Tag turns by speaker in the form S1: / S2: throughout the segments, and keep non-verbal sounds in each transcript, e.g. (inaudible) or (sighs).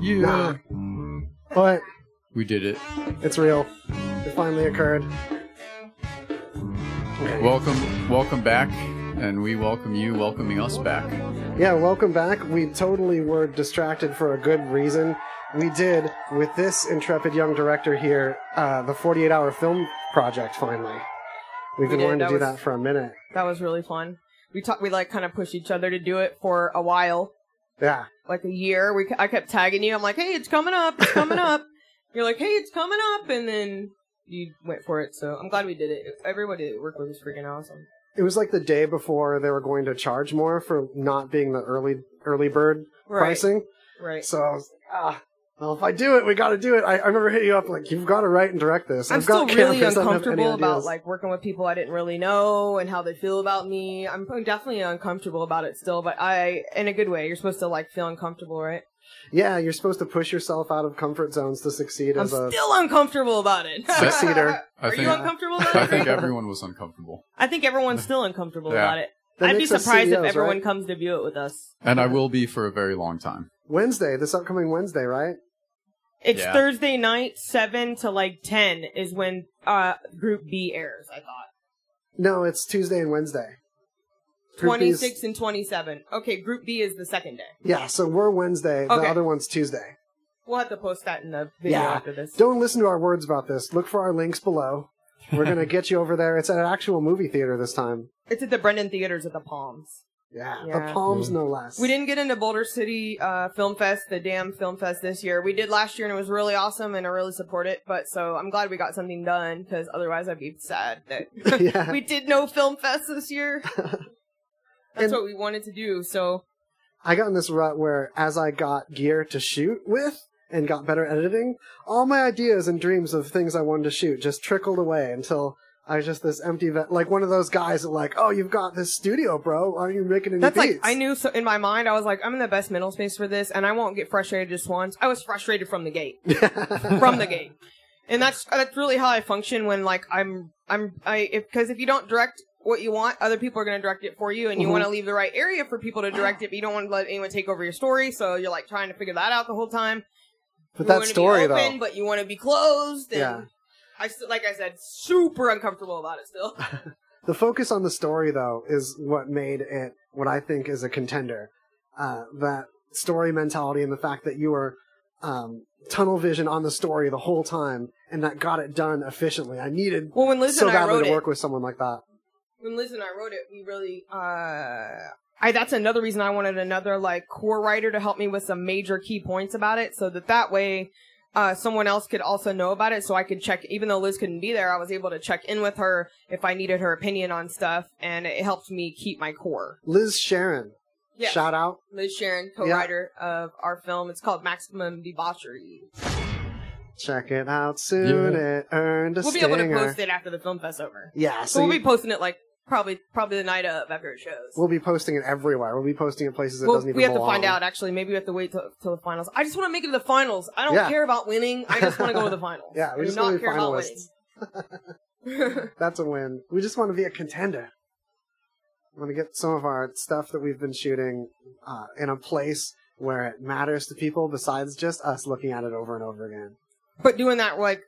S1: Yeah.
S2: But
S1: We did it.
S2: it's real. It finally occurred.
S1: Welcome, welcome back, and we welcome you welcoming us back.
S2: Yeah, welcome back. We totally were distracted for a good reason. We did, with this intrepid young director here, uh, the 48 hour film project finally. We've been
S3: We did,
S2: wanting to
S3: that
S2: do
S3: was-
S2: that for a minute.
S3: That was really fun. We talked. We like kind of pushed each other to do it for a while,
S2: Yeah.
S3: like a year. We I kept tagging you. I'm like, hey, it's coming up. It's coming up. (laughs) You're like, hey, it's coming up, and then you went for it. So I'm glad we did it. Everybody that worked with was freaking awesome.
S2: It was like the day before they were going to charge more for not being the early early bird
S3: Right.
S2: pricing.
S3: Right.
S2: So I was like, ah, well, if I do it, we got to do it. I, I remember hitting you up like, you've got to write and direct this.
S3: I'm
S2: I've got
S3: still really
S2: characters, I don't have any
S3: uncomfortable about
S2: ideas."
S3: like working with people I didn't really know and how they feel about me. I'm definitely uncomfortable about it still, but I in a good way. You're supposed to like feel uncomfortable, right?
S2: yeah, you're supposed to push yourself out of comfort zones to succeed
S3: I'm
S2: as a
S3: still uncomfortable about it.
S2: succeeder.
S1: I
S3: (laughs) Are
S1: think
S3: you uncomfortable about it?
S1: I think everyone was uncomfortable,
S3: I think
S1: (laughs)
S3: everyone's still uncomfortable
S1: Yeah.
S3: about it.
S2: That
S3: I'd be
S2: makes us
S3: surprised
S2: CEOs,
S3: if everyone
S2: right?
S3: comes to view it with us.
S1: and I will be for a very long time.
S2: Wednesday, this upcoming Wednesday, right?
S3: It's
S1: Yeah.
S3: Thursday night, seven to like ten is when uh Group B airs. I thought
S2: No, it's Tuesday and Wednesday. Group
S3: twenty
S2: B's-
S3: six and twenty seven. Okay, Group B is the second day.
S2: Yeah, so we're Wednesday. The
S3: Okay.
S2: other one's Tuesday.
S3: We'll have to post that in the video
S2: Yeah.
S3: after this.
S2: Don't listen to our words about this. Look for our links below.
S3: (laughs)
S2: We're gonna get you over there. It's at an actual movie theater this time.
S3: It's at the Brendan Theaters at the Palms.
S2: Yeah, the
S3: Yeah.
S2: Palms,
S1: Mm.
S2: no less.
S3: We didn't get into Boulder City uh, Film Fest, the damn film fest this year. We did last year and it was really awesome and I really support it. But so I'm glad we got something done because otherwise I'd be sad that
S2: (laughs) yeah,
S3: (laughs) we did no film fest this year.
S2: (laughs)
S3: That's
S2: And-
S3: what we wanted to do. So
S2: I got in this rut where, as I got gear to shoot with and got better editing, all my ideas and dreams of things I wanted to shoot just trickled away until I was just this empty vet, like one of those guys that, like, oh, you've got this studio, bro. Aren't you making any
S3: that's like
S2: beats? (laughs)
S3: I knew so in my mind I was like I'm in the best mental space for this and I won't get frustrated just once. I was frustrated from the gate. from the gate. And that's that's really how I function when like I'm I'm I if because if you don't direct what you want, other people are going to direct it for you, and you
S2: Mhm.
S3: want to leave the right area for people to direct it, but you don't want to let anyone take over your story. So you're like trying to figure that out the whole time.
S2: But
S3: You
S2: that
S3: wanna be
S2: story,
S3: open,
S2: though.
S3: but you want to be closed. And
S2: Yeah.
S3: I s- like I said, super uncomfortable about
S2: (laughs)
S3: it still.
S2: The focus on the story, though, is what made it what I think is a contender. Uh, that story mentality and the fact that you were um, tunnel vision on the story the whole time and that got it done efficiently. I needed
S3: Well, when Liz
S2: so
S3: and I
S2: badly
S3: wrote
S2: to
S3: it,
S2: work with someone like that.
S3: when Liz and I wrote it, we really uh I that's another reason I wanted another like core writer to help me with some major key points about it so that that way uh someone else could also know about it so I could check even though Liz couldn't be there, I was able to check in with her if I needed her opinion on stuff and it helped me keep my core.
S2: Liz Sharon,
S3: Yeah.
S2: shout out.
S3: Liz Sharon, co-writer of our film. It's called Maximum Debauchery.
S2: Check it out soon. It earned a
S3: We'll be
S2: stinger.
S3: able to post it after the film fest over.
S2: Yeah, so
S3: So we'll
S2: you-
S3: be posting it like probably probably the night of after it shows.
S2: we'll be posting it everywhere. We'll be posting it places it
S3: Well,
S2: doesn't even
S3: we have
S2: belong.
S3: to find out. Actually, maybe we have to wait till, till the finals. I just want to make it to the finals. I don't
S2: Yeah.
S3: care about winning. I just want to go to the finals.
S2: (laughs) Yeah, we
S3: I do
S2: just
S3: not
S2: wanna be
S3: care
S2: finalists.
S3: about winning. (laughs)
S2: That's a win. We just want to be a contender. We want to get some of our stuff that we've been shooting uh, in a place where it matters to people besides just us looking at it over and over again.
S3: but doing that like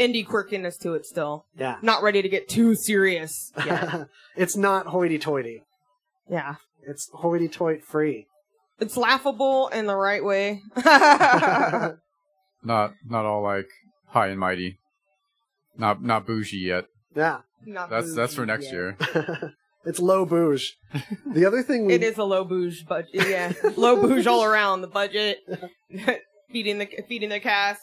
S3: indie quirkiness to it still.
S2: Yeah.
S3: Not ready to get too serious.
S2: (laughs)
S3: Yeah,
S2: it's not hoity toity,
S3: yeah.
S2: it's hoity toity (laughs)
S3: (laughs)
S2: free.
S3: It's laughable in the
S2: (laughs)
S3: right way.
S2: yeah,
S1: Not not all like high and mighty. Not not bougie yet.
S3: Not
S1: That's that's for
S3: bougie
S1: next
S3: yet.
S1: year.
S2: (laughs) it's low bouge. The other thing we
S3: It is a low bouge budget. Yeah, low bouge all around. The budget, (laughs) feeding the feeding the cast,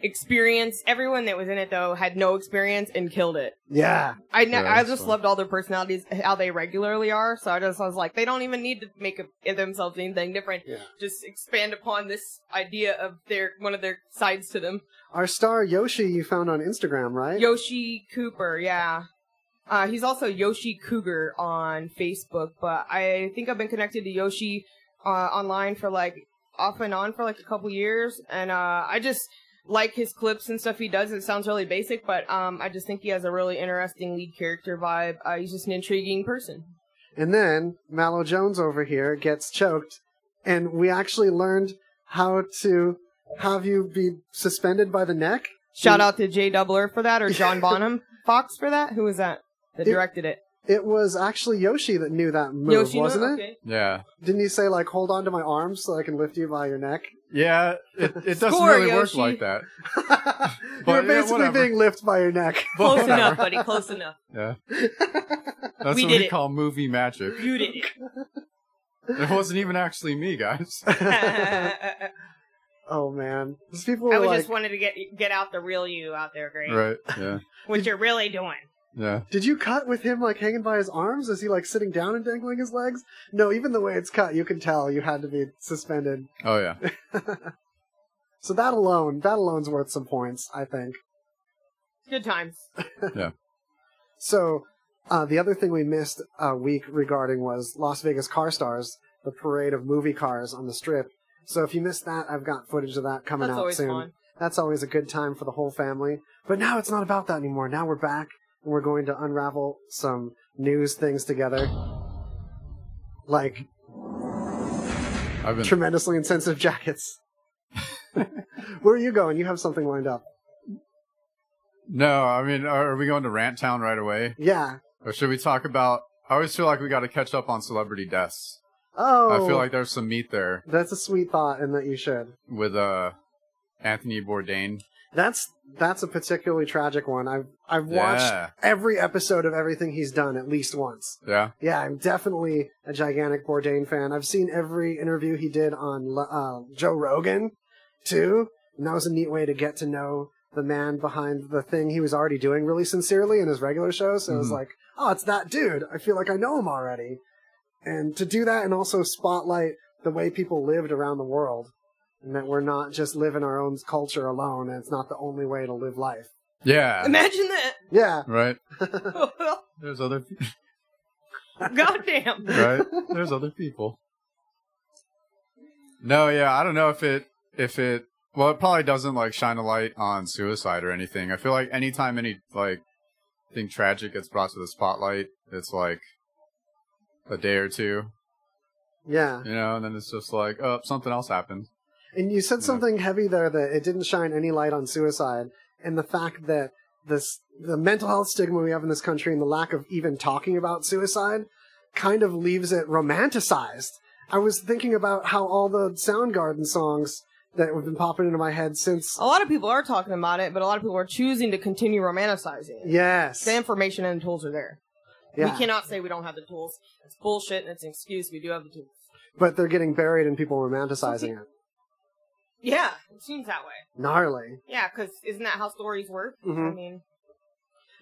S3: experience. Everyone that was in it though had no experience and killed it.
S2: yeah,
S3: I ne-
S1: Yeah,
S3: I
S1: that's
S3: just
S1: fun.
S3: loved all their personalities, how they regularly are. So I just I was like, they don't even need to make a, themselves anything different.
S2: Yeah.
S3: Just expand upon this idea of their one of their sides to them.
S2: our star Yoshi you found on Instagram, right?
S3: Yoshi Cooper, yeah. Uh, he's also Yoshi Cougar on Facebook, but I think I've been connected to Yoshi uh, online for like off and on for like a couple years, and uh, I just like his clips and stuff he does. It sounds really basic, but um, I just think he has a really interesting lead character vibe. Uh, he's just an intriguing person.
S2: And then Mallow Jones over here gets choked, and we actually learned how to have you be suspended by the neck.
S3: Shout out to Jay Doubler for that,
S2: (laughs)
S3: or John Bonham Fox for that. Who was that that
S2: It-
S3: directed it?
S2: It was actually Yoshi that knew that move,
S3: Yoshino?
S2: wasn't it?
S3: Okay.
S1: Yeah.
S2: Didn't you say like hold on to my arms so I can lift you by your neck? (laughs)
S1: Yeah, it,
S3: (laughs)
S1: it doesn't
S3: Score,
S1: really work
S3: Yoshi.
S1: like that.
S2: You're
S1: yeah,
S2: basically
S1: whatever.
S2: being lifted by your neck. (laughs)
S1: But
S3: (laughs) Close
S1: whatever.
S3: enough, buddy. Close enough.
S1: (laughs) That's
S3: We
S1: what
S3: did
S1: we
S3: it.
S1: call movie magic.
S3: You did it.
S1: It wasn't even actually me, guys. (laughs)
S2: (laughs)
S3: I
S2: oh man, these people were
S3: was
S2: like,
S3: just wanted to get get out the real you out there, Greg.
S1: right. Yeah.
S3: What you're really doing.
S1: Yeah.
S2: "Did you cut with him like hanging by his arms? Is he like sitting down and dangling his legs?" No, even the way it's cut, you can tell you had to be suspended.
S1: Oh yeah.
S2: So that alone, that alone's worth some points, I think.
S3: Good times.
S2: So, uh, the other thing we missed a week regarding was Las Vegas Car Stars, the parade of movie cars on the strip. So if you missed that, I've got footage of that coming
S3: That's
S2: out
S3: always
S2: soon.
S3: fun.
S2: That's always a good time for the whole family. But now it's not about that anymore. Now we're back and we're going to unravel some news things together. Like
S1: I've been
S2: tremendously insensitive jackets. (laughs) Where are you going? You have something lined up.
S1: No, I mean are we going to rant town right away?
S2: Yeah.
S1: Or should we talk about I always feel like we gotta catch up on celebrity deaths.
S2: Oh,
S1: I feel like there's some meat there
S2: that's a sweet thought, and that you should.
S1: with uh Anthony Bourdain.
S2: That's that's a particularly tragic one. I've I've watched
S1: Yeah.
S2: every episode of everything he's done at least once.
S1: Yeah.
S2: Yeah, I'm definitely a gigantic Bourdain fan. I've seen every interview he did on uh, Joe Rogan too, and that was a neat way to get to know the man behind the thing he was already doing really sincerely in his regular show. So it was
S1: Mhm.
S2: like, oh, it's that dude. I feel like I know him already, and to do that and also spotlight the way people lived around the world. And that we're not just living our own culture alone, and it's not the only way to live life.
S1: Yeah.
S3: Imagine that. (laughs)
S2: Yeah,
S1: (laughs) Right. There's other pe-
S3: Goddamn.
S1: right. There's other people. No, yeah, I don't know if it if it well it probably doesn't like shine a light on suicide or anything. I feel like anytime any like thing tragic gets brought to the spotlight, it's like a day or two,
S2: yeah.
S1: you know, and then it's just like, oh, something else happened.
S2: And you said
S1: Yeah.
S2: something heavy there that it didn't shine any light on suicide and the fact that this the mental health stigma we have in this country and the lack of even talking about suicide kind of leaves it romanticized. I was thinking about how all the Soundgarden songs that have been popping into my head since
S3: A lot of people are talking about it, but a lot of people are choosing to continue romanticizing it.
S2: yes,
S3: The information and the tools are there.
S2: yeah,
S3: We cannot say we don't have the tools. It's bullshit and it's an excuse. We do have the tools.
S2: but they're getting buried and people romanticizing it.
S3: Yeah, it seems that way.
S2: Gnarly.
S3: Yeah, because isn't that how stories work? I
S2: Mhm.
S3: mean,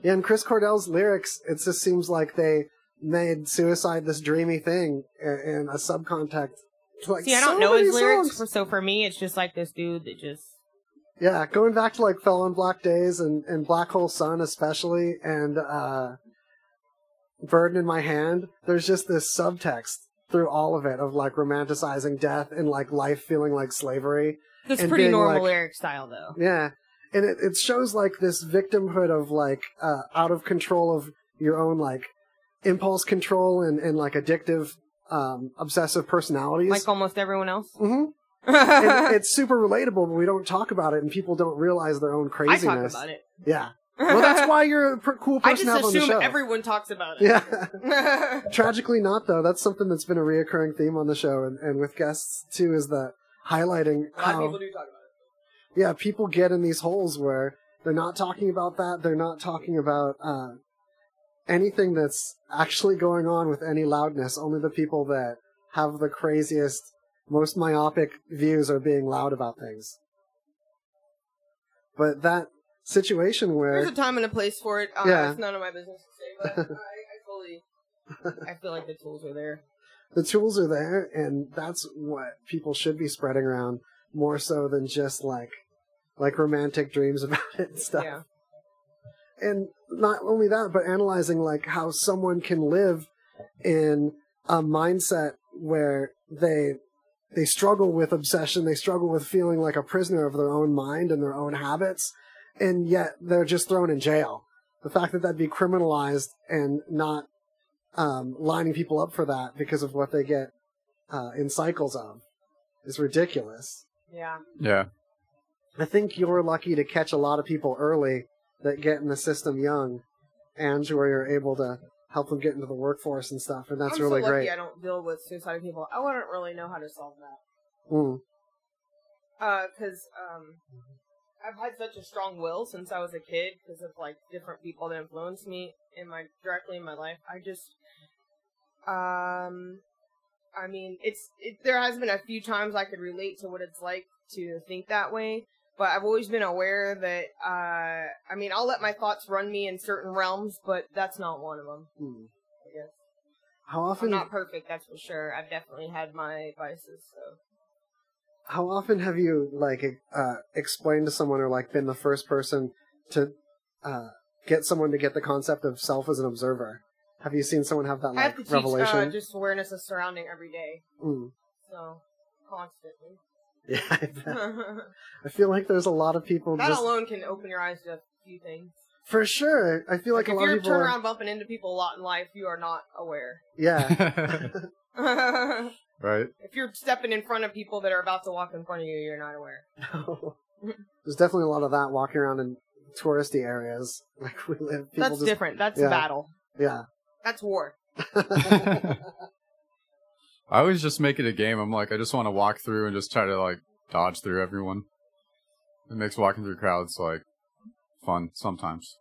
S2: Yeah, and Chris Cordell's lyrics, it just seems like they made suicide this dreamy thing i- in a subcontext. Like,
S3: see, I
S2: so
S3: don't know his
S2: many
S3: lyrics,
S2: songs.
S3: for, so for me, it's just like this dude that just.
S2: Yeah, going back to like Fell on Black Days and, and Black Hole Sun, especially, and uh, Burden in My Hand, there's just this subtext through all of it of like romanticizing death and like life feeling like slavery.
S3: This
S2: And
S3: pretty
S2: being
S3: normal
S2: like-
S3: lyric style, though.
S2: Yeah. And it, it shows like this victimhood of like uh, out of control of your own like impulse control and, and like addictive um, obsessive personalities.
S3: Like almost everyone else. (laughs)
S2: hmm and
S3: I
S2: it's super relatable, but we don't talk about it and people don't realize their own craziness.
S3: talk about it.
S2: Yeah. Well, that's why you're a pr- cool
S3: (laughs) I
S2: person to
S3: just
S2: have on the
S3: assume
S2: show.
S3: everyone talks about (laughs) it.
S2: (laughs) yeah. Tragically not though. That's something that's been a reoccurring theme on the show and, and with guests too is that highlighting
S3: a lot of
S2: how
S3: people do talk about it.
S2: yeah, people get in these holes where they're not talking about that. They're not talking about uh, anything that's actually going on with any loudness. Only the people that have the craziest, most myopic views are being loud about things. But that situation
S3: There's
S2: where
S3: a time and a place for it. Uh,
S2: Yeah.
S3: It's none of my business to
S2: (laughs)
S3: say, but I, I fully, I feel like the tools are there.
S2: the tools are there, and that's what people should be spreading around more so than just like like romantic dreams about it and stuff.
S3: Yeah.
S2: and not only that, but analyzing like how someone can live in a mindset where they they struggle with obsession, they struggle with feeling like a prisoner of their own mind and their own habits, and yet they're just thrown in jail. The fact that that'd be criminalized and not um, lining people up for that because of what they get uh, in cycles of is ridiculous.
S3: Yeah.
S1: Yeah.
S2: I think you're lucky to catch a lot of people early that get in the system young, and where you're able to help them get into the workforce and stuff, and that's
S3: I'm
S2: really
S3: so lucky
S2: great.
S3: I don't deal with suicidal people. I wouldn't really know how to solve that.
S2: Mm.
S3: Because um, I've had such a strong will since I was a kid because of like different people that influenced me in my directly in my life. I just, um, I mean, it's it, there has been a few times I could relate to what it's like to think that way. But I've always been aware that uh, I mean, I'll let my thoughts run me in certain realms, but that's not one of them.
S2: Mm.
S3: I guess.
S2: How
S3: I'm
S2: often?
S3: not perfect, that's for sure. I've definitely had my vices, so
S2: How often have you like uh, explained to someone or like been the first person to uh, get someone to get the concept of self as an observer? Have you seen someone have that
S3: I have
S2: like
S3: to teach
S2: revelation?
S3: uh, just awareness of surrounding every day,
S2: Mm.
S3: so constantly.
S2: (laughs) Yeah, I, bet.
S3: that
S2: I feel like there's a lot of people just
S3: alone can open your eyes to a few things.
S2: for sure. I feel like,
S3: if
S2: a lot
S3: you're
S2: of people.
S3: turn
S2: Are,
S3: around bumping into people a lot in life, you are not aware. (laughs)
S2: Yeah,
S3: if
S1: (laughs) right.
S3: you're stepping in front of people that are about to walk in front of you, you're not aware. (laughs)
S2: there's definitely a lot of that walking around in touristy areas. (laughs) Like we live, people
S3: that's
S2: just
S3: different. That's
S2: yeah.
S3: battle.
S2: yeah. (laughs)
S3: That's war.
S1: I always just make it a game. I'm like, I just want to walk through and just try to like dodge through everyone. It makes walking through crowds like fun sometimes.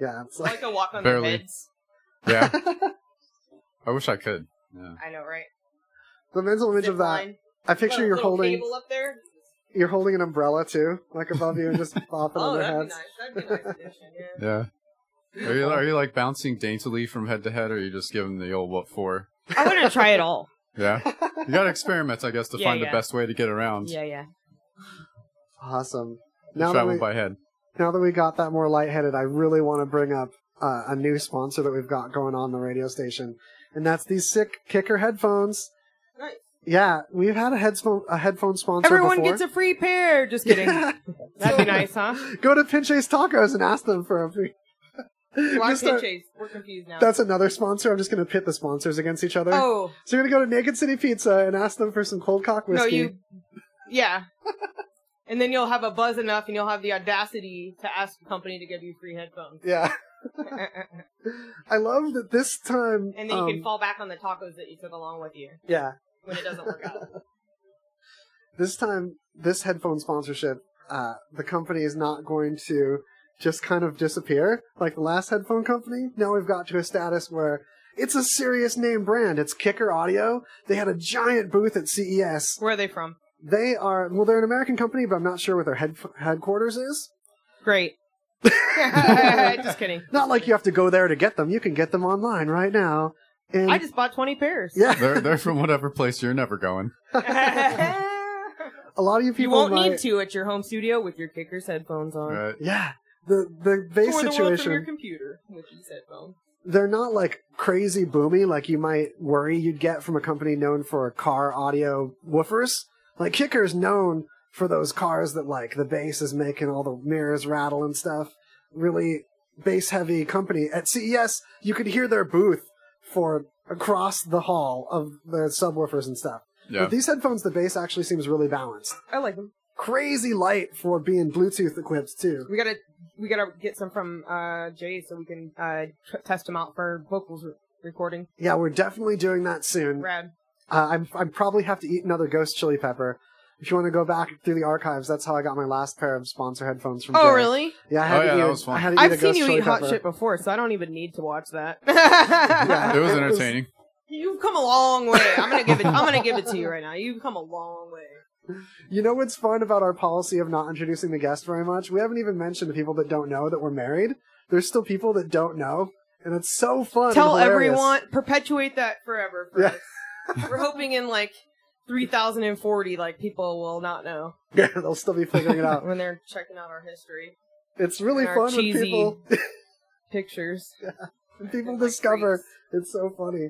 S2: Yeah, it's
S3: It's like
S2: like
S3: a walk on
S1: Barely.
S3: their heads.
S1: (laughs) Yeah. I wish I could. Yeah.
S3: I know, right?
S2: (laughs) the mental image
S3: Zip
S2: of that.
S3: line.
S2: I picture
S3: Little-
S2: you're
S3: little
S2: holding
S3: cable up there.
S2: you're holding an umbrella too, like above you, and
S3: (laughs)
S2: just popping
S3: Oh,
S2: on their
S3: that'd
S2: heads.
S3: be nice. That'd be a nice addition. Yeah.
S1: Yeah. Are you are you like bouncing daintily from head to head, or you just give them the old what for?
S3: (laughs) I want to try it all.
S1: Yeah. You gotta experiment, I guess, to
S3: (laughs) Yeah,
S1: find
S3: yeah.
S1: the best way to get around.
S3: Yeah, yeah.
S2: Awesome.
S1: You
S2: Now that,
S1: travel
S2: we,
S1: by head.
S2: now that we got that more lightheaded, I really want to bring up uh, a new sponsor that we've got going on the radio station, and that's these sick kicker headphones.
S3: Nice.
S2: Yeah, we've had a headphone a headphone sponsor
S3: Everyone
S2: before.
S3: gets a free pair. Just
S2: (laughs)
S3: kidding. That'd be nice, huh?
S2: Go to Pinche's Tacos and ask them for a free.
S3: Why
S2: Just a-
S3: pitches? We're confused now.
S2: that's another sponsor. I'm just going to pit the sponsors against each other.
S3: oh
S2: So you're going to go to Naked City Pizza and ask them for some cold cock
S3: no,
S2: whiskey.
S3: you. Yeah. (laughs) and then you'll have a buzz enough, and you'll have the audacity to ask the company to give you free headphones. (laughs)
S2: Yeah.
S3: and
S2: I love that this time.
S3: then you
S2: um,
S3: can fall back on the tacos that you took along with you
S2: Yeah,
S3: when it doesn't
S2: (laughs)
S3: work out.
S2: this time, this headphone sponsorship, uh, the company is not going to just kind of disappear like the last headphone company. Now we've got to a status where it's a serious name brand. It's Kicker Audio. They had a giant booth at E CES.
S3: Where are they from?
S2: They are well, they're an American company, but I'm not sure where their head, headquarters is. (laughs)
S3: Great. just kidding.
S2: Not like you have to go there to get them. You can get them online right now. And
S3: I just bought twenty pairs. (laughs)
S2: yeah,
S1: They're they're from whatever place you're never (laughs) going.
S2: a lot of you people
S3: you won't
S2: might,
S3: need to at your home studio with your kicker's headphones on.
S1: Right.
S2: Yeah, the the base
S3: Tour the world
S2: situation.
S3: from your computer with these headphones.
S2: they're not like crazy boomy like you might worry you'd get from a company known for car audio woofers. Like Kicker's known for those cars that like the bass is making all the mirrors rattle and stuff. Really bass heavy company. At CES, you could hear their booth for across the hall of the subwoofers and stuff.
S1: Yeah.
S2: With these headphones, the bass actually seems really balanced.
S3: I like them.
S2: Crazy light for being Bluetooth equipped too.
S3: We gotta we gotta get some from uh Jay so we can uh tr- test them out for vocals re- recording.
S2: Yeah, we're definitely doing that soon.
S3: Rad.
S2: Uh, I'm I probably have to eat another ghost chili pepper. If you want to go back through the archives, that's how I got my last pair of sponsor headphones from.
S3: Oh
S2: Jay.
S3: really?
S2: Yeah, I had
S1: Oh,
S2: to
S1: yeah,
S2: eat.
S1: that
S2: a-
S1: was fun.
S2: I had to eat a
S3: I've
S2: ghost
S3: seen you
S2: chili
S3: eat hot
S2: pepper.
S3: shit before, so I don't even need to watch (laughs) that.
S1: It was
S2: It was-
S1: entertaining.
S3: You've come a long way. I'm gonna give it. I'm gonna give it to you right now. You've come a long
S2: (laughs)
S3: way.
S2: You know what's fun about our policy of not introducing the guest very much? We haven't even mentioned to people that don't know that we're married. There's still people that don't know, and it's so fun. and
S3: Tell
S2: hilarious.
S3: everyone. Perpetuate that forever. For
S2: Yeah.
S3: us. We're hoping in like 3040, like people will not know
S2: (laughs) Yeah, they'll still be figuring it out.
S3: when they're checking out our history
S2: It's really
S3: And our
S2: fun when
S3: cheesy
S2: people (laughs)
S3: pictures.
S2: when people
S3: And, (laughs) like,
S2: discover.
S3: treats.
S2: It's so funny.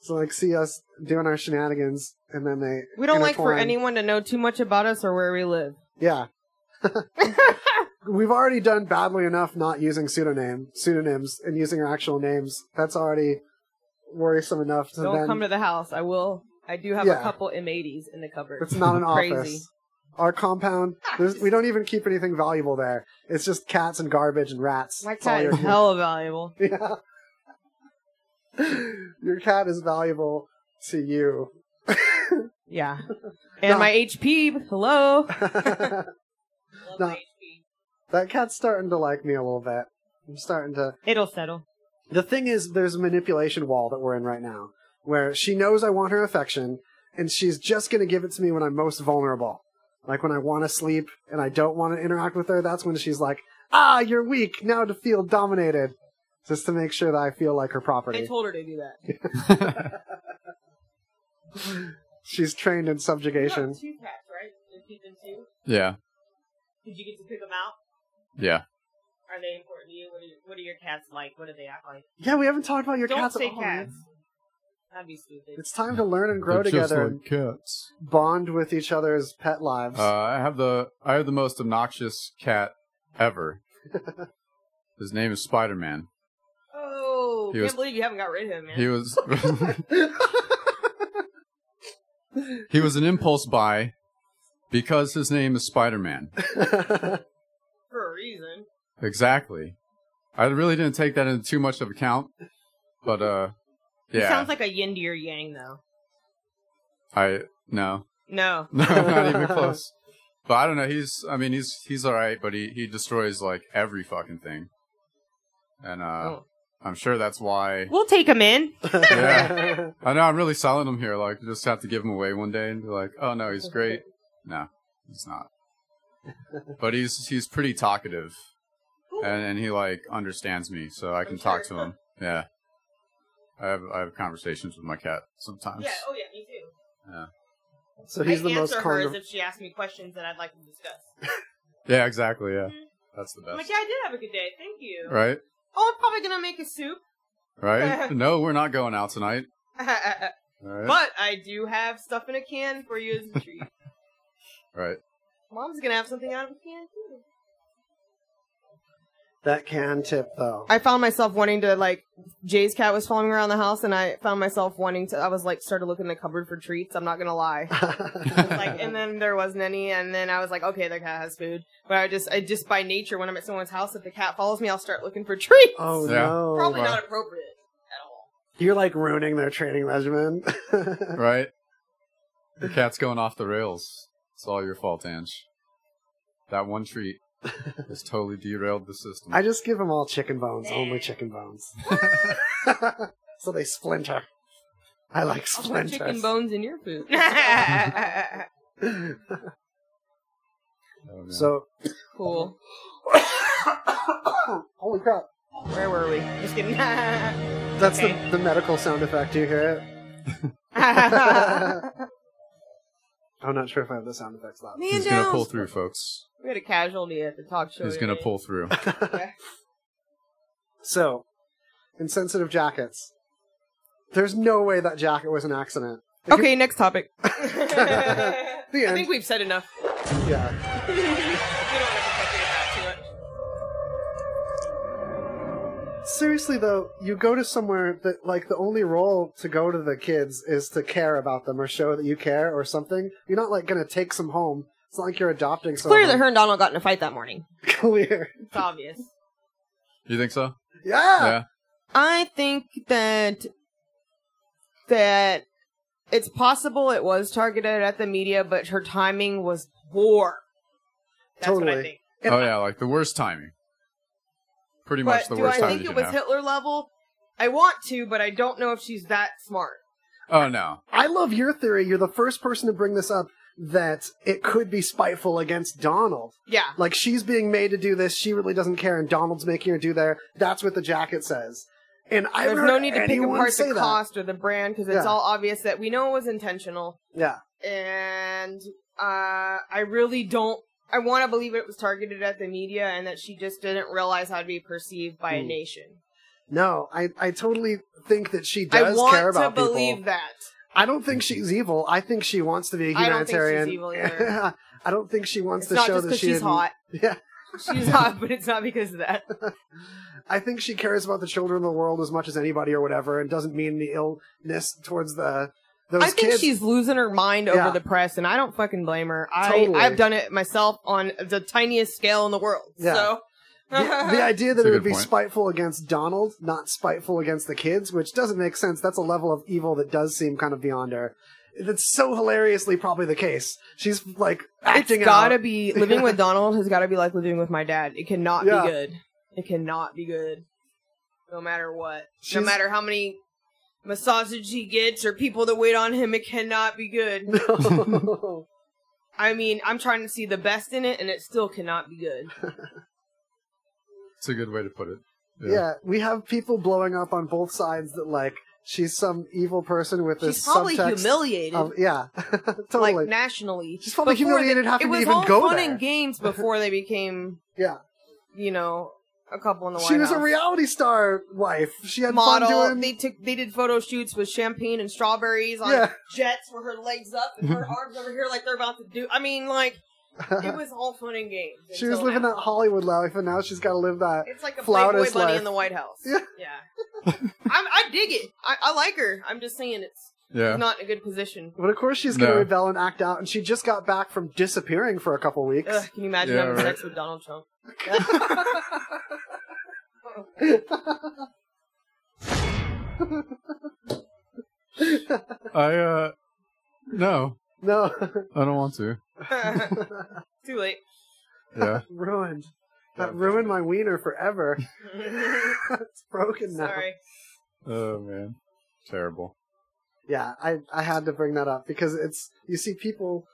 S2: So like, see us doing our shenanigans, and then they
S3: We don't like for
S2: intertwine.
S3: anyone to know too much about us or where we live. (laughs)
S2: Yeah. We've already done badly enough not using pseudonym pseudonyms and using our actual names. That's already worrisome enough to
S3: don't
S2: then
S3: come to the house. I will I do have
S2: Yeah.
S3: a couple M80s in the cupboard.
S2: It's not an
S3: Crazy.
S2: office. Our compound, there's, we don't even keep anything valuable there. It's just cats and garbage and rats.
S3: My
S2: That's all
S3: cat
S2: your-
S3: is hella valuable.
S2: (laughs) Yeah. Your cat is valuable to you. (laughs)
S3: Yeah. And
S2: No.
S3: my HP. Hello.
S2: that No. my cat's starting to like me a little bit. I'm starting to.
S3: It'll settle.
S2: The thing is, there's a manipulation wall that we're in right now where she knows I want her affection and she's just going to give it to me when I'm most vulnerable. Like when I want to sleep and I don't want to interact with her, that's when she's like, ah, you're weak, now to feel dominated. Just to make sure that I feel like her
S3: I
S2: property.
S3: told her to do that.
S2: She's trained in subjugation.
S3: two cats, right? You keep them two.
S1: yeah,
S3: Did you get to pick them out?
S1: yeah.
S3: Are they important to you? What are, what are your cats like? What do they act like?
S2: Yeah, we haven't talked about your
S3: Don't
S2: cats
S3: say
S2: at all. man.
S3: cats. That'd be stupid.
S2: It's time to learn and grow together and
S1: cats.
S2: bond with each other's pet lives. (laughs)
S1: Uh, I have the I have the most obnoxious cat
S2: (laughs)
S1: ever. His name is Spider Man.
S3: Oh,
S1: He
S3: can't
S1: was-
S3: believe you haven't got rid of him, man.
S1: He was (laughs) he was an impulse buy because his name is Spider Man.
S3: For a reason.
S1: Exactly. I really didn't take that into too much of account, but uh,
S3: He
S1: yeah,
S3: sounds like a yin to your yang, though.
S1: I no, (laughs)
S3: No.
S1: no, not even close. But I don't know. He's I mean he's he's all right, but he he destroys like every fucking thing, and uh,
S3: Oh.
S1: I'm sure that's why.
S3: We'll take him in.
S1: Yeah. I know I'm really selling him here. Like, just have to give him away one day and be like, "Oh no, he's
S3: (laughs)
S1: great." No, he's not. But he's he's pretty talkative, and, and he like understands me, so I can talk to him. Yeah, I have I have conversations with my cat sometimes.
S3: oh yeah, me too.
S2: so he's the most conver-
S3: if she asked me questions that I'd like to discuss.
S1: Yeah, exactly. Yeah,
S3: Mhm.
S1: that's the
S3: I'm like,
S1: best.
S3: yeah, I did have a good day. Thank you.
S1: Right,
S3: Oh, I'm probably gonna make a soup. (laughs)
S1: right. no, we're not going out tonight.
S3: but
S1: All right,
S3: I do have stuff in a can for you as a
S1: (laughs)
S3: treat.
S1: right.
S3: Mom's gonna have something out of a can too.
S2: that can tip though.
S3: I found myself wanting to like Jay's cat was following around the house, and I found myself wanting to. I was like, started looking in the cupboard for treats. I'm not
S1: (laughs)
S3: gonna lie.
S2: (laughs) Oh,
S3: like and then there wasn't any and then i was like okay the cat has food but i just i just by nature when i'm at someone's house if the cat follows me i'll start looking for treats
S2: oh
S1: Yeah.
S2: no.
S3: probably
S1: wow.
S3: not appropriate at all
S2: You're like ruining their training regimen. (laughs)
S1: right? The cat's going off the rails. It's all your fault, Ange. That one treat
S2: (laughs)
S1: has totally derailed the system.
S2: I just give them all chicken bones, only chicken
S3: (laughs)
S2: bones. so they splinter. I like
S3: i'll put
S2: splinters.
S3: chicken bones in your (laughs) food
S1: Oh, man.
S2: (laughs) so (coughs)
S3: cool
S2: Holy crap.
S3: where were we just kidding (laughs)
S2: That's
S3: Okay.
S2: the, the medical sound effect. Do you hear
S3: (laughs)
S2: it? I'm not sure if I have the sound effects loud.
S1: (laughs) he's gonna pull through, folks.
S3: we had a casualty at the talk show
S1: He's gonna
S3: today.
S1: pull
S2: (laughs)
S1: through.
S2: So, insensitive jackets. There's no way that jacket was an accident. Like,
S3: okay next (laughs) topic
S2: The
S3: i
S2: end.
S3: think we've said enough
S2: you- Yeah.
S3: we don't have to talk about too much
S2: Seriously though, you go to somewhere that like the only role to go to the kids is to care about them or show that you care or something. You're not like gonna take some home. It's not like you're adopting
S3: it's
S2: someone.
S3: clear that her and donald got in a fight that morning
S2: (laughs) clear.
S3: it's obvious
S1: You think so?
S2: Yeah.
S1: Yeah.
S3: I think that that it's possible it was targeted at the media, but her timing was poor. That's what I
S2: Totally.
S3: think.
S1: Oh yeah, like the worst timing. Pretty much the
S3: But do I
S1: worst timing
S3: think
S1: you
S3: it
S1: can
S3: was
S1: have.
S3: Hitler level? I want to, but I don't know if she's that smart.
S1: Oh no.
S2: I love your theory. You're the first person to bring this up that it could be spiteful against Donald.
S3: Yeah.
S2: Like she's being made to do this, she really doesn't care, and Donald's making her do there. That's what the jacket says. And I
S3: There's
S2: heard
S3: no need to pick
S2: anyone
S3: apart
S2: say
S3: the
S2: that.
S3: cost or the brand because it's
S2: Yeah.
S3: all obvious that we know it was intentional.
S2: Yeah,
S3: and uh, I really don't. I want to believe it was targeted at the media and that she just didn't realize how to be perceived by a
S2: Hmm.
S3: nation.
S2: no, I I totally think that she does
S3: I want
S2: care about
S3: to believe
S2: people.
S3: that.
S2: I don't think she's evil. I think she wants to be a
S3: I don't think she's
S2: humanitarian. (laughs)
S3: evil either.
S2: I don't think she wants
S3: It's
S2: to
S3: not
S2: show
S3: just
S2: that
S3: because
S2: she
S3: she's
S2: didn't-
S3: hot.
S2: (laughs) Yeah,
S3: She's hot, but it's not because of that.
S2: I think she cares about the children of the world as much as anybody or whatever, and doesn't mean any illness towards the those
S3: I think
S2: kids.
S3: she's losing her mind
S2: Yeah.
S3: over the press, and I don't fucking blame her. I
S2: Totally.
S3: I've done it myself on the tiniest scale in the world.
S2: Yeah.
S3: So
S2: the,
S3: (laughs)
S2: the idea that
S1: That's a
S2: it would
S1: good
S2: be
S1: point.
S2: spiteful against Donald, not spiteful against the kids, which doesn't make sense. That's a level of evil that does seem kind of beyond her. That's so hilariously probably the case. She's like acting
S3: it's gotta
S2: out.
S3: be living
S2: (laughs)
S3: with Donald has gotta be like living with my dad. It cannot
S2: Yeah.
S3: be good. It cannot be good. No matter what.
S2: She's-
S3: No matter how many massages he gets or people that wait on him, it cannot be good.
S2: (laughs) No.
S3: I mean, I'm trying to see the best in it and it still cannot be good.
S1: It's a good way to put it.
S2: yeah. we have people blowing up on both sides that like she's some evil person with this
S3: She's probably
S2: subtext
S3: humiliated.
S2: of yeah, (laughs) totally.
S3: Like nationally.
S2: She's probably
S3: Before
S2: humiliated
S3: they-
S2: having
S3: it
S2: to
S3: was
S2: even
S3: all
S2: go
S3: fun
S2: there.
S3: and games before they became
S2: (laughs) Yeah.
S3: you know a couple in the White
S2: she was a
S3: House.
S2: reality star wife. She had (laughs)
S3: model.
S2: fun doing.
S3: They took they did photo shoots with champagne and strawberries on
S2: yeah,
S3: jets with her legs up and
S2: (laughs)
S3: her arms over here like they're about to do. I mean, like it was all fun and games.
S2: Uh-huh. she was
S3: until
S2: living
S3: now.
S2: that Hollywood life, and now she's got to live that.
S3: It's like a Playboy
S2: flautist
S3: bunny
S2: life.
S3: in the White House. (laughs)
S2: Yeah.
S3: I'm, I dig it. I, I like her. I'm just saying it's
S1: Yeah.
S3: not in a good position.
S2: But of course, she's going to
S1: No.
S2: rebel and act out. And she just got back from disappearing for a couple weeks.
S3: Ugh, can you imagine
S1: Yeah,
S3: having
S1: right.
S3: sex with Donald Trump? (laughs)
S1: I uh no,
S2: (laughs) no, (laughs)
S1: I don't want
S3: (laughs)
S1: to.
S3: Too late.
S1: Yeah.
S2: ruined. That ruined my wiener forever. (laughs) it's broken now.
S3: Sorry.
S1: Oh man. Terrible.
S2: Yeah, I I had to bring that up because it's you see people.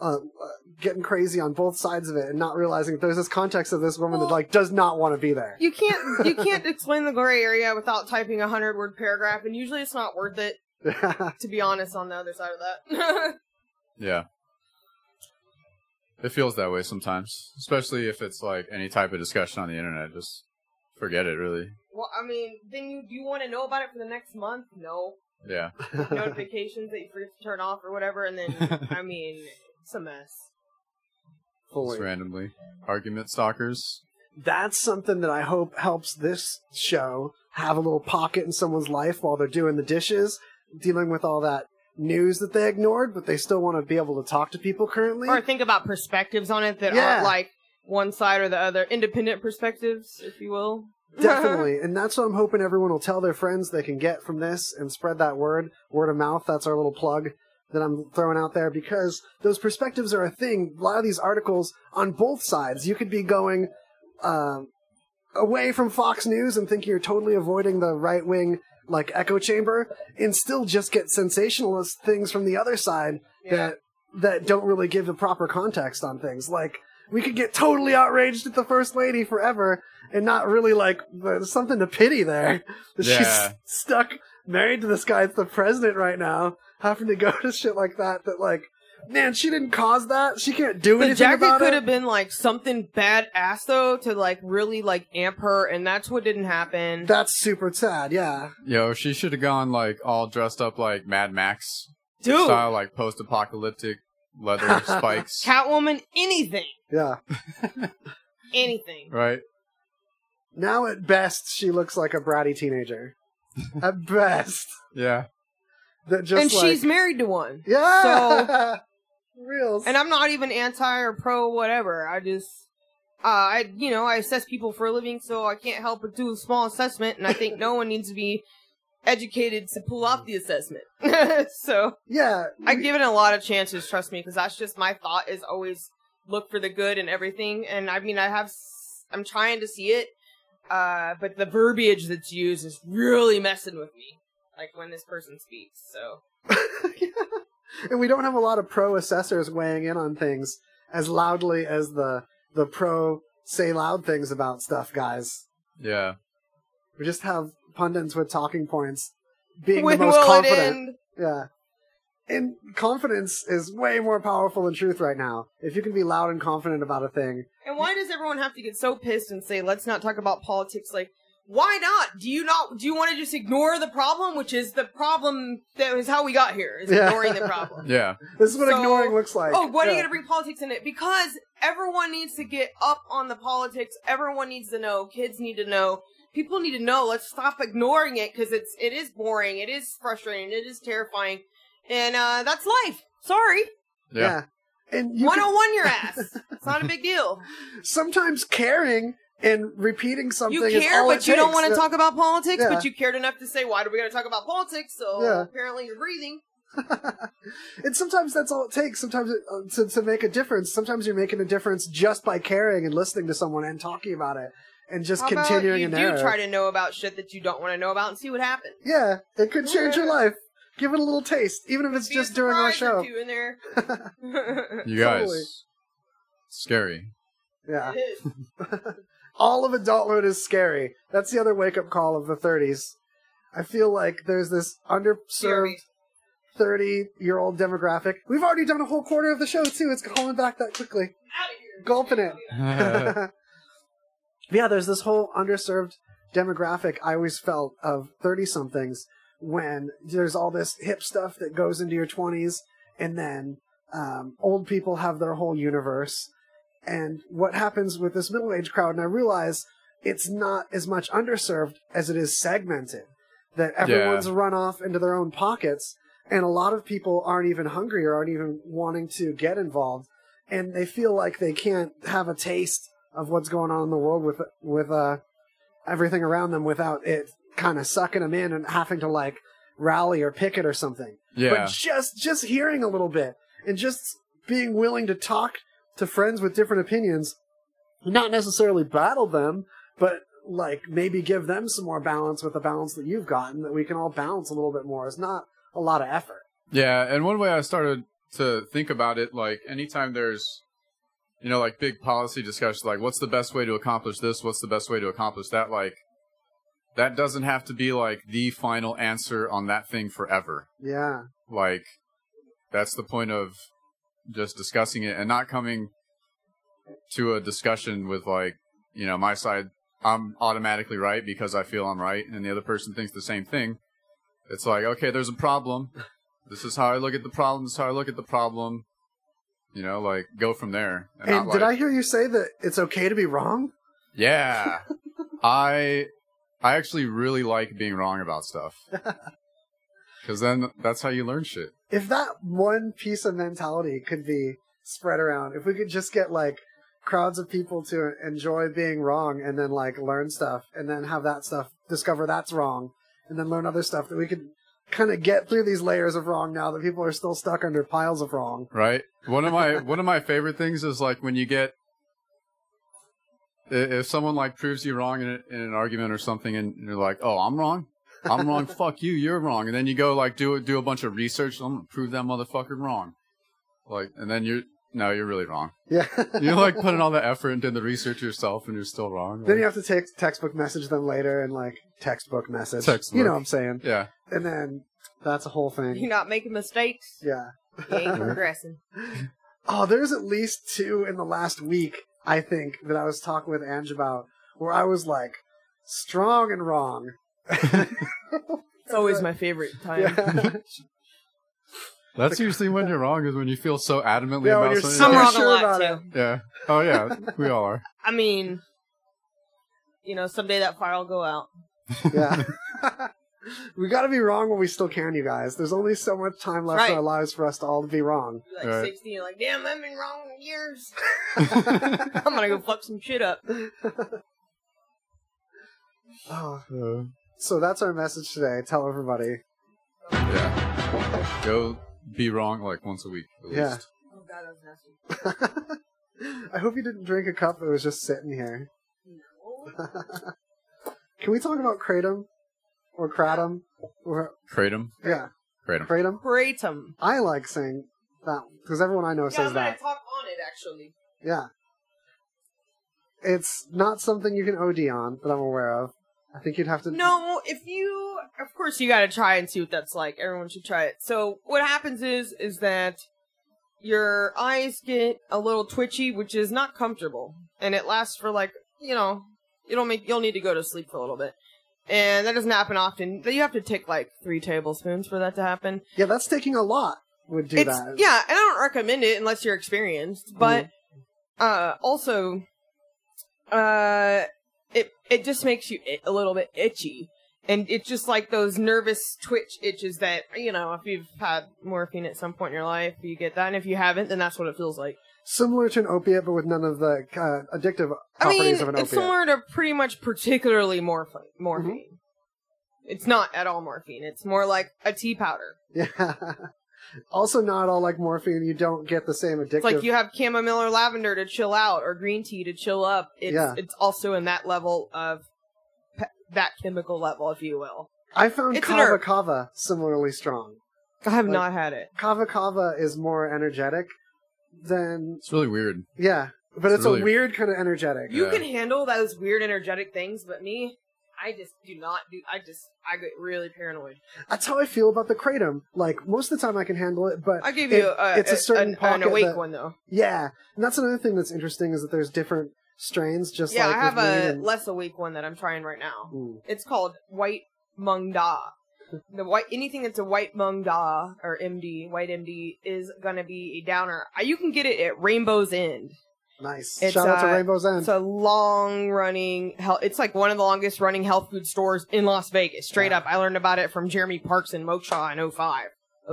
S2: Uh, uh, getting crazy on both sides of it and not realizing that there's this context of this woman that
S3: Well-
S2: like does not want to be
S3: (laughs)
S2: there. (laughs)
S3: You can't you can't explain the gray area without typing a hundred word paragraph, and usually it's not worth it. To be honest, on the other side of that. (laughs)
S1: Yeah. It feels that way sometimes, especially if it's like any type of discussion on the internet. Just forget it, really.
S3: Well, I mean, then you do you want to know about it for the next month? No
S1: Yeah.
S3: notifications that you forget to turn off or whatever, and then
S2: (laughs)
S3: I mean, it's a mess.
S1: Just
S2: Fully.
S1: randomly. Argument stalkers.
S2: that's something that I hope helps this show have a little pocket in someone's life while they're doing the dishes, dealing with all that news that they ignored, but they still want to be able to talk to people currently.
S3: Or think about perspectives on it that
S2: Yeah.
S3: aren't like one side or the other, independent perspectives, if you will. (laughs)
S2: Definitely. And that's what I'm hoping everyone will tell their friends they can get from this and spread that word, word of mouth. That's our little plug that I'm throwing out there because those perspectives are a thing. A lot of these articles on both sides, you could be going um away from Fox News and thinking you're totally avoiding the right wing like echo chamber and still just get sensationalist things from the other side
S3: yeah.
S2: that that don't really give the proper context on things. Like we could get totally outraged at the first lady forever and not really like there's something to pity there. (laughs) That She's
S1: Yeah.
S2: stuck married to this guy that's the president right now, having to go to shit like that. That like, man, she didn't cause that. She can't do
S3: The
S2: anything
S3: jacket
S2: about
S3: could
S2: it.
S3: have been like something badass though to like really like amp her, and that's what didn't happen.
S2: That's super sad. Yeah,
S1: Yo, she should have gone like all dressed up like Mad Max
S3: Dude,
S1: style, like post apocalyptic leather spikes.
S3: Catwoman, anything,
S2: yeah.
S3: anything.
S1: right?
S2: Now at best, she looks like a bratty teenager. at best,
S1: Yeah.
S2: that just
S3: and
S2: like,
S3: she's married to one.
S2: yeah. (laughs) Real
S3: And I'm not even anti or pro whatever. I just uh, I you know, I assess people for a living, so I can't help but do a small assessment and I think no one needs to be educated to pull off the assessment. (laughs) so
S2: yeah.
S3: I've given it a lot of chances, trust me, because that's just my thought is always look for the good and everything. And I mean, I have, s- I'm trying to see it, uh, but the verbiage that's used is really messing with me. Like when this person speaks, so
S2: and we don't have a lot of pro assessors weighing in on things as loudly as the the pro say loud things about stuff guys.
S1: Yeah.
S2: We just have pundits with talking points being
S3: when
S2: the most
S3: will it
S2: confident.
S3: end?
S2: Yeah. And confidence is way more powerful than truth right now. If you can be loud and confident about a thing.
S3: And why does everyone have to get so pissed and say, let's not talk about politics? Like, why not? Do you not, do you want to just ignore the problem, which is the problem that is how we got here, is
S2: Yeah.
S3: ignoring the problem.
S1: Yeah.
S2: This is what
S3: So-
S2: ignoring looks (laughs) like.
S3: Oh, what are you
S2: Yeah.
S3: going to bring politics in it? Because everyone needs to get up on the politics. Everyone needs to know. Kids need to know. People need to know. Let's stop ignoring it because it's, it is boring. It is frustrating. It is terrifying. and uh, that's life. Sorry,
S1: Yeah.
S2: And you
S3: one
S2: can-
S3: on one your ass. It's not a big deal.
S2: sometimes caring and repeating something
S3: You
S2: is
S3: care,
S2: all
S3: but
S2: it
S3: you don't
S2: takes.
S3: want to
S2: Yeah.
S3: talk about politics.
S2: Yeah.
S3: But you cared enough to say, "Why do we got to talk about politics?" So
S2: Yeah.
S3: apparently, you're breathing.
S2: and sometimes that's all it takes. Sometimes it, uh, to to make a difference. Sometimes you're making a difference just by caring and listening to someone and talking about it, and just
S3: How
S2: continuing
S3: about
S2: an
S3: you do
S2: error.
S3: try to know about shit that you don't want to know about and see what happens.
S2: yeah, it could change your
S3: Yeah.
S2: life. Give it a little taste, even if it's
S3: Be a
S2: just during our
S3: surprise or
S2: show.
S3: two in there.
S2: (laughs)
S3: (laughs)
S1: You guys,
S2: Totally.
S1: scary. (laughs)
S2: Yeah, all of adulthood is scary. That's the other wake up call of the 30s. I feel like there's this underserved
S3: Scary.
S2: 30 year old demographic. We've already done a whole quarter of the show too. It's coming back that quickly.
S3: Out of here.
S2: Gulping it.
S1: yeah.
S2: yeah, (laughs) there's this whole underserved demographic I always felt of 30 somethings when there's all this hip stuff that goes into your 20s, and then um, old people have their whole universe. And what happens with this middle aged crowd, and I realize it's not as much underserved as it is segmented, that everyone's run off into their own pockets, and a lot of people aren't even hungry or aren't even wanting to get involved and they feel like they can't have a taste of what's going on in the world with with uh everything around them without it kind of sucking them in and having to like rally or picket or something. But just just hearing a little bit and just being willing to talk to friends with different opinions, not necessarily battle them, but like maybe give them some more balance with the balance that you've gotten that we can all balance a little bit more. It's not a lot of effort.
S1: Yeah, and one way I started to think about it, like anytime there's, you know, like big policy discussions, like what's the best way to accomplish this, what's the best way to accomplish that, like that doesn't have to be like the final answer on that thing forever.
S2: Yeah.
S1: Like that's the point of just discussing it and not coming to a discussion with like, you know, my side I'm automatically right because I feel I'm right and the other person thinks the same thing. It's like, okay, there's a problem. This is how I look at the problem, this is how I look at the problem. You know, like go from there.
S2: And,
S1: not
S2: did
S1: like-
S2: I hear you say that it's okay to be wrong?
S1: yeah. I I actually really like being wrong about
S2: (laughs)
S1: stuff. Cuz then that's how you learn shit.
S2: if that one piece of mentality could be spread around, if we could just get like crowds of people to enjoy being wrong and then like learn stuff and then have that stuff discover that's wrong and then learn other stuff that we could kind of get through these layers of wrong now that people are still stuck under piles of wrong. (laughs)
S1: right? One of my one of my favorite things is like when you get i- if someone like proves you wrong in, a, in an argument or something, and you're like, "Oh, I'm wrong, I'm
S2: (laughs)
S1: wrong, fuck you, you're wrong," and then you go like do do a bunch of research, I'm gonna prove that motherfucker wrong, like, and then you're no, you're really wrong.
S2: Yeah.
S1: You're like putting all the effort into the research yourself, and you're still wrong.
S2: then you
S1: Like,
S2: have to take textbook message them later and like textbook message. You
S1: Textbook.
S2: know what I'm saying?
S1: yeah,
S2: And then that's a whole thing.
S3: You're not making mistakes.
S2: yeah.
S3: You
S2: (laughs)
S3: ain't progressing.
S2: Oh, there's at least two in the last week, I think, that I was talking with Ange about where I was like strong and wrong.
S3: It's always my favorite time.
S2: (laughs) Yeah. (laughs)
S1: that's usually when you're wrong is when you feel so adamantly
S2: Yeah,
S1: about
S2: when you're
S1: something.
S3: I'm
S2: You're
S3: wrong
S2: sure
S3: a lot
S2: about
S3: too.
S2: it.
S1: yeah. Oh yeah, we all
S2: (laughs)
S1: are. (laughs)
S3: I mean, you know, someday that fire will go out.
S2: (laughs) yeah. we got to be wrong when we still can, you guys. There's only so much time left in
S3: Right.
S2: our lives for us to all be wrong.
S3: You're like
S1: Right.
S3: 60, you're like, damn, I've been wrong years. (laughs) I'm gonna go fuck some shit up.
S2: Oh,
S1: Uh,
S2: so that's our message today. Tell everybody. (laughs)
S1: Yeah. Go be wrong like once a week at
S2: Yeah.
S1: least.
S3: Oh god, that was nasty.
S2: I hope you didn't drink a cup that was just sitting here.
S3: No.
S2: Can we talk about Kratom or Kratom? Or,
S1: Kratom.
S2: yeah,
S1: Kratom.
S2: Kratom.
S3: Kratom.
S2: I like saying that because everyone I know
S3: yeah,
S2: Oh, says
S3: I'm gonna
S2: that.
S3: talk on it actually.
S2: Yeah. It's not something you can OD on that I'm aware of. I think you'd have to.
S3: No, if you, of course, you got to try and see what that's like. Everyone should try it. So what happens is, is that your eyes get a little twitchy, which is not comfortable, and it lasts for like, you know, it'll make you'll need to go to sleep for a little bit, and that doesn't happen often. You have to take like three tablespoons for that to happen.
S2: Yeah, that's taking a lot. Would do
S3: it's
S2: that.
S3: yeah, and I don't recommend it unless you're experienced, but uh, also, uh, it it just makes you it- a little bit itchy, and it's just like those nervous twitch itches that you know if you've had morphine at some point in your life you get that and if you haven't then that's what it feels like
S2: Similar to an opiate, but with none of the uh, addictive
S3: i
S2: properties
S3: mean
S2: of an
S3: it's
S2: opiate.
S3: similar to pretty much particularly morphine morphine
S2: Mm-hmm.
S3: it's not at all morphine it's more like a tea powder
S2: (laughs) Yeah. also, not all like morphine. You don't get the same addictive.
S3: it's like you have chamomile or lavender to chill out or green tea to chill up it's
S2: Yeah.
S3: it's also in that level of pe- that chemical level if you will
S2: I found
S3: It's an
S2: kava
S3: herb.
S2: kava similarly strong.
S3: i have
S2: Like-
S3: not had it
S2: Kava kava is more energetic than
S1: It's really weird.
S2: yeah, but it's,
S1: It's really-
S2: a weird kind of energetic.
S3: You
S1: Yeah.
S3: can handle those weird energetic things, but me, I just do not do. I just I get really paranoid.
S2: That's how I feel about the kratom. Like most of the time, I can handle it, but
S3: I gave
S2: It-
S3: you a,
S2: it's a
S3: a-
S2: certain
S3: an,
S2: pocket
S3: an awake
S2: that-
S3: one though.
S2: yeah, and that's another thing that's interesting is that there's different strains. Just
S3: Yeah,
S2: like
S3: I
S2: with
S3: have
S2: weed
S3: a
S2: and-
S3: less awake one that I'm trying right now.
S2: Ooh.
S3: It's called White Mung Da. The white anything that's a White Mung Da or MD White MD is gonna be a downer. Uh, You can get it at Rainbow's End.
S2: nice.
S3: It's,
S2: Shout out to
S3: uh,
S2: Rainbow's End.
S3: It's a long running health. It's like one of the longest running health food stores in Las Vegas. Straight
S2: Yeah.
S3: up, I learned about it from Jeremy Parks and Mokshaw in 05,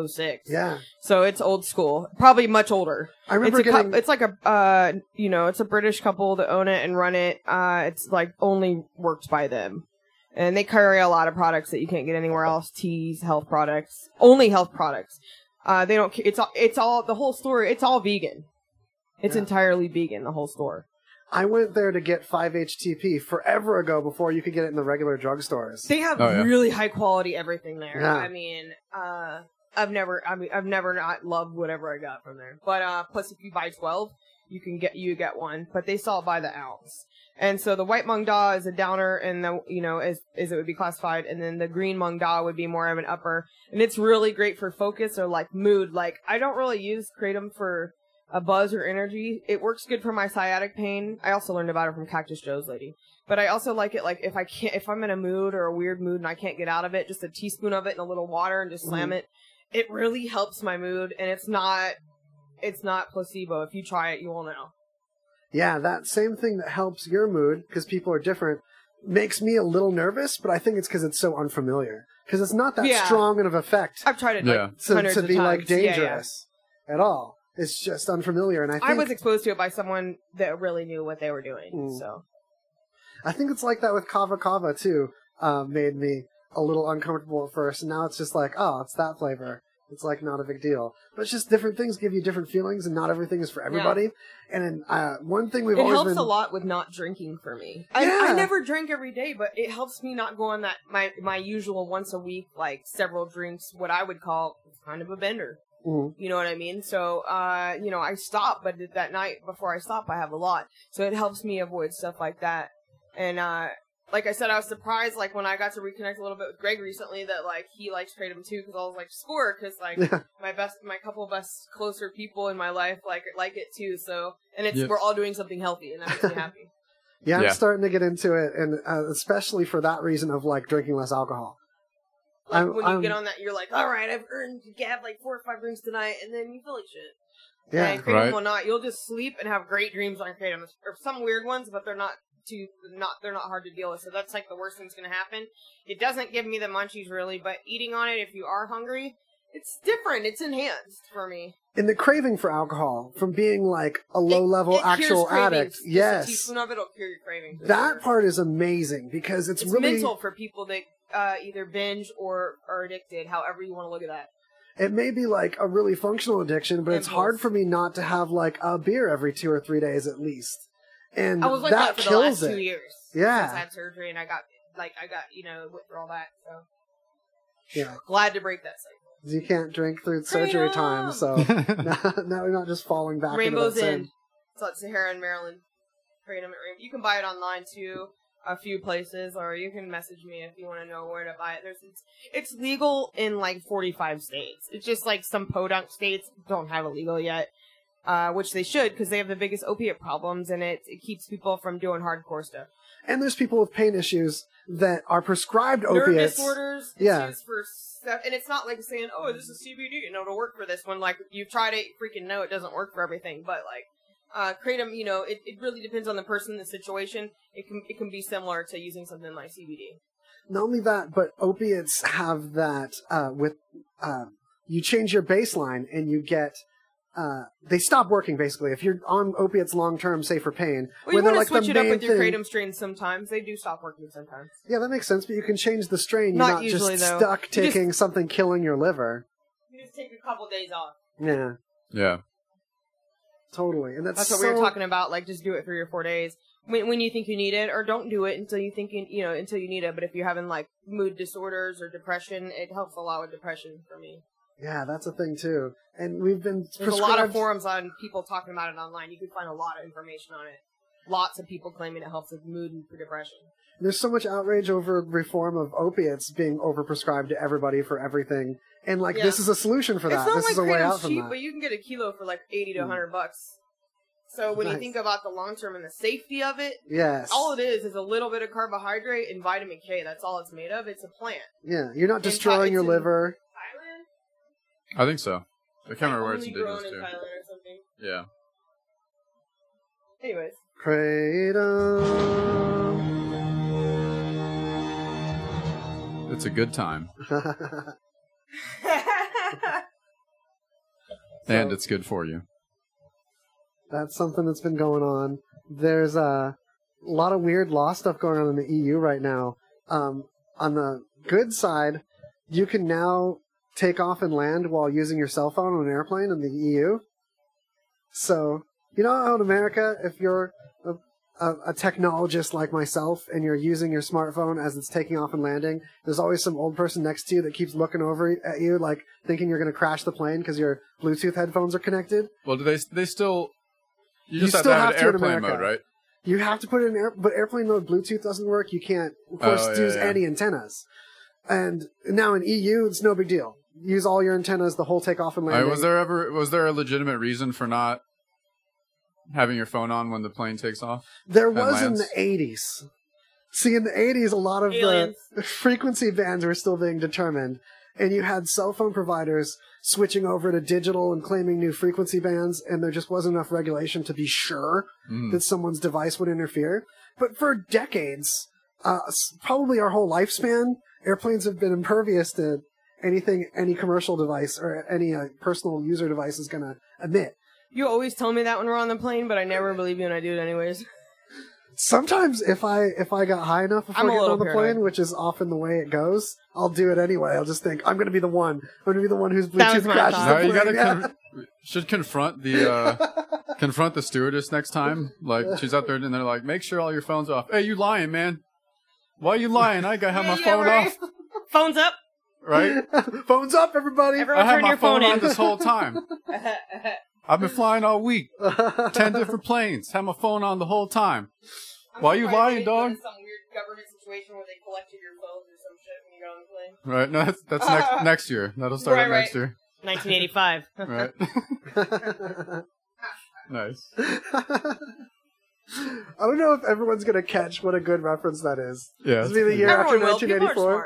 S3: 06.
S2: yeah,
S3: So it's old school, probably much older.
S2: I
S3: It's
S2: remember
S3: a cou-
S2: getting.
S3: it's like a uh, you know, it's a British couple that own it and run it. Uh, it's like only worked by them, and they carry a lot of products that you can't get anywhere else. Teas, health products, only health products. Uh, they don't. ca- It's all. It's all the whole store. It's all vegan. It's
S2: Yeah.
S3: entirely vegan. The whole store.
S2: I went there to get 5-HTP forever ago before you could get it in the regular drugstores.
S3: They have
S1: Oh, yeah.
S3: really high quality everything there.
S2: Yeah.
S3: I mean, uh, I've never, I mean, I've never not loved whatever I got from there. But uh, plus, if you buy twelve, you can get you get one. But they sell it by the ounce. And so the white mung da is a downer, and the you know as as it would be classified, and then the green mung da would be more of an upper. And it's really great for focus or like mood. Like I don't really use kratom for a buzz or energy. It works good for my sciatic pain. I also learned about it from Cactus Joe's lady. But I also like it like if I can't if I'm in a mood or a weird mood and I can't get out of it, just a teaspoon of it and a little water and
S2: Mm-hmm.
S3: just slam it. It really helps my mood and it's not it's not placebo. If you try it, you will know.
S2: Yeah, that same thing that helps your mood because people are different makes me a little nervous, but I think it's because it's so unfamiliar. Because it's not that
S3: Yeah.
S2: strong of an effect
S3: I've tried it like
S1: Yeah.
S2: to,
S3: hundreds
S2: to
S3: of
S2: be like
S3: times. Yeah, yeah.
S2: dangerous at all. It's just unfamiliar, and I think
S3: I was exposed to it by someone that really knew what they were doing.
S2: Mm.
S3: So
S2: I think it's like that with kava kava too. Uh, made me a little uncomfortable at first, and now it's just like, oh, it's that flavor. It's like not a big deal, but it's just different things give you different feelings, and not everything is for everybody. And then, uh, one thing we've
S3: it
S2: always
S3: helps
S2: been
S3: a lot with not drinking for me. I,
S2: Yeah.
S3: I never drink every day, but it helps me not go on that my my usual once a week like several drinks, what I would call kind of a bender.
S2: Mm,
S3: You know what I mean? So, uh, you know, I stop, but th- that night before I stop, I have a lot. So it helps me avoid stuff like that. And, uh, like I said, I was surprised, like, when I got to reconnect a little bit with Greg recently that, like, he likes Kratom too, because I was like, score, because, like, my best, my couple best closer people in my life, like, like it too. So, and it's,
S1: Yeah.
S3: we're all doing something healthy, and that makes
S2: (laughs)
S3: me happy.
S2: Yeah, I'm
S1: Yeah.
S2: starting to get into it, and uh, especially for that reason of like drinking less alcohol.
S3: Like,
S2: I'm-
S3: when you
S2: I'm-
S3: get on that, you're like, all right, I've earned, you have like four or five drinks tonight, and then you feel like shit.
S2: Yeah,
S3: And Kratom
S1: Right.
S3: will not. You'll just sleep and have great dreams on Kratom. Or some weird ones, but they're not too not they're not hard to deal with. So that's like the worst thing that's gonna happen. It doesn't give me the munchies really, but eating on it if you are hungry, it's different. It's enhanced for me.
S2: and the craving for alcohol from being like a low level
S3: It cures
S2: actual
S3: cravings.
S2: addict.
S3: Just a
S2: Yes,
S3: teaspoon of it'll cure your cravings. for sure.
S2: that part is amazing because it's,
S3: it's
S2: really
S3: mental for people that uh, either binge or are addicted. However you want to look at that.
S2: it may be like a really functional addiction, but it's
S3: Impulse.
S2: hard for me not to have like a beer every two or three days at least, and
S3: I was like
S2: that
S3: that for the
S2: kills
S3: last
S2: it.
S3: two years.
S2: Yeah.
S3: since I had surgery and I got like I got you know went through all that. So
S2: Yeah,
S3: glad to break that cycle.
S2: you can't drink through surgery time,
S3: Kratom!
S2: so (laughs)
S3: (laughs)
S2: now, now we're not just falling back.
S3: Rainbow's
S2: into that same-
S3: End. It's like Sahara in Maryland. Kratom at Rainbow. You can buy it online too, a few places, or you can message me if you want to know where to buy it. There's it's, it's legal in like 45 states. It's just like some podunk states don't have it legal yet, uh, which they should because they have the biggest opiate problems, and it it keeps people from doing hardcore stuff.
S2: And there's people with pain issues that are prescribed
S3: Nerve
S2: opiates.
S3: disorders.
S2: Yeah.
S3: It's used for stuff, and it's not like saying, "Oh, this is CBD and it'll work for this one." Like you've tried it, you freaking know it doesn't work for everything. But like uh, kratom, you know, it, it really depends on the person, the situation. It can it can be similar to using something like CBD.
S2: not only that, but opiates have that uh, with uh, you change your baseline and you get uh, they stop working basically if you're on opiates long term, say for pain.
S3: Well, you
S2: when they're
S3: want to
S2: like the
S3: switch it up
S2: main
S3: with your
S2: thing-
S3: kratom strain sometimes. They do stop working sometimes.
S2: Yeah, that makes sense. But you can change the strain.
S3: Not
S2: you're not
S3: usually,
S2: just
S3: though.
S2: stuck
S3: You just-
S2: taking something killing your liver.
S3: You just take a couple days off.
S2: Yeah,
S1: (laughs) Yeah.
S2: totally. And that's,
S3: That's what
S2: so,
S3: we were talking about. Like, just do it three or four days when, when you think you need it, or don't do it until you think you you know until you need it. But if you're having like mood disorders or depression, it helps a lot with depression for me.
S2: Yeah, that's a thing too. And we've been
S3: There's a lot of
S2: prescribed-
S3: forums on people talking about it online. You can find a lot of information on it. Lots of people claiming it helps with mood and for depression.
S2: There's so much outrage over reform of opiates being overprescribed to everybody for everything, and like
S3: Yeah.
S2: this is a solution for that.
S3: It's not
S2: This
S3: like
S2: is a way
S3: Kratom's
S2: out from
S3: cheap,
S2: that.
S3: but you can get a kilo for like eighty to
S2: Mm.
S3: hundred bucks. So when
S2: Nice.
S3: you think about the long term and the safety of it,
S2: Yes.
S3: all it is is a little bit of carbohydrate and vitamin K. That's all it's made of. It's a plant.
S2: yeah, you're not
S3: And ti-
S2: destroying your
S3: it's in-
S2: liver.
S3: Thailand.
S1: I think so. I can't remember where it's
S3: Only
S1: indigenous
S3: grown in
S1: to.
S3: Thailand or something.
S1: Yeah.
S2: (laughs)
S3: Anyways, (laughs)
S2: Kratom. (laughs)
S1: It's a good time. and
S2: So-
S1: it's good for you.
S2: that's something that's been going on. There's a lot of weird law stuff going on in the EU right now. Um, on the good side, you can now take off and land while using your cell phone on an airplane in the EU. So, you know how in America, if you're a, a, a technologist like myself and you're using your smartphone as it's taking off and landing, there's always some old person next to you that keeps looking over at you, like thinking you're going to crash the plane because your Bluetooth headphones are connected.
S1: Well, do they they still you
S2: You
S1: just have
S2: still
S1: to have,
S2: have
S1: an
S2: to in
S1: airplane
S2: America.
S1: mode, right?
S2: You have to put it in air, but airplane mode Bluetooth doesn't work. You can't, of course,
S1: Oh, yeah,
S2: use
S1: yeah.
S2: any antennas. And now in EU, it's no big deal. Use all your antennas the whole takeoff and
S1: I,
S2: landing.
S1: was there ever was there a legitimate reason for not having your phone on when the plane takes off?
S2: There was in
S1: lands?
S2: the eighties. See, in the eighties, a lot of
S3: Aliens.
S2: the frequency bands were still being determined, and you had cell phone providers switching over to digital and claiming new frequency bands, and there just wasn't enough regulation to be sure
S3: Hmm.
S1: Mm.
S2: that someone's device would interfere. But for decades, uh, s- probably our whole lifespan, airplanes have been impervious to anything any commercial device or any uh, personal user device is going to emit.
S3: you always tell me that when we're on the plane, but I never believe you, and I do it anyways. (laughs)
S2: Sometimes, if I if I got high enough before
S3: I'm a
S2: getting
S3: little
S2: on the
S3: paranoid.
S2: plane, which is often the way it goes, I'll do it anyway. I'll just think I'm going to be the one. I'm going to be the one whose
S3: That
S2: Bluetooth
S3: was my
S2: crashes.
S3: thought.
S1: Now
S2: The
S1: you gotta
S2: plane. Yeah.
S1: con- should confront the uh,
S3: (laughs)
S1: confront the stewardess next time. Like she's out there and they're like, make sure all your phones off. Hey, you lying, man? Why you lying? I got have
S3: (laughs)
S1: my phone off,
S3: Phones up. (laughs)
S1: right?
S2: (laughs) Phones up, everybody. (laughs)
S3: Everyone
S1: I had
S3: turn
S1: my
S3: your
S1: phone
S3: phone
S1: on
S3: in.
S1: this
S3: (laughs)
S1: whole time. I've been flying all week, ten different planes. Had my phone on the whole time. Why you lying, dog?
S3: Some weird government situation where they collected your phones or some shit when you got
S1: Right?
S3: on the plane.
S1: No, that's, that's
S3: (laughs)
S1: next next year. That'll start
S3: Right,
S1: up
S3: right.
S1: next year.
S2: (laughs)
S3: 1985.
S1: Right?
S3: (laughs)
S1: nice.
S2: (laughs) I don't know if everyone's going to catch what a good reference that is. (laughs)
S1: Yeah.
S2: This
S1: that's
S2: will be the
S1: good.
S2: year after
S3: Everyone will. People are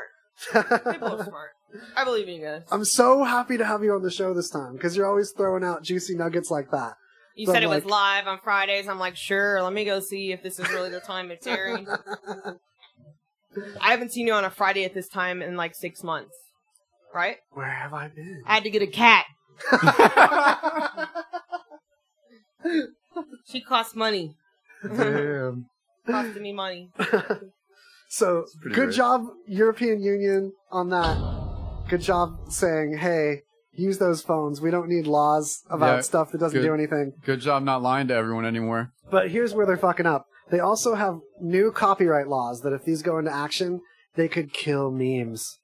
S2: 1984.
S3: smart. People are smart. I believe in you guys.
S2: I'm so happy to have you on the show this time because you're always throwing out juicy nuggets like that.
S3: You
S2: But,
S3: said it was
S2: like-
S3: live on Fridays. I'm like, sure, let me go see if this is really the time it's airing. I haven't seen you on a Friday at this time in like six months. Right?
S2: Where have I
S3: (laughs)
S2: been?
S3: I had to get a cat. She cost money. (laughs)
S1: Damn.
S3: Costing me money.
S2: so
S1: pretty
S2: good
S1: rich.
S2: job, European Union, on that. Good job saying, hey, use those phones. We don't need laws about
S1: Yeah,
S2: stuff that doesn't
S1: good.
S2: do anything.
S1: Good job not lying to everyone anymore.
S2: But here's where they're fucking up. They also have new copyright laws that if these go into action, they could kill memes.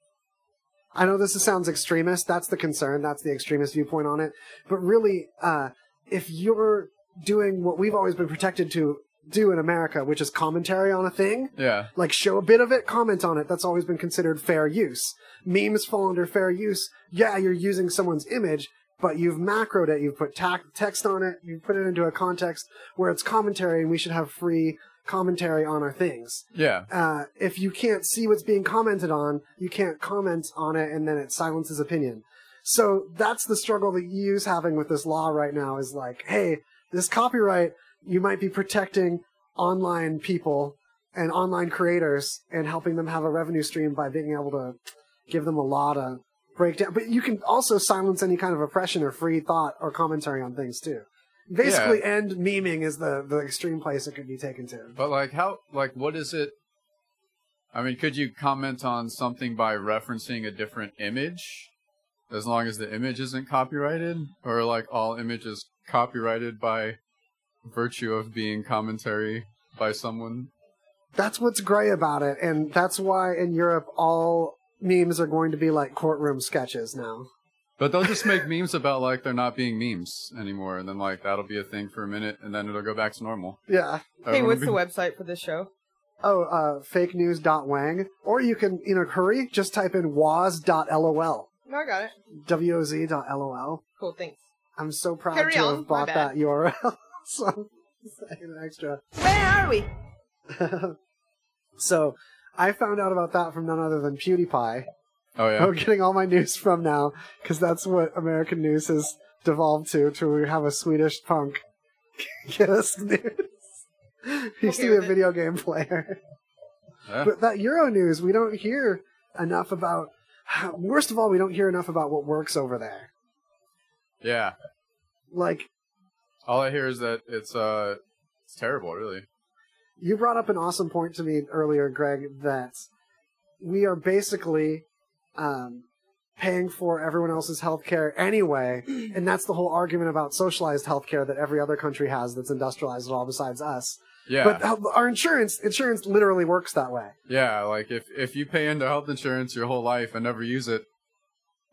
S2: I know this sounds extremist. That's the concern. That's the extremist viewpoint on it. But really, uh, if you're doing what we've always been protected to do in America, which is commentary on a thing,
S1: Yeah.
S2: like show a bit of it, comment on it. That's always been considered fair use. Memes fall under fair use. Yeah, you're using someone's image, but you've macroed it. You've put ta- text on it. You've put it into a context where it's commentary, and we should have free commentary on our things.
S1: Yeah.
S2: Uh, if you can't see what's being commented on, you can't comment on it, and then it silences opinion. So that's the struggle the EU's having with this law right now is like, hey, this copyright, you might be protecting online people and online creators and helping them have a revenue stream by being able to give them a lot of breakdown. But you can also silence any kind of oppression or free thought or commentary on things too. Basically, end memeing is the, the extreme place it could be taken to.
S1: But like, how? Like, what is it? I mean, could you comment on something by referencing a different image, as long as the image isn't copyrighted, or like all images copyrighted by virtue of being commentary by someone?
S2: That's what's gray about it, and that's why in Europe all memes are going to be like courtroom sketches now.
S1: But they'll just
S2: (laughs)
S1: make memes about like they're not being memes anymore, and then like that'll be a thing for a minute, and then it'll go back to normal.
S2: Yeah.
S3: Hey,
S1: Everyone
S3: what's the
S1: will be-
S3: website for this show?
S2: Oh, uh, fake news dot wang, or you can in a hurry just type in waz dot lol,
S3: No, I got it.
S2: w o z dot lol.
S3: Cool, thanks.
S2: I'm so proud
S3: Carry
S2: to
S3: on,
S2: have
S3: my
S2: bought
S3: bad.
S2: that URL. (laughs) so I'm saying an extra. (laughs)
S3: Where are we?
S2: so I found out about that from none other than PewDiePie.
S1: Oh yeah.
S2: I'm getting all my news from now because that's what American news has devolved to. To we have a Swedish punk (laughs) get us news. He used to be
S3: Okay
S2: a
S3: with it.
S2: video game player,
S1: Yeah.
S2: but that Euro news we don't hear enough about. (sighs) Worst of all, we don't hear enough about what works over there.
S1: yeah.
S2: Like
S1: All I hear is that it's uh, it's terrible, really.
S2: you brought up an awesome point to me earlier, Greg, that we are basically um, paying for everyone else's healthcare
S1: (clears throat)
S2: anyway, and that's the whole argument about socialized healthcare that every other country has that's industrialized at all besides us.
S1: Yeah.
S2: But the- our insurance insurance literally works that way.
S1: Yeah, like if if you pay into health insurance your whole life and never use it,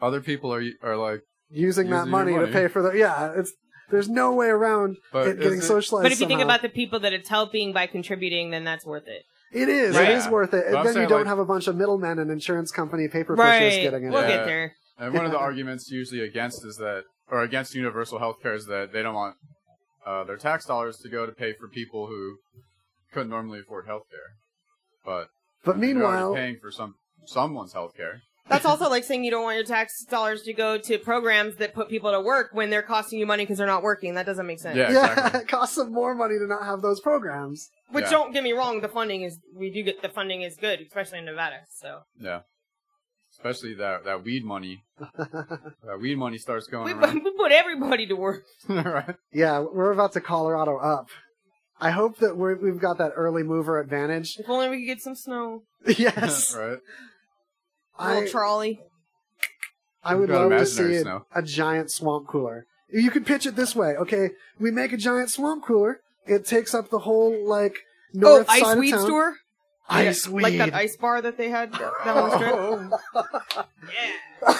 S1: other people are are like,
S2: Using,
S1: Using
S2: that
S1: your
S2: money,
S1: money.
S2: to pay for the yeah, it's there's no way around
S1: but
S2: it getting
S1: is it-
S2: socialized.
S4: But if you think
S2: somehow.
S4: about the people that it's helping by contributing, then that's worth it.
S2: it is it
S1: Yeah.
S2: is worth it.
S1: But I'm
S2: And then you
S1: saying,
S2: don't
S1: like-
S2: have a bunch of middlemen and insurance company paper pushers
S4: Right.
S2: getting it.
S4: We'll
S1: Yeah.
S4: get there.
S1: and one of the arguments usually against is that or against universal health care is that they don't want uh, their tax dollars to go to pay for people who couldn't normally afford health care. But
S2: But
S1: I mean, you're already
S2: meanwhile,
S1: paying for some someone's health care.
S3: That's also like saying you don't want your tax dollars to go to programs that put people to work when they're costing you money because they're not working. That doesn't make sense.
S1: Yeah. exactly.
S2: (laughs) it costs them more money to not have those programs.
S3: Which
S1: Yeah.
S3: don't get me wrong, the funding is we do get the funding is good, especially in Nevada. So
S1: Yeah, especially that that weed
S2: (laughs)
S1: money. that weed money starts going
S3: we,
S1: around.
S3: we put everybody to work.
S1: (laughs) right?
S2: yeah, we're about to Colorado up. I hope that we're, we've got that early mover advantage. (laughs)
S3: If only we could get some snow,
S2: Yes,
S1: (laughs) right.
S3: a little
S2: I,
S3: trolley.
S2: I would
S1: Got
S2: love to
S1: imaginary
S2: see a,
S1: snow.
S2: a giant swamp cooler. You could pitch it this way, okay? We make a giant swamp cooler. It takes up the whole like
S3: Oh,
S2: north side
S3: ice
S2: of
S3: weed
S2: town.
S3: store,
S2: Ice weed. Oh.
S3: like that ice bar that they had down the
S2: (laughs)
S3: strip. yeah,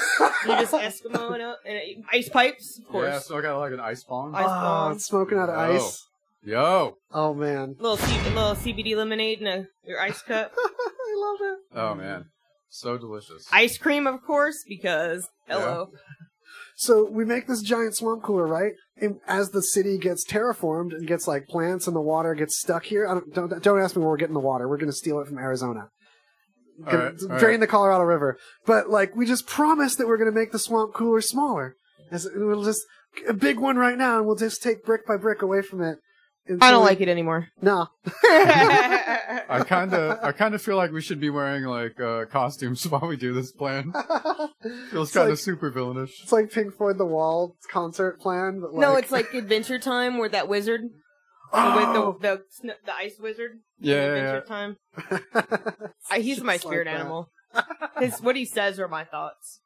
S3: you just Eskimo it up and it- ice pipes, of course.
S1: Yeah, so I got like an ice bomb.
S3: Ice
S2: Oh,
S3: bomb.
S2: it's smoking out of
S1: Oh.
S2: ice.
S1: Yo.
S2: Oh man,
S3: Little C- little CBD lemonade and a, your ice (laughs) cup,
S2: I love it.
S1: Oh man, so delicious.
S3: ice cream, of course, because hello.
S2: So we make this giant swamp cooler, right? And as the city gets terraformed and gets like plants and the water gets stuck here, I don't, don't don't ask me where we're getting the water. We're going to steal it from Arizona.
S1: All
S2: Gonna
S1: right, all
S2: drain the Colorado River. But like we just promised that we're going to make the swamp cooler smaller. As and we'll just a big one right now, and we'll just take brick by brick away from it.
S3: I don't like it anymore.
S2: No,
S1: I kind of, I kind of feel like we should be wearing like uh, costumes (laughs) while we do this
S3: (laughs)
S1: plan. Feels
S2: it's,
S1: kind of
S2: like,
S1: super villainish.
S2: (laughs) it's like Pink Floyd the Wall concert plan. But
S1: (laughs)
S2: like,
S3: (laughs) no, it's like Adventure Time where that wizard
S2: oh!
S3: with the, the sn- the ice wizard.
S1: Yeah, yeah,
S3: Adventure
S1: yeah.
S3: Time. I, he's my
S2: Just like
S3: spirit
S2: that.
S1: (laughs)
S3: animal. His what he says are my thoughts.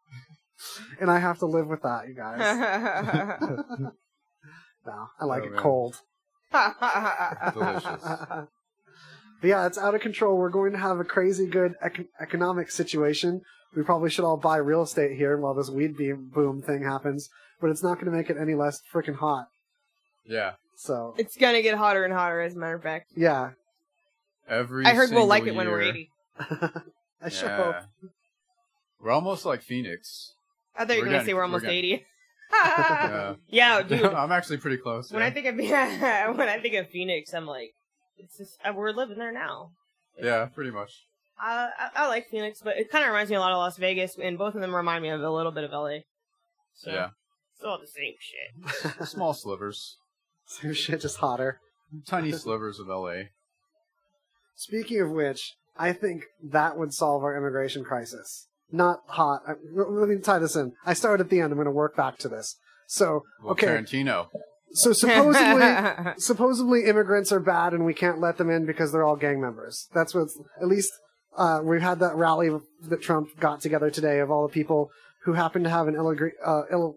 S2: (laughs) and I have to live with that, you
S3: (laughs)
S2: guys.
S3: Delicious.
S2: no, I like
S1: Oh,
S2: it
S1: man.
S2: cold.
S1: Delicious.
S2: (laughs) but yeah, it's out of control. We're going to have a crazy good ec- economic situation. We probably should all buy real estate here while this weed beam boom thing happens, but it's not going to make it any less freaking hot.
S1: Yeah,
S2: So
S3: it's gonna get hotter and hotter. As a matter of fact,
S2: yeah,
S1: every.
S3: I heard
S1: single
S3: we'll like it when we're
S1: year.
S3: eighty.
S2: I sure hope.
S1: Yeah. We're almost like
S3: (laughs)
S1: Phoenix.
S3: I thought you were
S1: We're
S3: gonna
S1: getting-
S3: say we're
S1: we're
S3: almost
S1: getting-
S3: eighty.
S1: (laughs) Yeah.
S3: (laughs) yeah,
S1: (laughs)
S3: dude.
S1: I'm actually pretty close.
S3: When
S1: yeah.
S3: I think of (laughs) when I think of Phoenix, I'm like, it's just uh, we're living there now.
S1: yeah, pretty much.
S3: I, I, I like Phoenix, but it kind of reminds me a lot of Las Vegas, and both of them remind me of a little bit of LA. So
S1: Yeah,
S3: it's all the same shit.
S1: small slivers,
S2: (laughs) Same shit, just hotter.
S1: tiny slivers of LA.
S2: Speaking of which, I think that would solve our immigration crisis. Not hot. I, let me tie this in. I started at the end. I'm going to work back to this. So,
S1: Well,
S2: okay.
S1: Tarantino.
S2: So
S3: (laughs)
S2: supposedly, supposedly immigrants are bad and we can't let them in because they're all gang members. That's what's at least uh, we've had that rally that Trump got together today of all the people who happen to have an illegre- uh, Ill-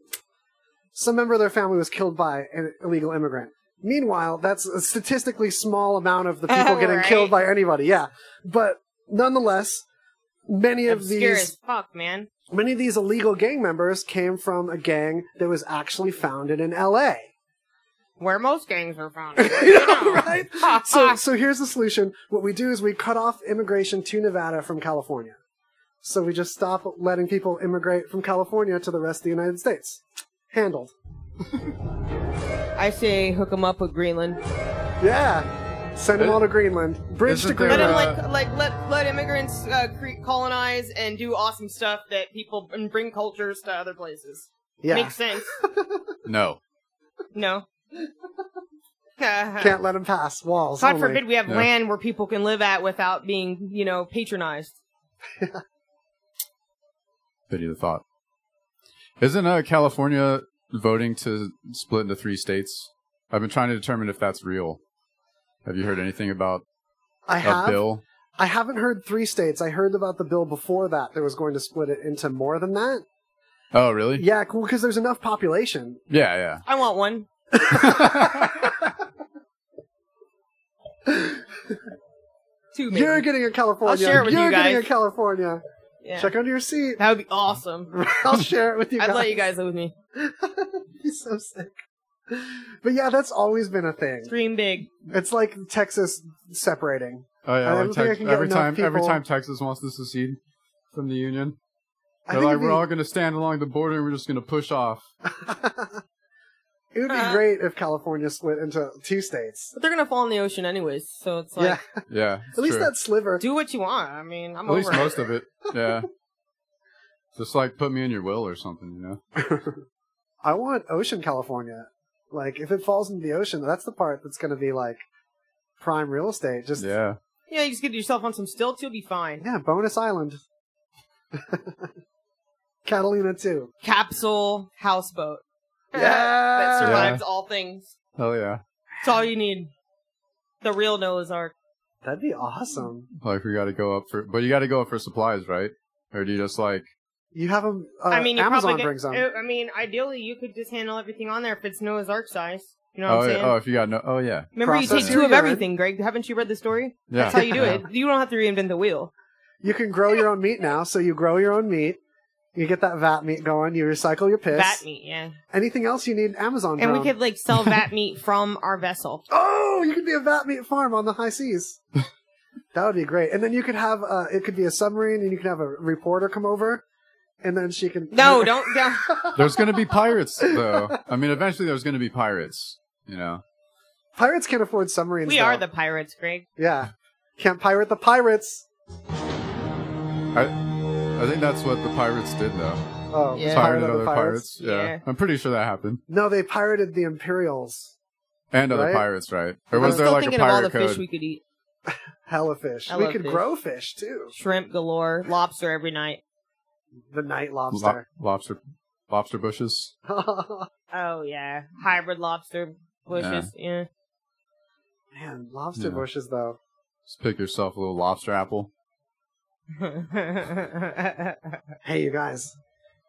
S2: some member of their family was killed by an illegal immigrant. Meanwhile, that's a statistically small amount of the people getting
S3: Oh, Right.
S2: killed by anybody. Yeah, but nonetheless, many of
S3: Obscure
S2: these
S3: as fuck, man.
S2: many of these illegal gang members came from a gang that was actually founded in L.A.
S3: Where most gangs
S2: (laughs)
S3: are founded.
S2: You know,
S3: (laughs)
S2: right?
S3: Ah.
S2: so, so here's the solution. What we do is we cut off immigration to Nevada from California. So we just stop letting people immigrate from California to the rest of the United States. Handled.
S5: I say hook them up with Greenland.
S2: Yeah. Send them all to Greenland. Bridge to
S1: Isn't there,
S2: Greenland.
S3: Let him
S1: uh,
S3: like like let let immigrants uh, cre- colonize and do awesome stuff that people and bring cultures to other places.
S2: yeah.
S3: Makes sense.
S1: No.
S3: No. God
S2: Can't let them pass walls. only.
S3: forbid we have
S1: Yeah.
S3: land where people can live at without being, you know, patronized.
S1: Pity the thought. Isn't uh, California voting to split into three states? I've been trying to determine if that's real. Have you heard anything about
S2: I
S1: a
S2: have.
S1: bill?
S2: I haven't heard three states. I heard about the bill before that that was going to split it into more than that.
S1: Oh, really?
S2: Yeah, cool. Because there's enough population.
S1: Yeah,
S2: (laughs)
S1: yeah. (laughs)
S3: I want one. Two maybe.
S2: You're getting a California.
S3: share it with
S2: You're
S3: you
S2: getting
S3: guys.
S2: a California.
S3: Yeah.
S2: Check under your seat. (laughs)
S3: That would be awesome.
S2: I'll share it with you guys.
S3: I'd let you guys live with me.
S2: (laughs) He's so sick. But yeah, that's always been a thing.
S3: Dream big.
S2: It's like Texas separating.
S1: Oh, yeah.
S2: I
S1: like
S2: don't think I
S1: Tex-
S2: can get
S1: every
S2: enough
S1: time, every
S2: people-
S1: time Texas wants to secede from the union,
S2: I
S1: they're
S2: think
S1: like,
S2: it'd be-
S1: we're all going to stand along the border and we're just going to push
S2: (laughs)
S1: off.
S2: it would be
S3: Huh?
S2: great if California split into two states.
S3: But they're gonna fall in the ocean anyways, so it's like
S2: yeah,
S1: Yeah.
S2: at least
S1: that's.
S2: that sliver.
S3: do what you want. I mean, I'm
S1: At least
S3: over it.
S1: most of
S2: (laughs)
S1: it. Yeah. Just like put me in your will or something, you know?
S2: I want ocean California. Like, if it falls into the ocean, that's the part that's going to be like prime real estate. Just yeah,
S1: Yeah.
S3: Yeah, you just get yourself on some stilts, you'll be fine.
S2: bonus island. (laughs) Catalina too.
S3: Capsule houseboat.
S2: Yeah.
S3: (laughs) that survives all things.
S1: Hell yeah.
S3: It's all you need. The real Noah's Ark.
S2: That'd be awesome.
S1: Like we got to go up for, but you got to go up for supplies, right? Or do you just like,
S2: You have them. Uh,
S3: I mean, you
S2: Amazon
S3: probably get,
S2: brings them.
S3: uh, I mean, ideally, you could just handle everything on there if it's Noah's Ark size. You know what
S1: oh,
S3: I'm
S1: yeah,
S3: saying?
S1: oh, if you got no, oh yeah,
S3: Remember, you
S2: Process
S3: take two
S2: your
S3: of
S2: urine.
S3: everything, Greg. Haven't you read the story?
S1: yeah.
S3: That's how you
S1: (laughs)
S3: do
S1: yeah.
S3: it. You don't have to reinvent the wheel.
S2: You can grow your own meat now, so you grow your own meat. You get that vat meat going. You recycle your piss.
S3: Vat meat, yeah.
S2: Anything else you need Amazon
S3: And we
S2: drone.
S3: could like
S1: (laughs)
S3: sell vat meat from our vessel.
S2: Oh, you could be a vat meat farm on the high
S3: (laughs)
S2: seas. that would be great. And then you could have uh, it could be a submarine, and you can have a reporter come over, and then she can (laughs)
S3: No, don't.
S1: (laughs)
S3: don't.
S1: There's gonna be
S3: (laughs)
S1: pirates though. I mean, eventually there's gonna be pirates. You know,
S2: Pirates can't afford submarines.
S3: we are
S2: though.
S3: the pirates, Greg.
S2: yeah. Can't pirate the pirates.
S1: I think that's what the pirates did though.
S2: Oh,
S3: Yeah.
S2: pirate
S1: Pirated
S2: other
S1: other pirates. Yeah.
S3: Yeah.
S1: I'm pretty sure that happened.
S2: No, they pirated the Imperials.
S1: And other
S2: Right?
S1: pirates, right? Or
S3: I'm
S1: was there
S3: still
S1: like a
S3: thinking of all the
S1: pirate
S3: fish
S1: code?
S3: we could eat.
S2: Hella fish.
S3: I
S2: we
S3: love
S2: could
S3: fish.
S2: grow fish too.
S3: Shrimp galore, lobster every night.
S2: The night
S1: Lo-
S2: lobster. (laughs)
S1: lobster, lobster bushes.
S3: Oh yeah, hybrid lobster bushes. Yeah.
S2: Man, lobster
S1: Yeah.
S2: bushes though.
S1: Just pick yourself a little lobster apple.
S3: (laughs)
S2: Hey, you guys.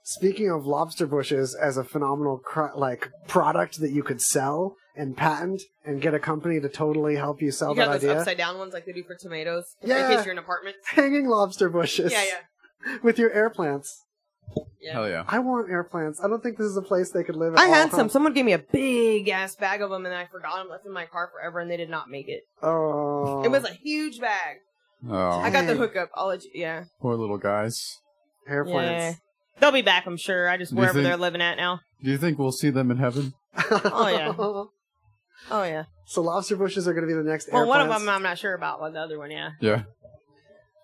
S2: Speaking of lobster bushes as a phenomenal cr- like product that you could sell and patent and get a company to totally help you sell
S3: you
S2: that
S3: got those
S2: idea.
S3: upside down ones like they do for tomatoes.
S2: Yeah.
S3: In case you're in apartments.
S2: Hanging lobster bushes
S3: Yeah, yeah.
S2: (laughs) with your air plants.
S3: Yeah.
S1: Hell yeah.
S2: I want air plants. I don't think this is a place they could live. At
S3: I had
S2: all,
S3: some. Someone gave me a big ass bag of them, and I forgot them. Left in my car forever, and they did not make it.
S2: Huh? Oh,
S3: It was a huge bag. I
S1: Oh,
S3: got the
S2: Dang.
S3: hookup. I'll let you. Yeah.
S1: poor little guys.
S2: air plants.
S3: They'll be back, I'm sure. I just
S1: You
S3: wherever
S1: think-
S3: they're living at now.
S1: Do you think we'll see them in heaven?
S3: Oh, Oh yeah.
S2: (laughs) so lobster bushes are going to be the next.
S3: Well,
S2: air
S3: one
S2: plants.
S3: of them I'm not sure about, but the other one, yeah.
S1: Yeah.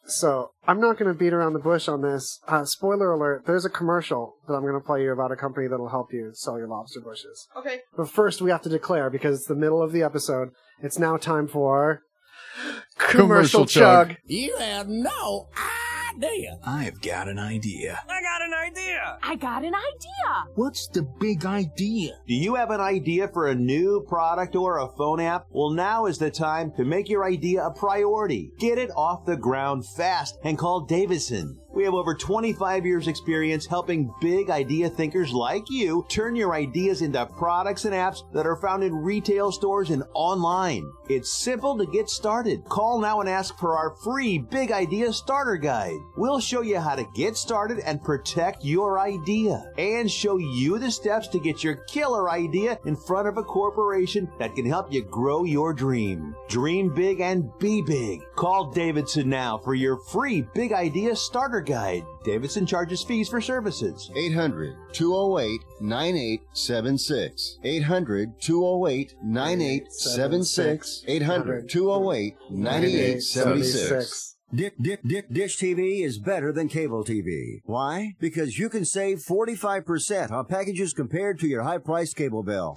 S2: So I'm not going to beat around the bush on this. Uh, spoiler alert: there's a commercial that I'm going to play you about a company that'll help you sell your lobster bushes.
S3: Okay.
S2: But first, we have to declare because it's the middle of the episode. It's now time for Commercial,
S1: Commercial chug.
S2: chug.
S6: You have no idea.
S7: I've got an idea.
S6: I got an idea.
S8: I got an idea.
S7: What's the big idea?
S9: Do you have an idea for a new product or a phone app? Well, now is the time to make your idea a priority. Get it off the ground fast and call Davidson. We have over 25 years experience helping big idea thinkers like you turn your ideas into products and apps that are found in retail stores and online. It's simple to get started. Call now and ask for our free Big Idea Starter Guide. We'll show you how to get started and protect your idea and show you the steps to get your killer idea in front of a corporation that can help you grow your dream. Dream big and be big. Call Davidson now for your free Big Idea Starter Guide. Davidson charges fees for services.
S10: 800 208 9876. 800 208 9876. 800 208 9876.
S11: Dish, Dish, Dish, Dish TV is better than cable TV. Why? Because you can save 45% on packages compared to your high-priced cable bill.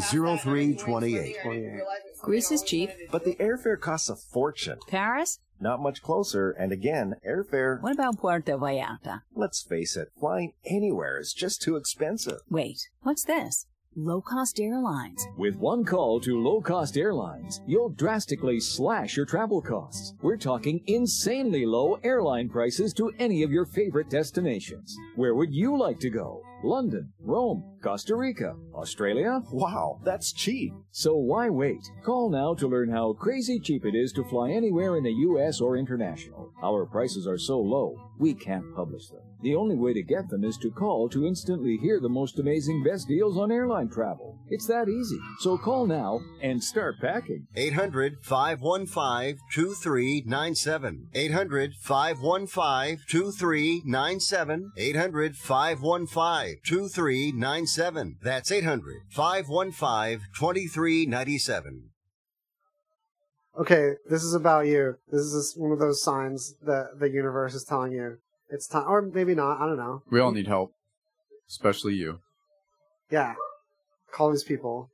S11: 800-293-0328.
S8: Grease is cheap.
S12: But the airfare costs a fortune.
S8: Paris?
S12: Not much closer, and again, airfare,
S8: What about Puerto Vallarta?
S12: let's face it, flying anywhere is just too expensive.
S8: Wait, what's this? Low cost airlines.
S13: With one call to low cost airlines, you'll drastically slash your travel costs. We're talking insanely low airline prices to any of your favorite destinations. Where would you like to go? London, Rome, Costa Rica, Australia?
S12: Wow, that's cheap.
S13: So why wait? Call now to learn how crazy cheap it is to fly anywhere in the U.S. or international. Our prices are so low, we can't publish them. The only way to get them is to call to instantly hear the most amazing best deals on airline travel. It's that easy. So call now and start packing.
S11: 800 515 2397. 800 515 2397. 800 515 2397. That's 800 515 2397.
S2: Okay, this is about you. This is one of those signs that the universe is telling you it's time, or maybe not. I don't know.
S1: We all need help, especially you.
S2: Yeah, call these people.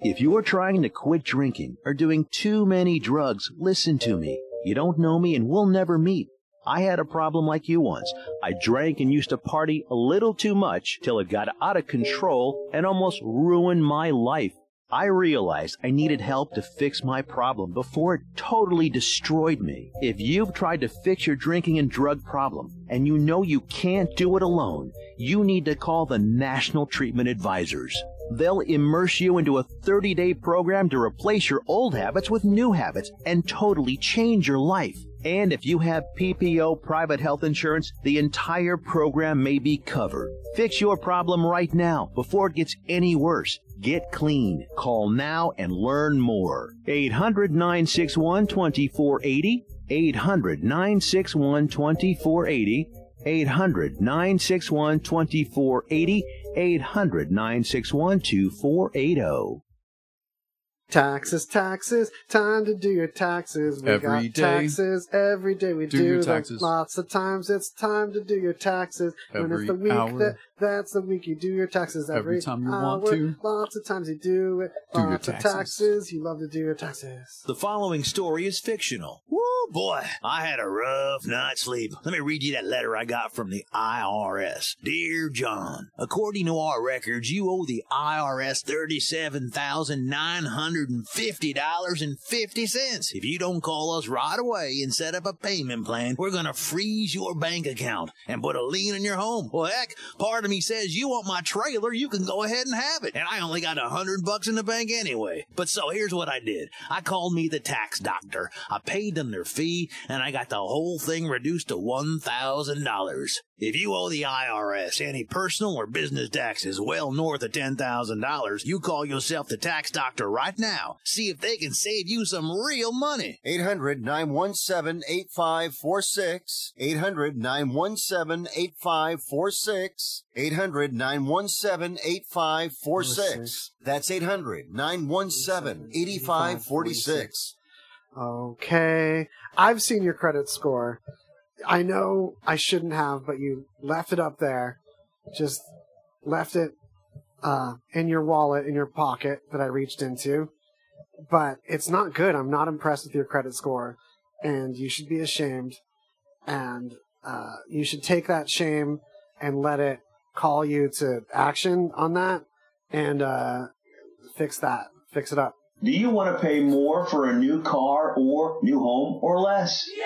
S7: If you are trying to quit drinking or doing too many drugs, listen to me. You don't know me and we'll never meet. I had a problem like you once. I drank and used to party a little too much till it got out of control and almost ruined my life. I realized I needed help to fix my problem before it totally destroyed me. If you've tried to fix your drinking and drug problem and you know you can't do it alone, you need to call the National Treatment Advisors. They'll immerse you into a 30 day program to replace your old habits with new habits and totally change your life. And if you have PPO private health insurance, the entire program may be covered. Fix your problem right now before it gets any worse. Get clean. Call now and learn more. 800 961 2480. 800 961 2480. 800 961 2480. 800 961 2480.
S2: Taxes, taxes, time to do your taxes. We
S1: Every
S2: got
S1: day.
S2: taxes every day. We
S1: Do
S2: do,
S1: your
S2: them
S1: taxes.
S2: lots of times. It's time to do your taxes. when
S1: Every
S2: it's the week
S1: hour.
S2: that that's the week you do your taxes
S1: Every
S2: every,
S1: time you want
S2: hour.
S1: to.
S2: Lots of times you do it.
S1: Do your
S2: lots of
S1: taxes.
S2: taxes. You love to do your taxes.
S7: The following story is fictional. Woo, boy, I had a rough night's sleep. Let me read you that letter I got from the IRS. Dear John, according to our records, you owe the IRS $37,950.50. If you don't call us right away and set up a payment plan, we're going to freeze your bank account and put a lien on your home. Well, heck, part of of me says you want my trailer, you can go ahead and have it. And I only got a hundred bucks in the bank anyway. But so here's what I did. I called me the tax doctor. I paid them their fee and I got the whole thing reduced to one thousand dollars. If you owe the IRS any personal or business taxes well north of $10,000, you call yourself the tax doctor right now. See if they can save you some real money.
S11: 800 917 8546. 800 917 8546. 800 917 8546. That's 800 917 8546.
S2: Okay. I've seen your credit score. I know I shouldn't have, but you left it up there. Just left it uh, in your wallet, in your pocket that I reached into. But it's not good. I'm not impressed with your credit score. And you should be ashamed. And uh, you should take that shame and let it call you to action on that and uh, fix that. Fix it up.
S9: Do you want to pay more for a new car or new home or less? Yeah!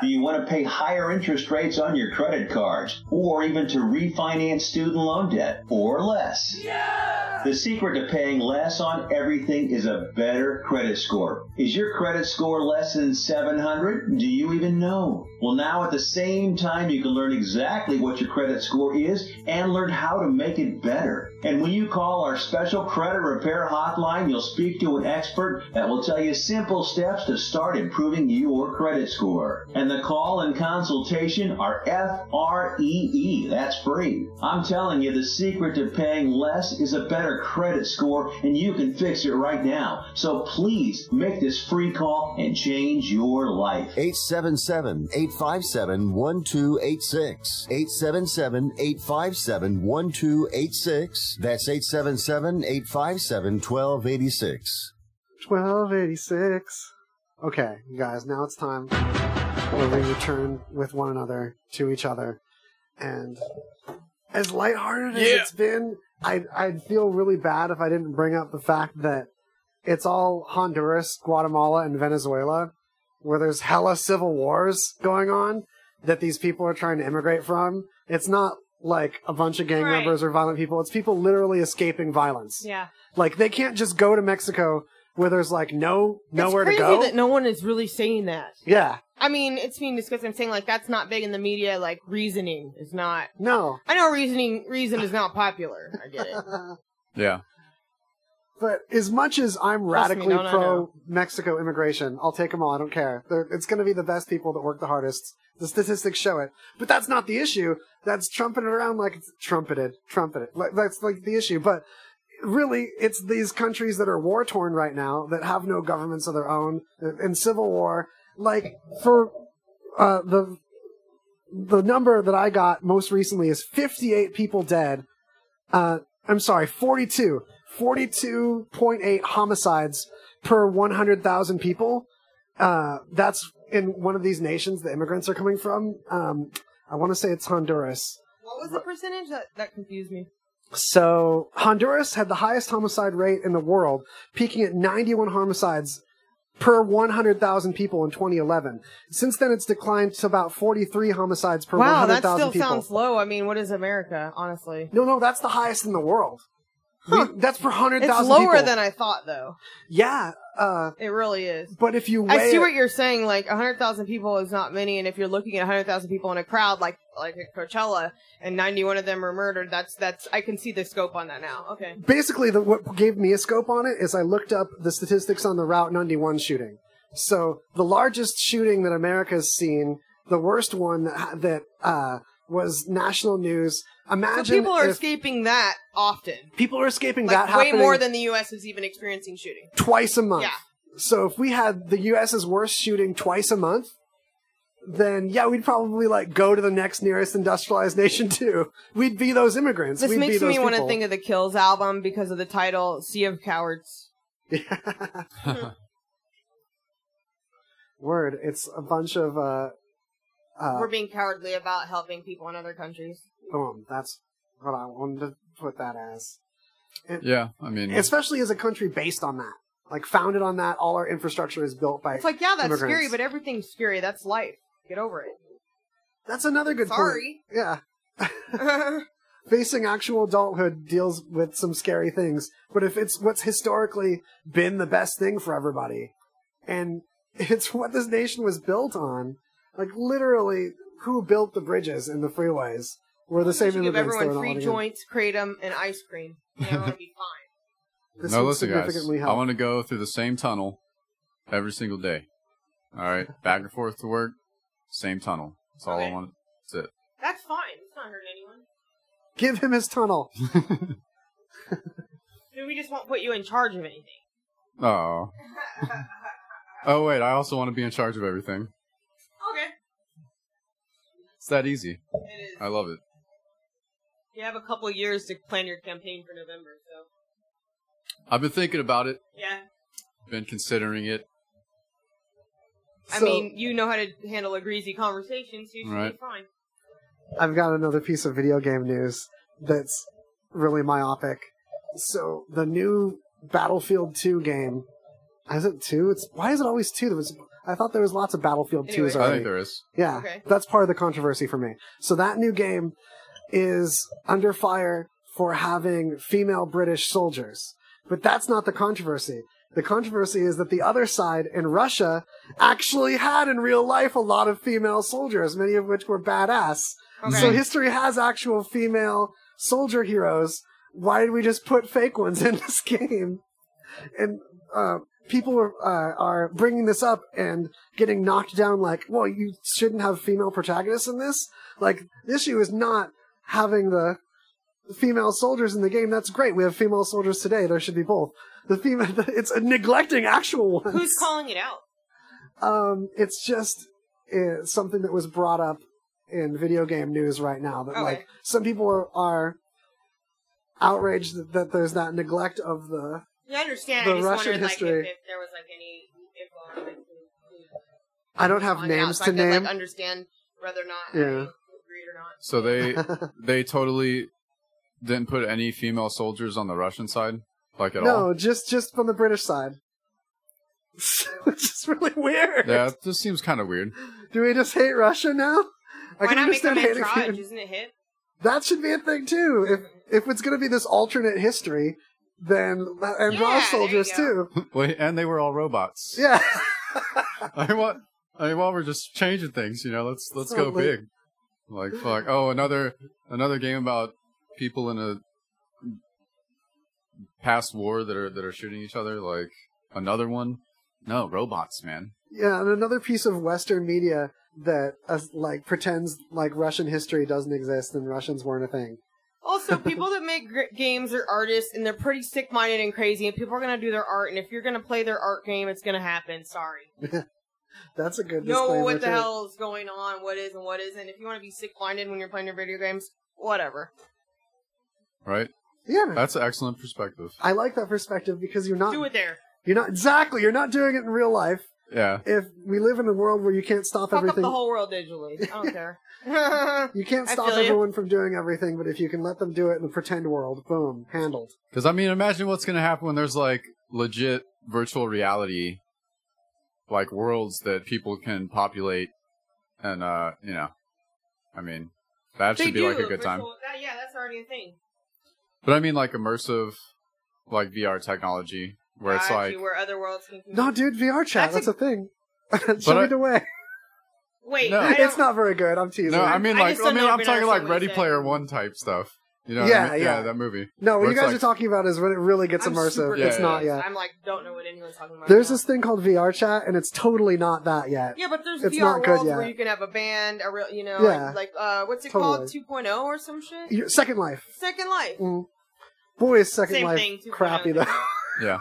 S9: Do you want to pay higher interest rates on your credit cards or even to refinance student loan debt or less? Yeah! The secret to paying less on everything is a better credit score. Is your credit score less than 700? Do you even know? Well, now at the same time, you can learn exactly what your credit score is and learn how to make it better. And when you call our special credit repair hotline, you'll speak to an expert that will tell you simple steps to start improving your credit score. And the call and consultation are F R E E. That's free. I'm telling you, the secret to paying less is a better credit score, and you can fix it right now. So please make this free call and change your life.
S11: 877 857 1286. 877 857 1286. That's 877 857 1286.
S2: 1286. Okay, you guys, now it's time where we return with one another to each other. And as lighthearted as
S14: Yeah.
S2: it's been, I'd, I'd feel really bad if I didn't bring up the fact that it's all Honduras, Guatemala, and Venezuela, where there's hella civil wars going on that these people are trying to immigrate from. It's not like a bunch of gang
S3: Right.
S2: members or violent people, it's people literally escaping violence.
S3: Yeah.
S2: Like they can't just go to Mexico where there's like no nowhere
S3: it's
S2: to
S3: crazy
S2: go.
S3: that no one is really saying that.
S2: yeah.
S3: I mean, it's being discussed. I'm saying like that's not big in the media. Like reasoning is not.
S2: No.
S3: I know reasoning reason is not popular. I get it.
S1: Yeah.
S2: But as much as I'm
S3: Trust me,
S2: radically
S3: no, no,
S2: pro
S3: no.
S2: Mexico immigration, I'll take them all. I don't care. They're, it's going to be the best people that work the hardest. The statistics show it. But that's not the issue. That's trumpeted around like it's trumpeted, trumpeted. Like, that's like the issue. But really, it's these countries that are war torn right now that have no governments of their own uh, in civil war. Like for uh, the the number that I got most recently is 58 people dead. Uh, I'm sorry, 42. 42.8 homicides per 100,000 people. Uh, that's in one of these nations the immigrants are coming from. Um, I want to say it's Honduras.
S3: What was the percentage that that confused me?
S2: So Honduras had the highest homicide rate in the world, peaking at 91 homicides per 100,000 people in 2011. Since then, it's declined to about 43 homicides per
S3: wow, that
S2: 100,000
S3: still
S2: people.
S3: sounds low. I mean, what is America, honestly?
S2: No, no, that's the highest in the world. We- that's per 100,000
S3: It's lower
S2: people.
S3: than I thought, though.
S2: Yeah, uh,
S3: It really is.
S2: but if you weigh
S3: I see
S2: it-
S3: what you're saying. Like, 100,000 people is not many, and if you're looking at 100,000 people in a crowd, like like at Coachella, and 91 of them were murdered, that's that's. I can see the scope on that now. Okay.
S2: basically the, what gave me a scope on it is I looked up the statistics on the Route 91 shooting. So the largest shooting that America's seen, the worst one that, that uh, was national news. Imagine
S3: so people are
S2: if
S3: escaping that often,
S2: people are escaping
S3: like
S2: that
S3: way
S2: happening
S3: more than the U.S. is even experiencing shooting.
S2: twice a month.
S3: Yeah.
S2: So if we had the U.S.'s worst shooting twice a month, then yeah, we'd probably like go to the next nearest industrialized (laughs) nation too. We'd be those immigrants.
S3: This
S2: We'd be
S3: makes
S2: those
S3: me want to
S2: people.
S3: think of the Kills album because of the title "Sea of Cowards."
S2: (laughs) Word, it's a bunch of uh, uh,
S3: We're being cowardly about helping people in other countries.
S2: Boom. That's what I wanted to put that as. It-
S1: Yeah. I mean,
S2: Especially as a country based on that. Like, founded on that, all our infrastructure is built by.
S3: It's like, yeah, that's
S2: immigrants.
S3: scary, but everything's scary. That's life. Get over it.
S2: That's another good
S3: Sorry.
S2: point. Yeah. facing actual adulthood deals with some scary things, but if it's what's historically been the best thing for everybody, and (laughs) it's what this nation was built on, like literally, who built the bridges and the freeways (laughs)
S3: (laughs)
S2: were the same
S3: should give
S2: immigrants. that
S3: everyone
S2: were
S3: free
S2: not
S3: joints, kratom, and ice cream. And Everyone would be fine.
S2: This
S1: no,
S2: would
S1: listen, guys.
S2: significantly
S1: I
S2: help.
S1: want to go through the same tunnel every single day. All
S2: (laughs)
S1: right, back and forth to work, same tunnel. That's all I want. That's it.
S3: That's fine. It's not hurting anyone.
S2: Give him his tunnel.
S3: Dude, we just won't put you in charge of anything.
S1: Oh. oh wait, I also want to be in charge of everything.
S3: Okay.
S1: It's that easy.
S3: It is.
S1: I love it.
S3: You have a couple of years to plan your campaign for November, so
S1: I've been thinking about it.
S3: yeah.
S1: Been considering it.
S3: I
S2: So-
S3: mean, you know how to handle a greasy conversation, so you should be
S1: Right.
S3: fine.
S2: I've got another piece of video game news that's really myopic. So the new Battlefield 2 game, is it two? It's why is it always two? There was I thought there was lots of Battlefield
S1: Anyway.
S2: 2s
S1: I think
S2: already.
S1: there is.
S2: Yeah,
S1: Okay.
S2: that's part of the controversy for me. So that new game is under fire for having female British soldiers, but that's not the controversy. The controversy is that the other side in Russia actually had in real life a lot of female soldiers, many of which were badass.
S15: Okay.
S2: So history has actual female soldier heroes. Why did we just put fake ones (laughs) in this game? And uh, people are, uh, are bringing this up and getting knocked down like, well, you shouldn't have female protagonists in this. Like, the issue is not having the female soldiers in the game. That's great. We have female soldiers today. There should be both. The female, (laughs) it's neglecting actual ones.
S3: Who's calling it out?
S2: Um, it's just uh, something that was brought up in video game news right now. That
S3: Okay.
S2: like some people are, are outraged that, that there's that neglect of the
S3: Yeah, I understand.
S2: The
S3: I just
S2: Russian
S3: wondered,
S2: history.
S3: like, if, if there was like any info on it.
S2: I don't have
S3: on it
S2: names
S3: so
S2: to
S3: I could,
S2: name.
S3: Like, understand whether or not
S1: Yeah. So
S2: (laughs)
S1: they they totally didn't put any female soldiers on the Russian side, like at all.
S2: no, just just from the British side. (laughs) Which is really weird.
S1: Yeah, this seems kind of weird.
S2: Do we just hate Russia now? I
S3: Why
S2: can
S3: not make them
S2: understand
S3: in
S2: hating
S3: charge?
S2: people.
S3: Isn't it hip?
S2: That should be a thing too. If if it's going to be this alternate history, then and Raw soldiers too.
S1: Wait, and they were all robots. (laughs)
S2: Yeah. (laughs)
S1: I mean, what? I mean, while we're just changing things, you know, let's let's go
S2: Totally.
S1: big. Like fuck. Oh, another another game about people in a past war that are that are shooting each other. Like another one. No robots, man.
S2: Yeah, and another piece of Western media that uh, like pretends like Russian history doesn't exist and Russians weren't a thing.
S3: Also, people that make gr- games are artists, and they're pretty sick-minded and crazy. And people are gonna do their art, and if you're gonna play their art game, it's gonna happen. Sorry.
S2: That's a good.
S3: know
S2: disclaimer,
S3: what the
S2: too.
S3: hell is going on, what is and what isn't. If you want to be sick minded when you're playing your video games, whatever.
S1: Right?
S2: Yeah.
S1: That's an excellent perspective.
S2: I like that perspective because you're not
S3: Do it there.
S2: you're not exactly you're not doing it in real life.
S1: Yeah.
S2: If we live in a world where you can't stop
S3: Fuck
S2: everything,
S3: up the whole world digitally.
S2: (laughs)
S3: I don't care. (laughs)
S2: you can't
S3: I
S2: stop
S3: feel ya.
S2: everyone from doing everything, but if you can let them do it in the pretend world, boom, handled.
S1: Because I mean, imagine what's gonna happen when there's like legit virtual reality, like worlds that people can populate, and uh, you know, I mean, that
S3: They
S1: should be
S3: do
S1: like a good time.
S3: virtual- that- yeah, that's already a thing.
S1: But I mean, like immersive, like VR technology, where it's
S3: Got
S1: like,
S3: you, where other worlds can.
S2: No, dude, VR chat. That's, a, thing. (laughs) Show
S1: I-
S2: me the way.
S3: Wait, I
S2: (laughs)
S3: don't-
S2: it's not very good. I'm teasing.
S1: no, I mean, like, I, mean, I'm talking like
S3: what you
S1: Ready
S3: said.
S1: Player One type stuff. You know, what I
S2: Yeah,
S1: mean?
S2: yeah.
S1: that movie.
S2: No, what
S1: Where
S2: you
S1: it's
S2: guys
S1: like-
S2: are talking about is when it really gets
S3: I'm super
S2: immersive. it's
S1: Yeah,
S2: not
S1: yeah.
S2: yet.
S3: I'm like, don't know what anyone's talking about.
S2: There's this thing called VR chat, and it's totally not that yet.
S3: yeah, but there's
S2: it's
S3: VR
S2: not good
S3: worlds
S2: yet.
S3: where you can have a band, a real, you know,
S2: Yeah.
S3: like, like, uh, what's it called,
S2: Totally.
S3: 2.0 or some shit.
S2: Your- Second Life.
S3: Second Life.
S2: Mm. Boy, is Second
S3: Same
S2: Life
S3: thing, 2.0
S2: crappy though.
S1: Yeah.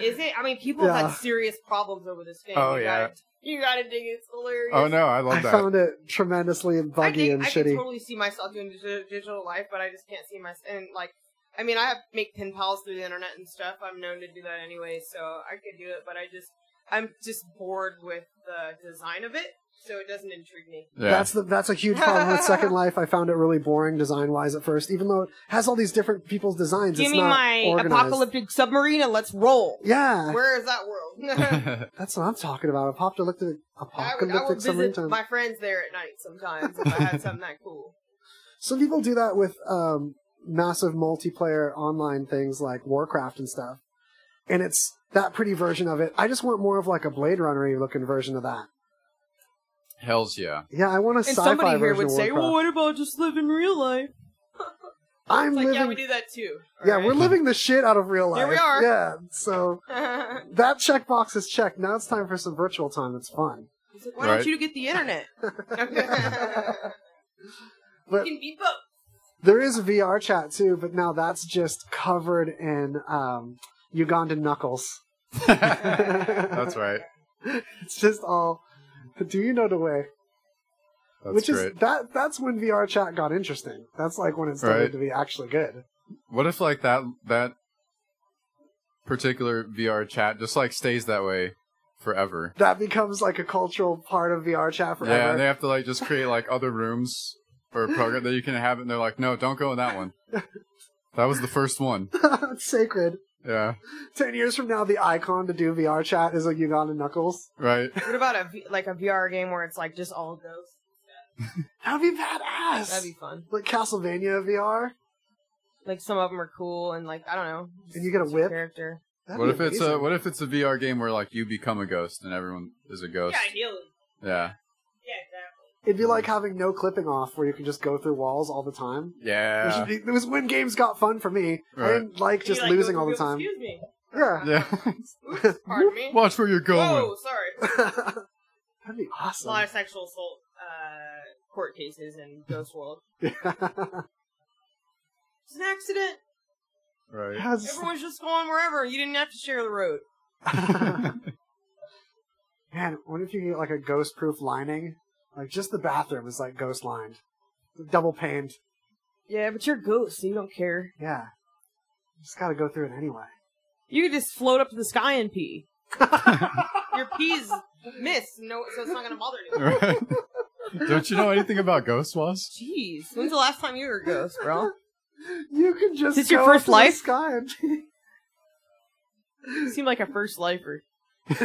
S3: Is it? I mean, people
S2: Yeah.
S3: have had serious problems over this game.
S1: Oh,
S3: you
S1: yeah.
S3: Gotta, you gotta dig it. It's hilarious.
S1: Oh no, I love
S2: (laughs) I
S1: that.
S2: found it tremendously
S3: I
S2: buggy
S3: think
S2: and
S3: I
S2: shitty.
S3: can totally see myself doing digi- digital life, but I just can't see myself. And like, I mean, I have make pen pals through the internet and stuff. I'm known to do that anyway, so I could do it. But I just, I'm just bored with the design of it, so it doesn't intrigue me.
S2: That's the that's a huge problem with
S3: (laughs)
S2: Second Life. I found it really boring design wise at first, even though it has all these different people's designs.
S3: Give
S2: it's
S3: me
S2: not
S3: my
S2: organized.
S3: apocalyptic submarine and let's roll.
S2: Yeah.
S3: Where is that world? (laughs)
S1: (laughs)
S2: That's (laughs) what I'm talking about. Apocalyptic
S3: I would, I would
S2: apocalyptic
S3: visit
S2: summertime. (laughs)
S3: my friends there at night sometimes if I had something that cool.
S2: Some people do that with um, massive multiplayer online things like Warcraft and stuff. And it's that pretty version of it. I just want more of like a Blade Runner looking version of that.
S1: Hell's (laughs) yeah.
S2: Yeah, I want a
S3: And
S2: sci-fi
S3: somebody here
S2: version
S3: would
S2: of
S3: say,
S2: Warcraft.
S3: "Well, what about just living real life?"
S2: I'm
S3: It's like,
S2: living.
S3: yeah, we do that too.
S2: yeah, we're living the shit out of real life.
S3: Here we are.
S2: Yeah, so
S3: (laughs)
S2: that checkbox is checked. Now it's time for some virtual time. It's fun.
S3: It's like, why
S2: Right.
S3: don't you get the (laughs) internet?
S2: But-
S3: you can be both.
S2: There is a VR chat too, but now that's just covered in um, Ugandan knuckles.
S1: That's right.
S2: (laughs) It's just all. Do you know the way?
S1: That's
S2: Which is
S1: great.
S2: that? That's when VR chat got interesting. That's like when it started
S1: Right.
S2: to be actually good.
S1: What if like that that particular VR chat just like stays that way forever?
S2: That becomes like a cultural part of VR chat forever.
S1: Yeah, and they have to like just create like other rooms or a program that you can have it and they're like, No, don't go in that
S2: (laughs)
S1: one. That was the first one.
S2: it's sacred.
S1: Yeah.
S2: Ten years from now, the icon to do VR chat is like Ugandan knuckles.
S1: Right.
S3: What about a V- like a VR game where it's like just all of those?
S2: That'd be badass.
S3: That'd be fun.
S2: Like Castlevania VR,
S3: Like some of them are cool and like I don't know.
S2: and you get a whip.
S3: character.
S2: That'd
S1: what
S2: be
S1: if it's a
S2: amazing.
S1: what if it's a VR game where like you become a ghost and everyone is a ghost?
S3: ideally.
S1: Yeah.
S3: Yeah, exactly.
S2: It'd be like having no clipping off, where you can just go through walls all the time. Which
S1: Yeah.
S2: would be- It was when games got fun for me. I
S1: Right.
S2: didn't like
S3: You,
S2: just
S3: like,
S2: losing
S3: go-
S2: all the
S3: go,
S2: time.
S3: Excuse me.
S2: Yeah.
S1: Yeah.
S3: Pardon me.
S1: (laughs) Watch where you're going.
S3: Whoa, sorry.
S2: (laughs) That'd be
S3: A lot
S2: awesome.
S3: of sexual assault uh, court cases in Ghost World. It's an accident.
S2: (laughs)
S1: Right.
S2: (laughs)
S1: (laughs)
S2: Yes.
S3: Everyone's just going wherever. You didn't have to share the road.
S2: Man, what if you get like a ghost proof lining? Like just the bathroom is like ghost lined. Double paned.
S3: Yeah, but you're a ghost, so you don't care.
S2: Yeah. Just gotta go through it anyway.
S3: You could just float up to the sky and
S2: (laughs)
S3: pee. Your pee's miss, no, so it's not gonna bother you.
S1: right. Don't you know anything about ghost was?
S3: Jeez, when's the last time you were a ghost, bro?
S2: (laughs) You can just
S3: Is this your
S2: go
S3: first
S2: to the
S3: life?
S2: sky and
S3: You seem like a first lifer.
S1: (laughs)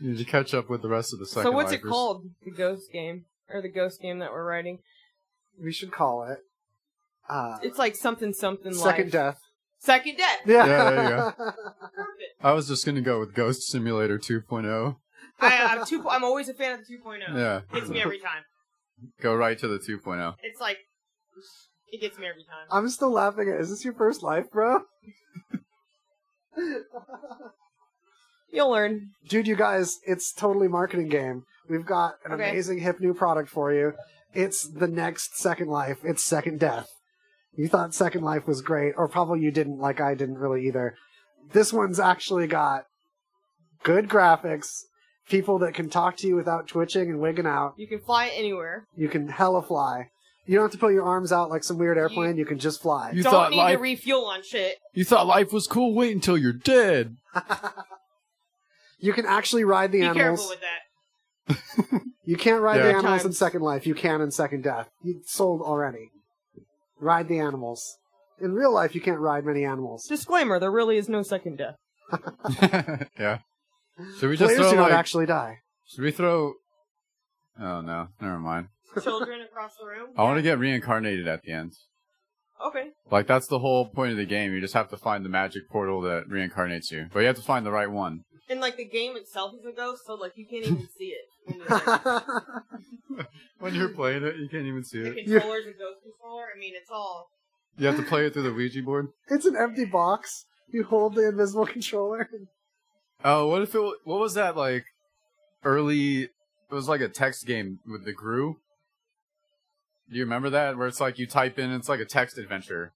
S1: You need to catch up with the rest of the second
S3: So what's it
S1: lifers.
S3: called? The ghost game or the ghost game that we're writing?
S2: (laughs) we should call it. Uh
S3: It's like something something
S2: Second
S3: life.
S2: Death.
S3: Second death.
S2: Yeah.
S1: Yeah, there you go.
S3: Perfect.
S1: I was just gonna go with Ghost Simulator 2.0.
S3: I, I'm two. I'm always a fan of the 2.0.
S1: Yeah.
S3: Hits me every time.
S1: Go right to the oh. 2.0.
S3: It's like it gets me every time.
S2: (laughs) I'm still laughing at is this your first life, bro?
S3: You'll learn.
S2: dude, you guys, it's totally marketing game. We've got an
S3: Okay.
S2: amazing hip new product for you. It's the next Second Life. It's Second Death. You thought Second Life was great, or probably you didn't, like I didn't really either. This one's actually got good graphics, people that can talk to you without twitching and wigging out.
S3: You can fly anywhere.
S2: You can hella fly. You don't have to put your arms out like some weird airplane. You can just fly.
S1: You
S3: Don't
S1: thought
S3: need
S1: life-
S3: to refuel on shit.
S1: You thought life was cool? Wait until you're dead. (laughs)
S2: You can actually ride the
S3: Be
S2: animals.
S3: careful with that.
S2: You can't ride
S1: Yeah.
S2: the animals in
S3: Times.
S2: Second Life. You can in Second Death. You sold already. Ride the animals. In real life, you can't ride many animals.
S3: Disclaimer: There really is no second death.
S1: yeah. Should we just
S2: Players
S1: throw
S2: do not
S1: like?
S2: actually die. (laughs)
S1: Should we throw? Oh no, never mind.
S3: Children across the room.
S1: I want to get reincarnated at the end.
S3: Okay.
S1: Like that's the whole point of the game. You just have to find the magic portal that reincarnates you, but you have to find the right one.
S3: And like the game itself is a ghost, so like you can't even
S2: (laughs)
S3: see it. When you're, like,
S2: That's
S1: When you're playing it, you can't even see
S3: the
S1: it.
S3: controller's a ghost controller. I mean, it's all.
S1: You have to play it through the Ouija board.
S2: It's an empty box. You hold the invisible (laughs) controller.
S1: Oh, what if it? wa- What was that like? Early, it was like a text game with the Gru. Do you remember that? Where it's like you type in, it's like a text adventure.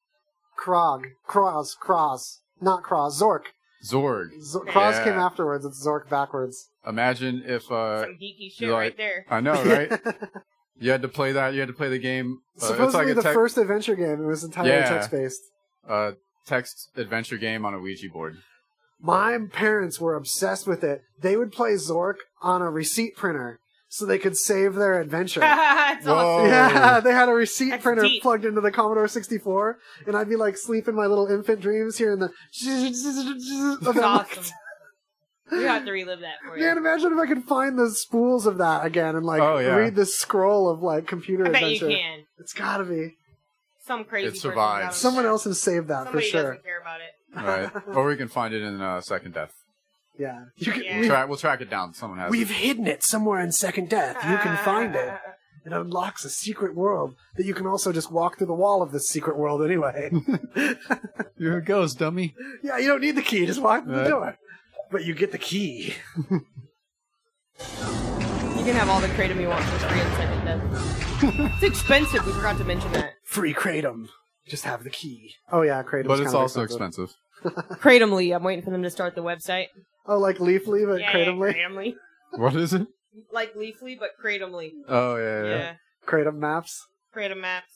S2: Krog. Kroz. Kroz. Not Kroz. Zork.
S1: Zorg.
S2: Z- Kroz
S1: Yeah.
S2: came afterwards. It's Zork backwards.
S1: Imagine if uh,
S3: some geeky
S1: you
S3: shit
S1: know,
S3: right
S1: I-
S2: (laughs)
S3: there.
S1: I know, Oh, right? you had to play that. You had to play the game. Uh, it's
S2: Supposedly
S1: like a
S2: the
S1: tec-
S2: first adventure game. It was entirely
S1: Yeah.
S2: text based.
S1: uh, text adventure game on a Ouija board.
S2: My parents were obsessed with it. They would play Zork on a receipt printer so they could save their
S3: (laughs)
S2: adventure.
S3: it's awesome.
S1: Whoa.
S2: Yeah, they had a receipt
S3: That's
S2: printer
S3: deep.
S2: plugged into the Commodore 64, and I'd be (laughs)
S3: (laughs)
S2: like sleeping my little infant dreams here in the.
S3: It's awesome. We have to relive that for you.
S2: Man, imagine if I could find the spools of that again and like
S1: Oh, yeah.
S2: read this scroll of like computer
S3: I bet you
S2: adventure.
S3: can.
S2: It's gotta be.
S3: Some crazy.
S1: It
S3: person
S1: survives.
S3: does.
S2: Someone else has saved that
S3: Somebody
S2: for sure.
S3: doesn't care about it.
S1: All
S2: (laughs)
S1: right. or we can find it in uh, Second Death.
S2: Yeah. You can,
S1: We'll, track, we'll track it down. Someone has.
S2: We've
S1: it.
S2: hidden it somewhere in Second Death. You can
S3: Ah.
S2: find it. It unlocks a secret world that you can also just walk through the wall of this secret world
S1: (laughs)
S2: anyway.
S1: Here it goes, dummy.
S2: yeah, you don't need the key, just walk through the
S1: Right.
S2: door. But you get the key.
S3: (laughs) You can have all the kratom you want for free in second death. it's expensive. We forgot to mention that.
S2: Free Kratom. Just have the key. Oh yeah, Kratom's
S1: But it's
S2: kinda
S1: also
S2: expensive.
S1: expensive.
S3: Kratomly. I'm waiting for them to start the website.
S2: Oh, like Leafly, but
S3: Yeah,
S2: Kratomly?
S3: Kratomly.
S1: What is it?
S3: Like Leafly, but Kratomly.
S1: Oh yeah,
S3: Yeah.
S1: yeah, yeah.
S2: Kratom maps.
S3: Kratom maps.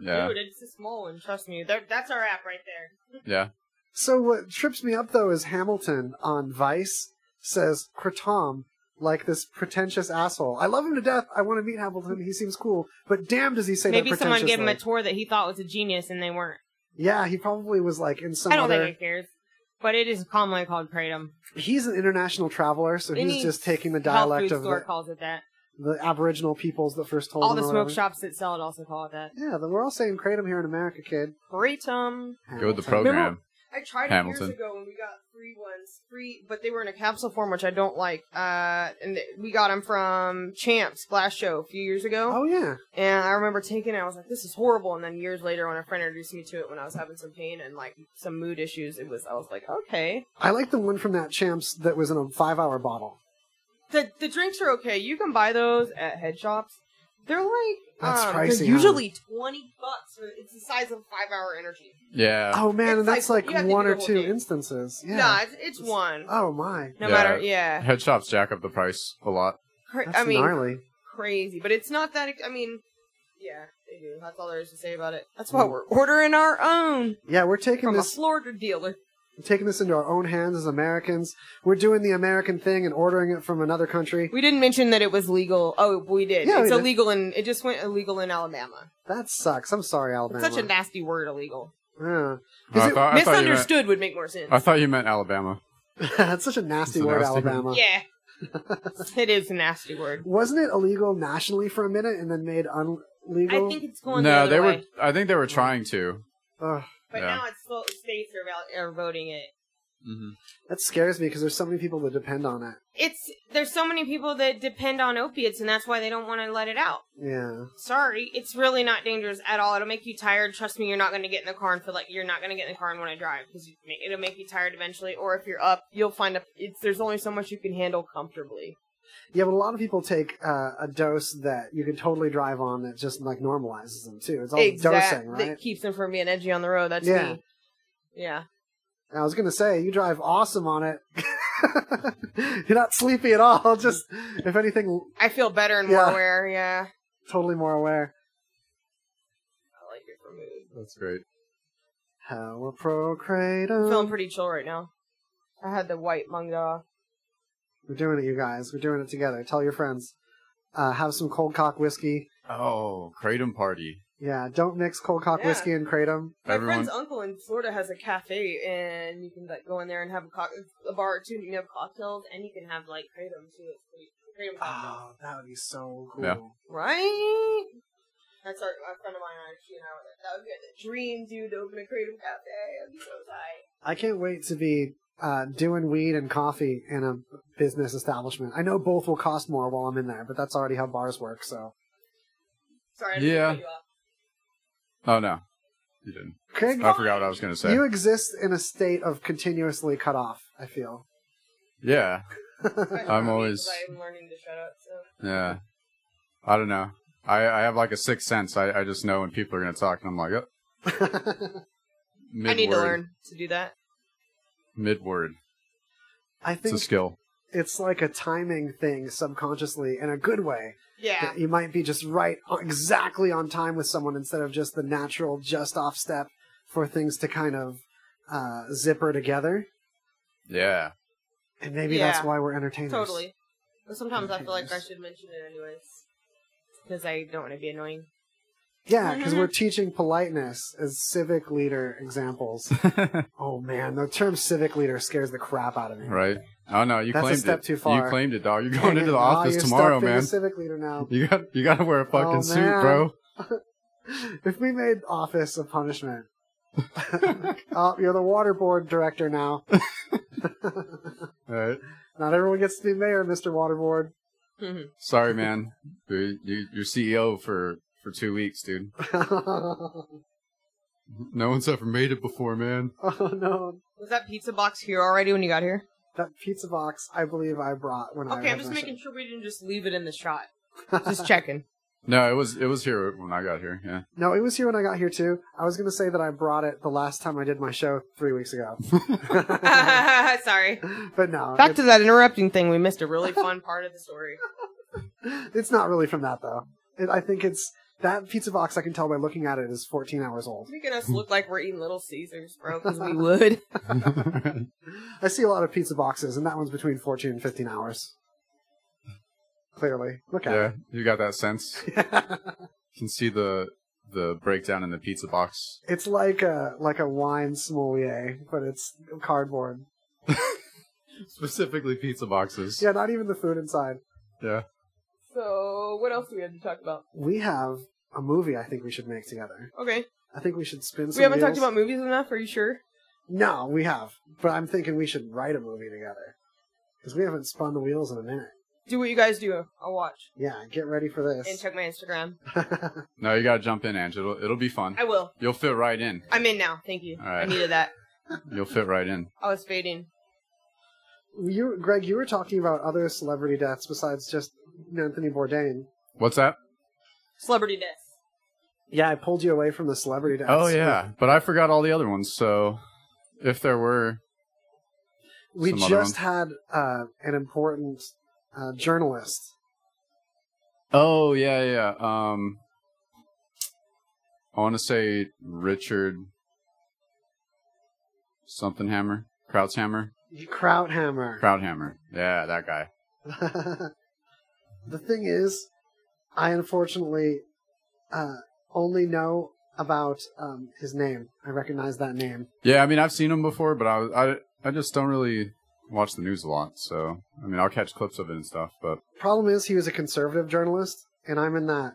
S1: Yeah.
S3: Dude, it's a small one. Trust me. That- that's our app right there.
S1: Yeah.
S2: So what trips me up though is Hamilton on Vice says Kratom like this pretentious asshole. I love him to death. I want to meet Hamilton. He seems cool, but damn, does he say
S3: Maybe
S2: that
S3: someone
S2: pretentiously?
S3: gave him a tour that he thought was a genius and they weren't.
S2: yeah, he probably was like in some
S3: I don't
S2: other.
S3: think it cares. But it is commonly called kratom.
S2: He's an international traveler, so
S3: Any
S2: he's just taking the
S3: Health
S2: dialect
S3: food
S2: of
S3: store
S2: the,
S3: calls it that.
S2: the Aboriginal peoples that first told
S3: All
S2: him
S3: the
S2: or
S3: smoke
S2: whatever.
S3: shops that sell it also call it that.
S2: Yeah, then we're all saying kratom here in America, kid.
S3: Kratom.
S1: Go with the
S2: Hamilton.
S1: program.
S3: I tried it
S1: Hamilton.
S3: years ago when we got free ones, free, but they were in a capsule form, which I don't like. Uh, and th- we got them from Champ Splash Show a few years ago.
S2: Oh yeah,
S3: And I remember taking it, I was like, this is horrible. And then years later, when a friend introduced me to it when I was having some pain and like some mood issues, it was, I was like, okay.
S2: I like the one from that champs that was in a five-hour bottle.
S3: The, the drinks are okay. You can buy those at head shops. They're like,
S2: That's
S3: um,
S2: pricey, huh?
S3: they're usually 20 bucks. For, it's the size of a five hour energy.
S1: Yeah.
S2: Oh man,
S3: It's
S2: and that's
S3: like-
S2: like,
S3: you have to do
S2: one
S3: the
S2: or
S3: whole
S2: two
S3: thing.
S2: instances. Yeah.
S3: Nah, it's, it's one.
S2: Oh my.
S1: Yeah.
S3: No matter, yeah.
S1: Head shops jack up the price a lot.
S3: Cra-
S2: That's
S3: I mean,
S2: gnarly.
S3: crazy. But it's not that. ex- I mean, yeah, they do. That's all there is to say about it. That's why we're ordering our own
S2: Yeah, we're taking
S3: from a
S2: Mm. this
S3: Florida dealer.
S2: taking this into our own hands as Americans. We're doing the American thing and ordering it from another country.
S3: We didn't mention that it was legal. Oh, we did.
S2: Yeah, we
S3: it's
S2: did.
S3: illegal in. It just went illegal in Alabama.
S2: That sucks. I'm sorry,
S3: It's
S2: Alabama.
S3: such a nasty word, illegal.
S2: yeah.
S1: Oh, I thought- I thought
S2: it-
S1: you meant-
S3: Misunderstood would make more sense.
S1: I thought you meant Alabama.
S2: (laughs) That's such a nasty
S1: It's a
S2: word,
S1: nasty word.
S2: Alabama.
S3: yeah, it is a nasty word.
S2: Wasn't it illegal nationally for a minute and then made un- legal?
S3: I think it's going the
S1: no,
S3: other
S1: they
S3: way.
S1: were. I think they were trying to.
S2: Ugh,
S3: But
S1: yeah.
S3: now it's slow, states are, val- are voting it.
S1: hmm
S2: that scares me because there's so many people that depend on it.
S3: It's there's so many people that depend on opiates, and that's why they don't want to let it out.
S2: Yeah.
S3: sorry, it's really not dangerous at all. It'll make you tired. Trust me, you're not going to get in the car and feel like you're not going to get in the car and want to drive because it'll make you tired eventually. Or if you're up, you'll find a, it's there's only so much you can handle comfortably.
S2: Yeah, but a lot of people take uh, a dose that you can totally drive on that just like normalizes them too. It's all dosing,
S3: Exact-
S2: right?
S3: That keeps them from being edgy on the road. That's
S2: Yeah.
S3: me. Yeah.
S2: And I was gonna say you drive awesome on it. (laughs) You're not sleepy at all. (laughs) Just if anything,
S3: I feel better and more
S2: Yeah.
S3: aware. Yeah.
S2: totally more aware.
S3: I like your mood.
S1: That's great.
S2: How a
S3: I'm feeling
S2: procratum.
S3: pretty chill right now. I had the white manga.
S2: We're doing it, you guys. We're doing it together. Tell your friends. Uh, have some cold cock whiskey.
S1: Oh, kratom party.
S2: Yeah, don't mix cold cock
S3: Yeah.
S2: whiskey and kratom.
S3: My
S1: Everyone-
S3: friend's uncle in Florida has a cafe, and you can like go in there and have a, cock- a bar or two. And you can have cocktails, and you can have like kratom too. It's pretty kratom cocktails,
S2: Oh, that would be so cool.
S1: Yeah.
S3: right? That's our a friend of mine. I she and I were like, that would be the dream, dude, to open a kratom cafe. That'd be so tight.
S2: I can't wait to be uh, doing weed and coffee in a business establishment. I know both will cost more while I'm in there, but that's already how bars work. So
S3: Sorry, I didn't
S1: Yeah.
S3: cut you off.
S1: Oh no, you didn't.
S2: Craig,
S1: I forgot what I was gonna say.
S2: you exist in a state of continuously cut off. I feel.
S1: Yeah,
S2: (laughs)
S3: Sorry,
S1: I'm
S3: because
S1: always-
S3: I'm learning to shut up. So
S1: yeah. I don't know. I, I have like a sixth sense. I, I just know when people are gonna talk, and I'm like, oh, mid
S3: I need to learn to do that.
S1: Mid word.
S2: I
S1: It's a
S2: think
S1: skill.
S2: it's like a timing thing subconsciously in a good way.
S3: Yeah.
S2: That you might be just right on, exactly on time with someone instead of just the natural just off step for things to kind of uh, zipper together.
S1: Yeah.
S2: And maybe that's
S3: Yeah.
S2: why we're entertainers.
S3: Totally. But sometimes I feel like I
S2: Containers.
S3: should mention it anyways. Because I don't want to be annoying.
S2: Yeah, because
S3: Mm-hmm.
S2: we're teaching politeness as civic leader
S1: (laughs)
S2: examples. oh man, the term civic leader scares the crap out of me.
S1: Right? Oh no, you
S2: That's a
S1: claimed
S2: step
S1: it.
S2: too far.
S1: You claimed it, dog. You're
S2: Dang
S1: going into
S2: it,
S1: the
S2: Raw,
S1: office
S2: you're
S1: tomorrow,
S2: stuck being
S1: man.
S2: a civic
S1: (laughs)
S2: leader now.
S1: You got you got to wear a fucking
S2: Oh,
S1: suit,
S2: man.
S1: bro.
S2: If we made office a punishment, (laughs) oh, you're the water board director now.
S1: All right.
S2: Not everyone gets to be mayor, Mister Waterboard. (laughs)
S3: Mm-hmm.
S1: Sorry, man. You, you, you're CEO for for two weeks, dude.
S2: oh
S1: No one's ever made it before, man.
S2: (laughs) Oh, no,
S3: Was that pizza box here already when you got here?
S2: that pizza box I believe I brought when I.
S3: Okay,
S2: had
S3: I'm just
S2: my
S3: making sure we didn't just leave it in the shot.
S1: (laughs)
S3: Just checking. (laughs)
S1: No, it was it was here when I got here.
S2: (laughs)
S1: Yeah.
S2: No, it was here when I got here too. I was gonna say that I brought it the last time I did my show three weeks
S3: (laughs)
S2: ago, (laughs)
S3: Sorry.
S2: but no,
S3: Back to that interrupting thing. We missed a really fun part of the story.
S2: it's not really from that though. It, I think it's that pizza box. I can tell by looking at it is 14 hours old.
S3: Making us look like we're eating Little Caesars, bro, because (laughs) we would.
S2: I see a lot of pizza boxes, and that one's between 14 and 15 hours. Clearly, look at
S1: Yeah.
S2: it.
S1: You got that sense. you can see the the breakdown in the pizza box.
S2: (laughs) It's like a like a wine sommelier, but it's cardboard.
S1: Specifically, pizza boxes.
S2: Yeah, not even the food inside.
S1: Yeah.
S3: So, what else do we have to talk about?
S2: We have a movie. I think we should make together.
S3: Okay.
S2: I think we should spin. Some
S3: We haven't
S2: wheels.
S3: talked about movies enough. Are you sure?
S2: No, we have. But I'm thinking we should write a movie together. Because we haven't spun the wheels in a minute.
S3: Do what you guys do. I'll watch
S2: Yeah, get ready for
S3: and
S2: this.
S3: check my Instagram.
S1: No, you gotta jump in, Angela. It'll, it'll be fun.
S3: I will.
S1: You'll fit right in.
S3: I'm in now. Thank you.
S1: All right.
S3: I needed that.
S1: You'll fit right in.
S3: I was fading.
S2: (laughs) You, Greg, you were talking about other celebrity deaths besides just Anthony Bourdain.
S1: What's that?
S3: Celebrity deaths.
S2: Yeah, I pulled you away from the celebrity deaths.
S1: oh yeah, but I forgot all the other ones. So, if there were,
S2: We
S1: Some other
S2: just had uh, an important uh, journalist.
S1: oh yeah, yeah. Um, I want to say Richard something Hammer, Krautshammer,
S2: Krauthammer.
S1: Krauthammer. Yeah, that guy.
S2: (laughs) the thing is, I unfortunately uh, only know about um, his name. I recognize that name.
S1: Yeah, I mean I've seen him before, but I was- I I just don't really watch the news a lot. So I mean I'll catch clips of it and stuff, but
S2: problem is he was a conservative journalist, and I'm in that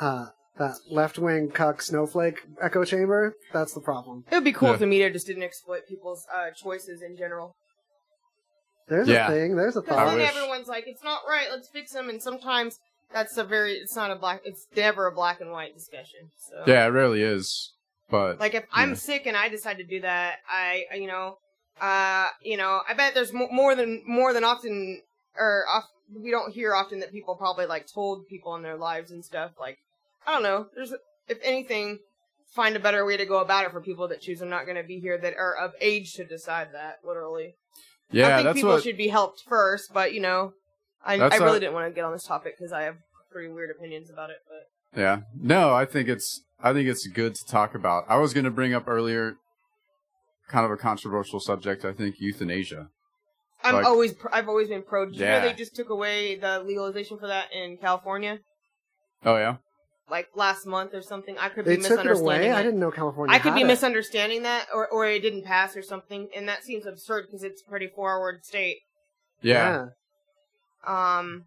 S2: uh, that left wing cuck snowflake echo chamber. That's the problem.
S3: It would be cool
S2: Yeah.
S3: if the media just didn't exploit people's uh, choices in general.
S2: There's
S1: Yeah.
S2: a thing. There's a
S3: Because
S2: thought.
S3: then everyone's like, it's not right. Let's fix them. And sometimes that's a very. It's not a black. It's never a black and white discussion. So
S1: yeah, it rarely is. But
S3: Like if I'm sick and I decide to do that, I you know, uh, you know, I bet there's mo- more than more than often or off, we don't hear often that people probably like told people in their lives and stuff. Like I don't know. There's if anything, find a better way to go about it for people that choose I'm not going to be here that are of age to decide that. Literally,
S1: yeah,
S3: I think
S1: that's
S3: people
S1: what
S3: should be helped first. But you know, I
S1: That's
S3: I really
S1: a-
S3: didn't want to get on this topic because I have pretty weird opinions about it. But
S1: Yeah. No, I think it's I think it's good to talk about. I was going to bring up earlier kind of a controversial subject, I think euthanasia.
S3: I'm
S1: Like-
S3: always pr- I've always been pro. Did you
S1: Yeah.
S3: know they just took away the legalization for that in California,
S1: Oh yeah.
S3: like last month or something? I could
S2: They
S3: be
S2: took it
S3: misunderstanding.
S2: away. I didn't know California.
S3: I could
S2: had
S3: be
S2: it.
S3: misunderstanding that, or or it didn't pass or something, and that seems absurd because it's a pretty forward state.
S1: Yeah.
S3: Um,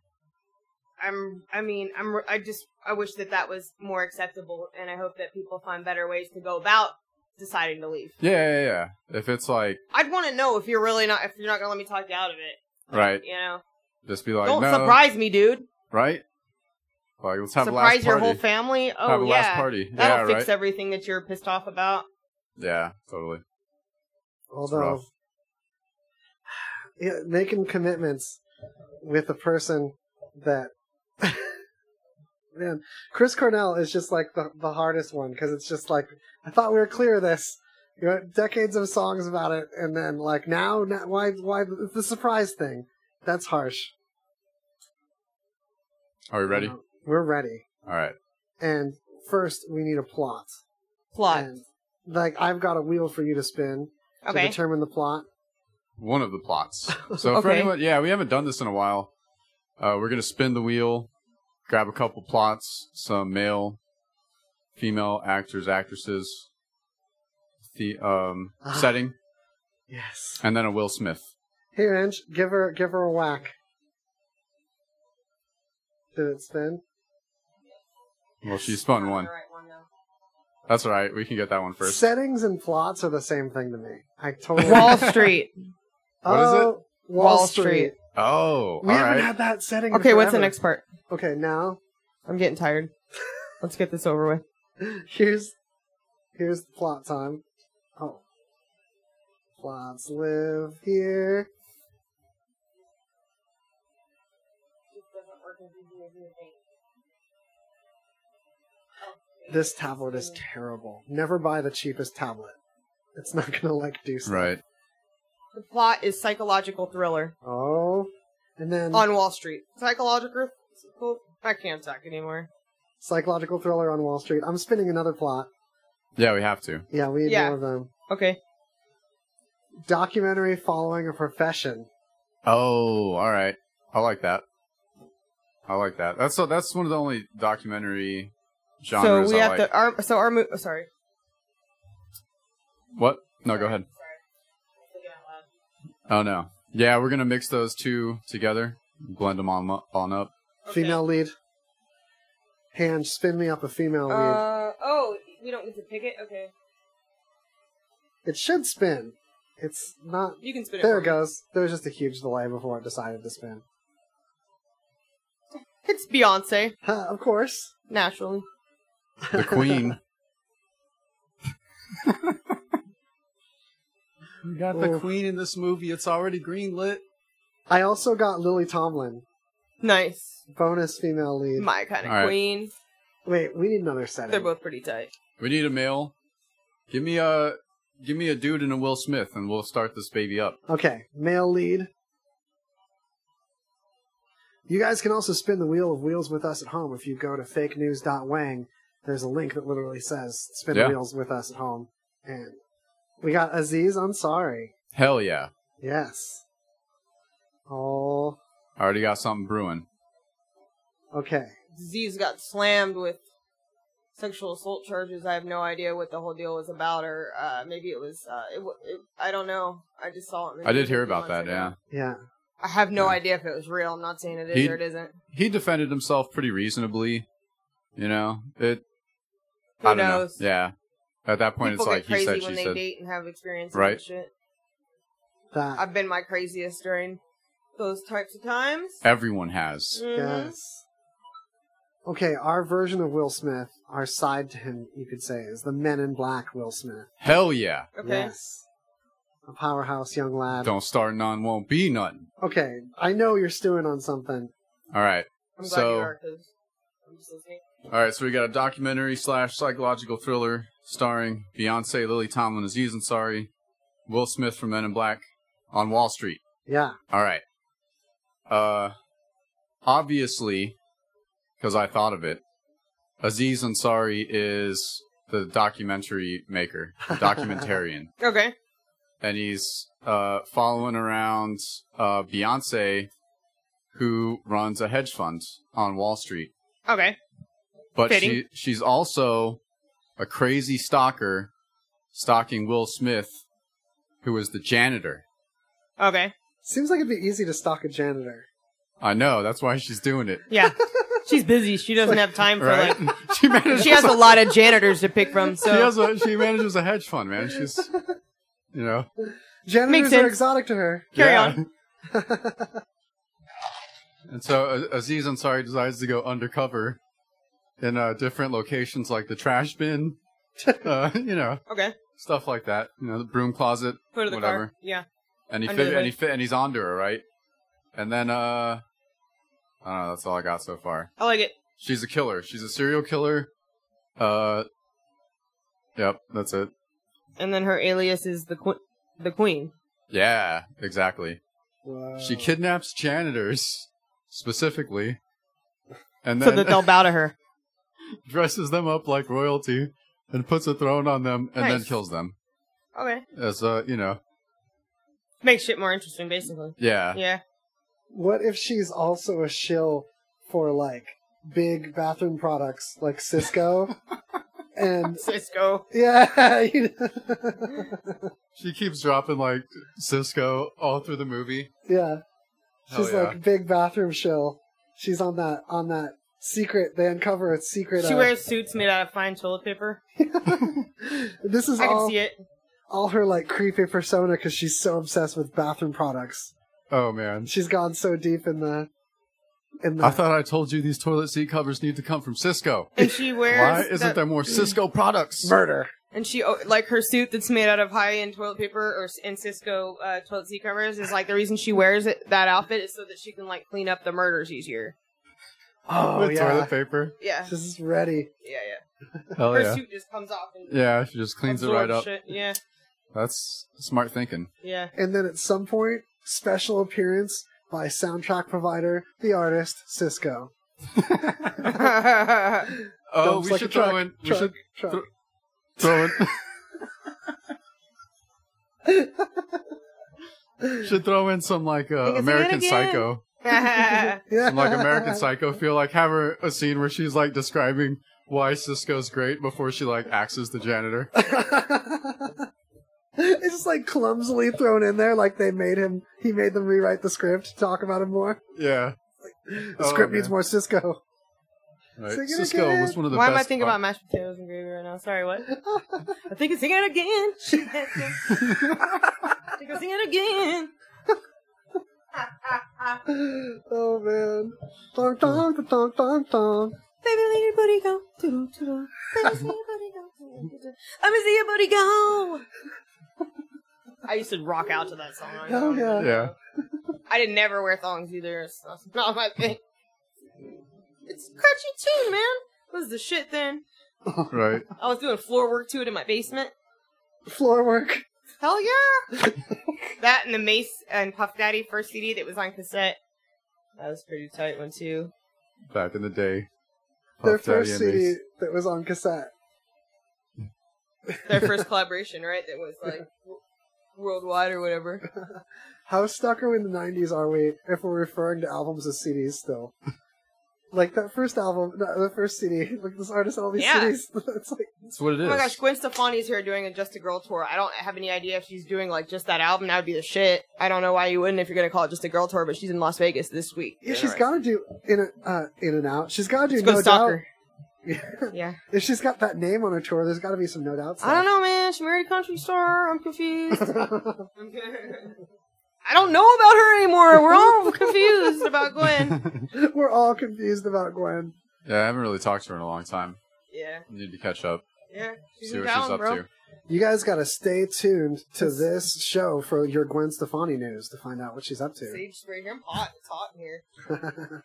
S3: I'm I mean I'm I just I wish that that was more acceptable, and I hope that people find better ways to go about deciding to leave.
S1: Yeah, yeah, yeah. If it's like
S3: I'd want to know if you're really not if you're not gonna let me talk you out of it.
S1: right,
S3: You know,
S1: just be like,
S3: don't
S1: no,
S3: surprise me, dude.
S1: right? Like let's have a last
S3: surprise
S1: party.
S3: your whole family. Oh
S1: Have a
S3: yeah,
S1: last party.
S3: That'll
S1: Yeah,
S3: fix
S1: right.
S3: everything that you're pissed off about.
S1: Yeah, totally.
S2: Although,
S1: rough.
S2: (sighs) yeah, making commitments with a person that. (laughs) Man, Chris Cornell is just like the, the hardest one because it's just like, I thought we were clear of this. You know, decades of songs about it, and then like now, now why, why the the surprise thing? That's harsh.
S1: Are
S2: Um,
S1: we
S3: Uh-huh.
S1: ready?
S2: We're ready.
S1: All right.
S2: And first, we need a plot.
S3: Plot.
S2: And, like, I've got a wheel for you to spin
S1: Okay.
S2: to determine the plot.
S1: One of the plots. So for
S2: Okay.
S1: anyone, yeah, we haven't done this in a while. Uh, we're gonna spin the wheel, grab a couple plots, some mail female actors, actresses the um, setting.
S2: Yes.
S1: And then a Will Smith.
S2: Here, Ange, give her give her a whack. Did it spin?
S1: Well, she spun
S3: (laughs)
S1: one. That's all right. We can get that one
S2: (laughs)
S1: first.
S2: Settings and plots are the same thing to me. I totally
S16: Wall Street.
S1: What is it?
S2: Oh, Wall,
S16: Wall
S2: Street.
S16: Street.
S1: Oh,
S2: We
S1: all
S2: haven't
S1: right.
S2: had that setting. in
S16: Okay, what's the
S2: forever.
S16: next part?
S2: Okay, now
S16: I'm getting tired. Let's get this over with.
S2: here's here's the plot time. Oh, plots live here. This tablet is terrible. Never buy the cheapest tablet. It's not gonna like do stuff.
S1: Right.
S3: The plot is psychological thriller
S2: Oh, and then
S3: on Wall Street. Psychological. I can't talk anymore.
S2: psychological thriller on Wall Street. I'm spinning another plot.
S1: Yeah, we have to.
S2: Yeah, we need
S3: Yeah.
S2: more of them.
S3: Okay.
S2: Documentary following a profession.
S1: Oh, all right. I like that. I like that. That's so. That's one of the only documentary genres
S3: so we
S1: I
S3: have
S1: like.
S3: to. Our, so our mo- oh, sorry.
S1: What? No, go ahead. Oh no. Yeah, we're gonna mix those two together, blend them on up- on up.
S2: Female lead. Hand, spin me up a female lead.
S3: Uh oh, we don't get to pick it. Okay,
S2: It should spin. It's not.
S3: you can spin it.
S2: There
S3: for
S2: it
S3: me.
S2: goes. There was just a huge delay before it decided to spin.
S3: It's Beyonce
S2: Huh, of course.
S3: naturally.
S1: The
S3: (laughs)
S1: Queen. we got
S3: Oh.
S2: the Ooh.
S1: Queen in this movie. It's already greenlit.
S2: I also got Lily Tomlin,
S3: Nice,
S2: bonus female lead.
S3: my kind of
S1: All right.
S3: queen.
S2: Wait, we need another setting.
S3: They're both pretty tight.
S1: We need a male. Give me a give me a dude and a Will Smith, and we'll start this baby up.
S2: Okay, male lead. You guys can also spin the wheel of wheels with us at home if you go to fakenews.wang. There's a link that literally says spin
S1: Yeah.
S2: wheels with us at home. And we got Aziz Ansari.
S1: Hell yeah!
S2: Yes. Oh,
S1: I already got something brewing.
S2: okay.
S3: Z's got slammed with sexual assault charges. I have no idea what the whole deal was about, or uh, maybe it was. Uh, it, wa- it, I don't know. I just saw it. in the
S1: I did
S3: news a
S1: hear
S3: few
S1: about
S3: months
S1: that.
S3: ago.
S1: Yeah,
S2: Yeah.
S3: I have no
S1: Yeah.
S3: idea if it was real. I'm not saying it is
S1: He-
S3: or it isn't.
S1: he defended himself pretty reasonably. You know, it.
S3: Who
S1: I don't
S3: knows?
S1: know. Yeah, at that point,
S3: People
S1: it's
S3: get
S1: like he
S3: crazy
S1: said,
S3: when
S1: she
S3: they
S1: said.
S3: date and have experiences
S1: Right.
S3: and shit.
S2: That.
S3: I've been my craziest during those types of times.
S1: Everyone has.
S3: Mhm.
S2: Yes. Okay, our version of Will Smith, our side to him, you could say, is the Men in Black Will Smith.
S1: Hell yeah!
S3: Okay.
S2: Yes. A powerhouse young lad.
S1: Don't start none, won't be none.
S2: Okay, I know you're stewing on something.
S1: All right.
S3: I'm glad
S1: So-
S3: you are because I'm just listening.
S1: All right, so we got a documentary slash psychological thriller starring Beyonce, Lily Tomlin, Aziz Ansari, Will Smith from Men in Black on Wall Street.
S2: Yeah.
S1: All right. Uh, obviously, because I thought of it, Aziz Ansari is the documentary maker, the documentarian,
S3: Okay.
S1: and he's uh, following around uh, Beyonce, who runs a hedge fund on Wall Street
S3: Okay.
S1: but
S3: Fitting.
S1: she she's also a crazy stalker stalking Will Smith, who is the janitor.
S3: Okay.
S2: Seems like it'd be easy to stalk a janitor.
S1: I know that's why she's doing it.
S3: Yeah. She's busy. She doesn't have time (laughs) for
S1: Right?
S3: like.
S1: (laughs) she manages.
S3: She has a lot of janitors to pick from,
S1: She
S3: so
S1: has a, she manages a hedge fund, man. She's you know
S2: Janitors are
S3: sense.
S2: exotic to her.
S3: Carry
S1: yeah.
S3: on.
S1: (laughs)
S3: (laughs)
S1: and so A- Aziz Ansari decides to go undercover in uh, different locations, like the trash bin, (laughs) uh, you know,
S3: okay.
S1: stuff like that. You know, the broom closet,
S3: Put her in the
S1: whatever.
S3: car. Yeah.
S1: and he
S3: Under
S1: fit,
S3: the
S1: and he
S3: hood.
S1: fit, and he's onto her, right? And then, uh, I don't know. That's all I got so far.
S3: I like it.
S1: She's a killer. She's a serial killer. Uh, yep, that's it.
S3: And then her alias is the qu- the queen.
S1: Yeah, exactly.
S3: Oh.
S1: She kidnaps janitors specifically, and
S3: (laughs) so
S1: then
S3: that they'll bow to her.
S1: (laughs) dresses them up like royalty and puts a throne on them, and then
S3: Nice.
S1: kills them.
S3: Okay.
S1: As uh, you know,
S3: Makes shit more interesting, basically.
S1: yeah,
S3: Yeah.
S2: What if she's also a
S3: (laughs)
S2: shill for like big bathroom products like Cisco and
S17: Cisco.
S2: Yeah, (laughs) you know.
S1: She keeps dropping like Cisco all through the movie.
S2: yeah.
S1: Hell
S2: She's
S1: yeah.
S2: like big bathroom show. She's on that on that secret. They uncover a secret.
S3: She
S2: uh,
S3: wears suits made out of fine toilet paper.
S2: (laughs) This is
S3: I can
S2: all,
S3: see it.
S2: all her like creepy persona because she's so obsessed with bathroom products.
S1: Oh man.
S2: She's gone so deep in the in the.
S1: I thought I told you these toilet seat covers need to come from Cisco.
S3: And
S1: (laughs)
S3: she
S1: Why
S3: wears.
S1: isn't
S3: the-
S1: there more Cisco products?
S2: Murder.
S3: And she oh, like her suit that's made out of high-end toilet paper or s- and Cisco uh, toilet seat covers is like the reason she wears it, that outfit is so that she can like clean up the murders easier.
S2: oh
S1: With
S2: yeah.
S1: toilet paper.
S3: Yeah,
S2: This is ready.
S3: yeah, yeah.
S1: Hell
S3: her
S1: Oh, yeah.
S3: suit just comes off and
S1: Yeah, she just cleans it right
S3: absorbs
S1: up.
S3: Shit. Yeah,
S1: That's smart thinking.
S3: yeah. (laughs)
S2: And then at some point, special appearance by soundtrack provider, the artist Cisco.
S1: Oh,
S2: Dumps
S1: we
S2: like a
S1: should
S2: truck,
S1: throw in. We
S2: truck,
S1: should
S2: truck.
S1: thro- throw
S2: (laughs)
S1: in. should throw in some like uh,
S3: Think it's
S1: American
S3: Anakin.
S1: Psycho,
S2: Yeah.
S1: some like
S2: (laughs)
S1: American Psycho feel. Like have her a scene where she's like describing why Cisco's great before she like axes the janitor.
S2: (laughs) it's just like clumsily thrown in there, like they made him. He made them rewrite the script to talk about him more.
S1: Yeah,
S2: The
S1: Oh,
S2: script
S1: man.
S2: needs more Cisco. (laughs)
S1: Right.
S2: Sing it
S1: Cisco
S2: again.
S1: was one of (laughs) the
S3: Why
S1: best.
S3: am I thinking
S1: ar-
S3: about mashed potatoes and gravy right now? Sorry, what? I think it's singing it again.
S1: (laughs)
S3: I think I'm singing it again.
S2: oh man! Thong thong thong, thong thong thong.
S3: Baby, let your booty go. Toodle, toodle. Baby, see your booty go. Let me see your booty go. I used to rock out to that song.
S2: Hell yeah.
S1: Yeah,
S3: I did never wear thongs either. It's not- it's not my thing. It's a catchy tune, man. It was the shit then.
S1: right.
S3: I was doing floor work to it in my basement.
S2: Floor work.
S3: Hell yeah! that and the Mace and Puff Daddy first CD that was on cassette. That was a pretty tight one too.
S1: Back in the day,
S2: Their
S1: Puff Daddy
S2: first
S1: and
S2: CD
S1: Mace.
S2: that was on cassette. (laughs)
S3: Their first collaboration, right? That was like w- worldwide or whatever.
S2: How stuck are we in the '90s? Are we if we're referring to albums as CDs still? (laughs) like that first album, no, the first CD. (laughs) Like this artist had all these
S3: Yeah.
S2: CDs. (laughs) it's like
S1: That's what it is.
S3: Oh my gosh, Gwen Stefani's here doing a Just a Girl tour. I don't have any idea if she's doing like just that album. That would be the shit. I don't know why you wouldn't if you're gonna call it Just a Girl tour, but she's in Las Vegas this week.
S2: yeah, she's got to do in a, uh, in and out. She's got to do
S3: Let's go
S2: no
S3: stalk
S2: doubt.
S3: her. (laughs) Yeah.
S2: If she's got that name on her tour, there's got to be some no doubt.
S3: I don't know, man. She married a country star. I'm
S1: (laughs)
S3: confused.
S2: know.
S3: I don't know about her anymore. We're all confused about Gwen.
S1: (laughs)
S2: (laughs) We're all confused about Gwen.
S1: Yeah, I haven't really talked to her in a long time.
S3: Yeah.
S1: Need to catch up.
S3: Yeah. She's
S1: see
S3: in
S1: what
S3: town,
S1: she's up
S3: bro.
S1: to.
S2: You guys got to stay tuned to this show for your Gwen Stefani news to find out what she's up to.
S3: Sage spray here. I'm hot. It's hot in here.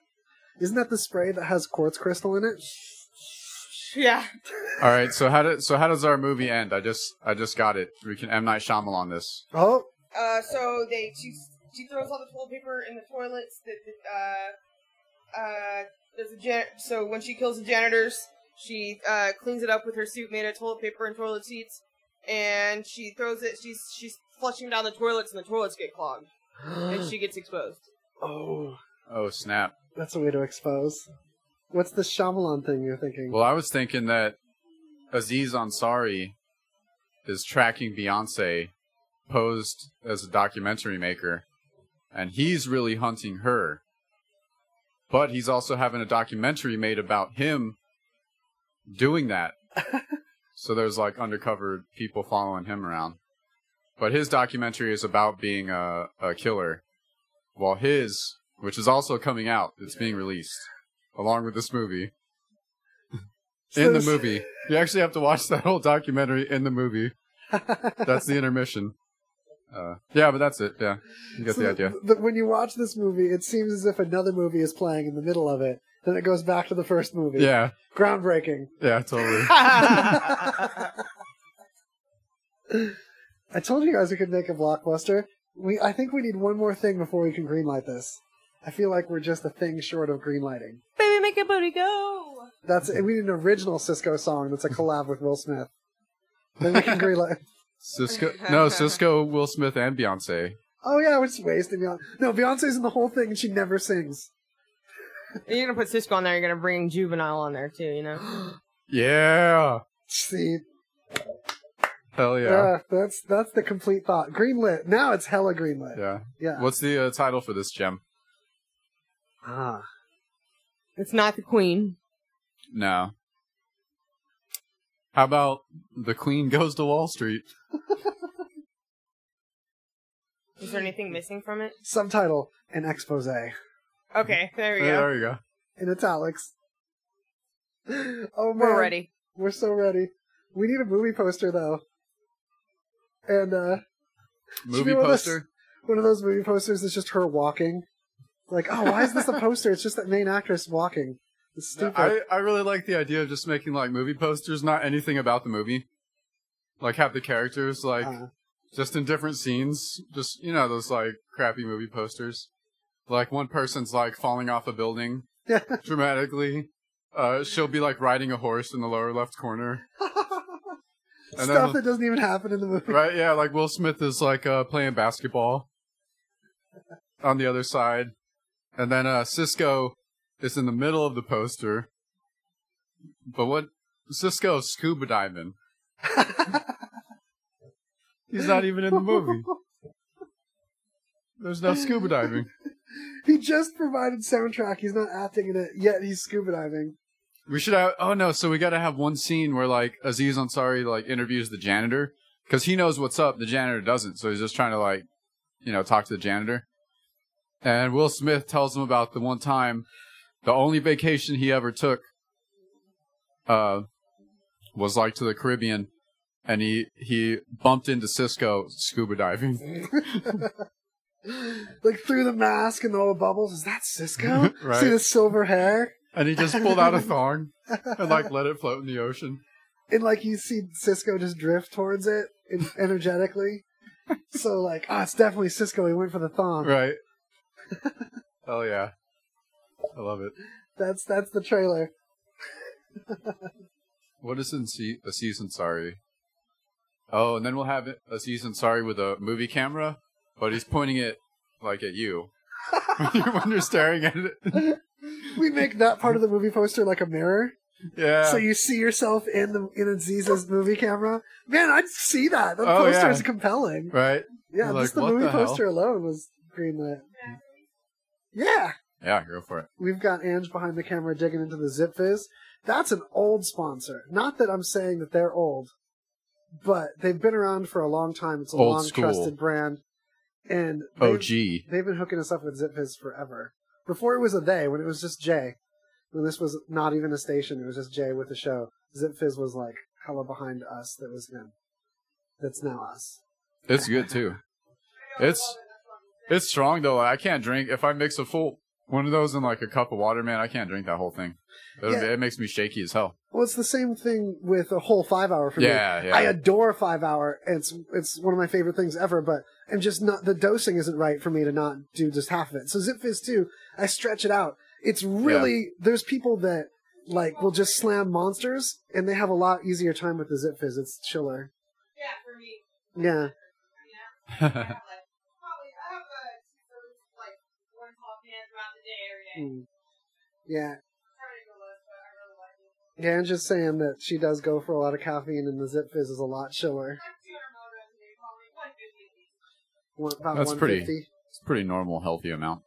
S2: Isn't that the spray that has quartz crystal in it?
S3: Yeah.
S1: All right, so how did so how does our movie end? I just I just got it. We can M Night Shyamalan this.
S2: Oh,
S3: Uh, so they she she throws all the toilet paper in the toilets. That that, uh, uh, there's a jan- so when she kills the janitors, she uh cleans it up with her suit made of toilet paper and toilet seats, and she throws it. She's she's flushing down the toilets, and the toilets get clogged, and she gets exposed.
S2: oh,
S1: Oh snap!
S2: that's a way to expose. What's the Shyamalan thing you're thinking?
S1: Well, I was thinking that Aziz Ansari is tracking Beyonce, posed as a documentary maker, and he's really hunting her. But he's also having a documentary made about him doing that. so there's like undercover people following him around. But his documentary is about being a, a killer, while his, which is also coming out, it's being released along with this movie
S2: So
S1: in the
S2: this-
S1: movie. You actually have to watch that whole documentary in the
S2: (laughs)
S1: movie. That's the intermission. Uh, yeah, but that's it. Yeah, you get
S2: So
S1: the
S2: th-
S1: idea.
S2: th- when you watch this movie, it seems as if another movie is playing in the middle of it. Then it goes back to the first movie.
S1: Yeah,
S2: Groundbreaking.
S1: yeah,
S2: (laughs)
S1: totally.
S2: I (laughs) told you guys we could make a blockbuster. We, I think we need one more thing before we can greenlight this. I feel like we're just a thing short of greenlighting.
S3: Baby, make your booty go.
S2: That's it. we need an original Cisco song that's a collab with Will Smith. Then
S3: (laughs)
S2: we can greenlight.
S1: Cisco,
S2: (laughs)
S1: no, Cisco, Will Smith, and Beyonce.
S2: Oh yeah, we're just wasting Beyonce. No, Beyonce's in the whole thing and she never sings.
S3: You're gonna put Cisco on there. You're gonna bring Juvenile on there too. You know.
S1: Yeah,
S2: It's the
S1: Hell yeah.
S2: yeah, Uh, that's that's the complete thought. Greenlit. Now it's hella greenlit.
S1: Yeah.
S2: Yeah.
S1: What's the uh, title for this gem?
S2: Ah.
S3: It's not the queen.
S1: No. How about The Queen Goes to Wall Street?
S4: Is there anything missing from it?
S2: Subtitle: An expose in
S4: Okay, there we
S1: Yeah,
S4: go.
S1: There you go.
S2: italics. Oh man,
S4: We're ready.
S2: We're so ready. We need a movie poster though. And uh should
S1: Movie
S2: be one of those-
S1: poster?
S2: one of those movie posters is just her walking. Like, oh, why is
S4: (laughs)
S2: this a poster? It's just that main actress walking. It's
S1: No,
S2: stupid.
S1: I, I really like the idea of just making like movie posters, not anything about the movie. Like have the characters like just in different scenes, just you know those like crappy movie posters. Like one person's like falling off a building
S2: (laughs)
S1: dramatically. Uh, she'll be like riding a horse in the lower left corner. and then-
S2: Stuff that doesn't even happen in the movie.
S1: Right? Yeah, like Will Smith is like uh, playing basketball on the other side, and then uh, Cisco is in the middle of the poster. But what? Cisco scuba diving. He's not even in (laughs) the movie. There's no scuba diving.
S2: (laughs) He just provided soundtrack. He's not acting in it yet. He's scuba diving.
S1: We should have. Oh no! So we got to have one scene where like Aziz Ansari like interviews the janitor because he knows what's up. The janitor doesn't, so he's just trying to like, you know, talk to the janitor. And Will Smith tells him about the one time, the only vacation he ever took, uh, was like to the Caribbean, and he he bumped into Cisco scuba diving. (laughs)
S2: Like through the mask and the little bubbles. Is that Cisco?
S1: (laughs) Right.
S2: See the silver hair?
S1: And he just pulled out a thong and like let it float in the ocean.
S2: And like you see Cisco just drift towards it en- energetically. so like, ah, it's definitely Cisco. He went for the thong.
S1: Right. Hell yeah. I love it.
S2: That's that's the trailer.
S1: What is in se- a season? Sorry. Oh, and then we'll have a season. Sorry, with a movie camera, but he's pointing it like at you (laughs) when you're staring at it. (laughs)
S2: We make that part of the movie poster like a mirror.
S1: Yeah.
S2: So you see yourself in the in Aziza's movie camera. Man, I'd see that. That
S1: Oh,
S2: poster
S1: yeah.
S2: is compelling.
S1: right.
S2: Yeah,
S1: You're like,
S2: just the
S1: "What
S2: movie
S1: hell?"
S2: poster alone was greenlit. Yeah,
S1: Yeah, go for it.
S2: we've got Ange behind the camera digging into the Zip Fizz. That's an old sponsor. Not that I'm saying that they're old, but they've been around for a long time. It's a
S1: Old
S2: long
S1: school.
S2: trusted brand, and
S1: Oh,
S2: they've-
S1: OG.
S2: They've been hooking us up with Zip Fizz forever. Before it was a they, when it was just Jay, when this was not even a station, it was just Jay with the show. Zip Fizz was like hella behind us. That was him. That's now us.
S1: It's good too. It's it's strong though. I can't drink if I mix a full one of those in like a cup of water, man. I can't drink that whole thing. It'll be-
S2: Yeah.
S1: It makes me shaky as hell.
S2: Well, it's the same thing with a whole five hour for
S1: Yeah,
S2: me.
S1: yeah.
S2: I adore five hour. It's it's one of my favorite things ever. But I'm just not the dosing isn't right for me to not do just half of it. So Zip Fizz too. I stretch it out. It's really there's people that like will just slam monsters and they have a lot easier time with the Zip Fizz. It's chiller.
S4: Yeah, for me.
S2: Yeah. (laughs)
S4: Probably, I have a like one tall pan throughout the day every day.
S1: Hmm.
S2: Mm. Yeah.
S4: Trying to go low, but I really like it.
S2: Yeah, and just saying that she does go for a lot of caffeine and the Zip Fizz is a lot chiller.
S4: Like 200 milligrams a day, probably 150 at least.
S2: One, about
S1: That's pretty.
S2: 150.
S1: It's a pretty normal, healthy amount.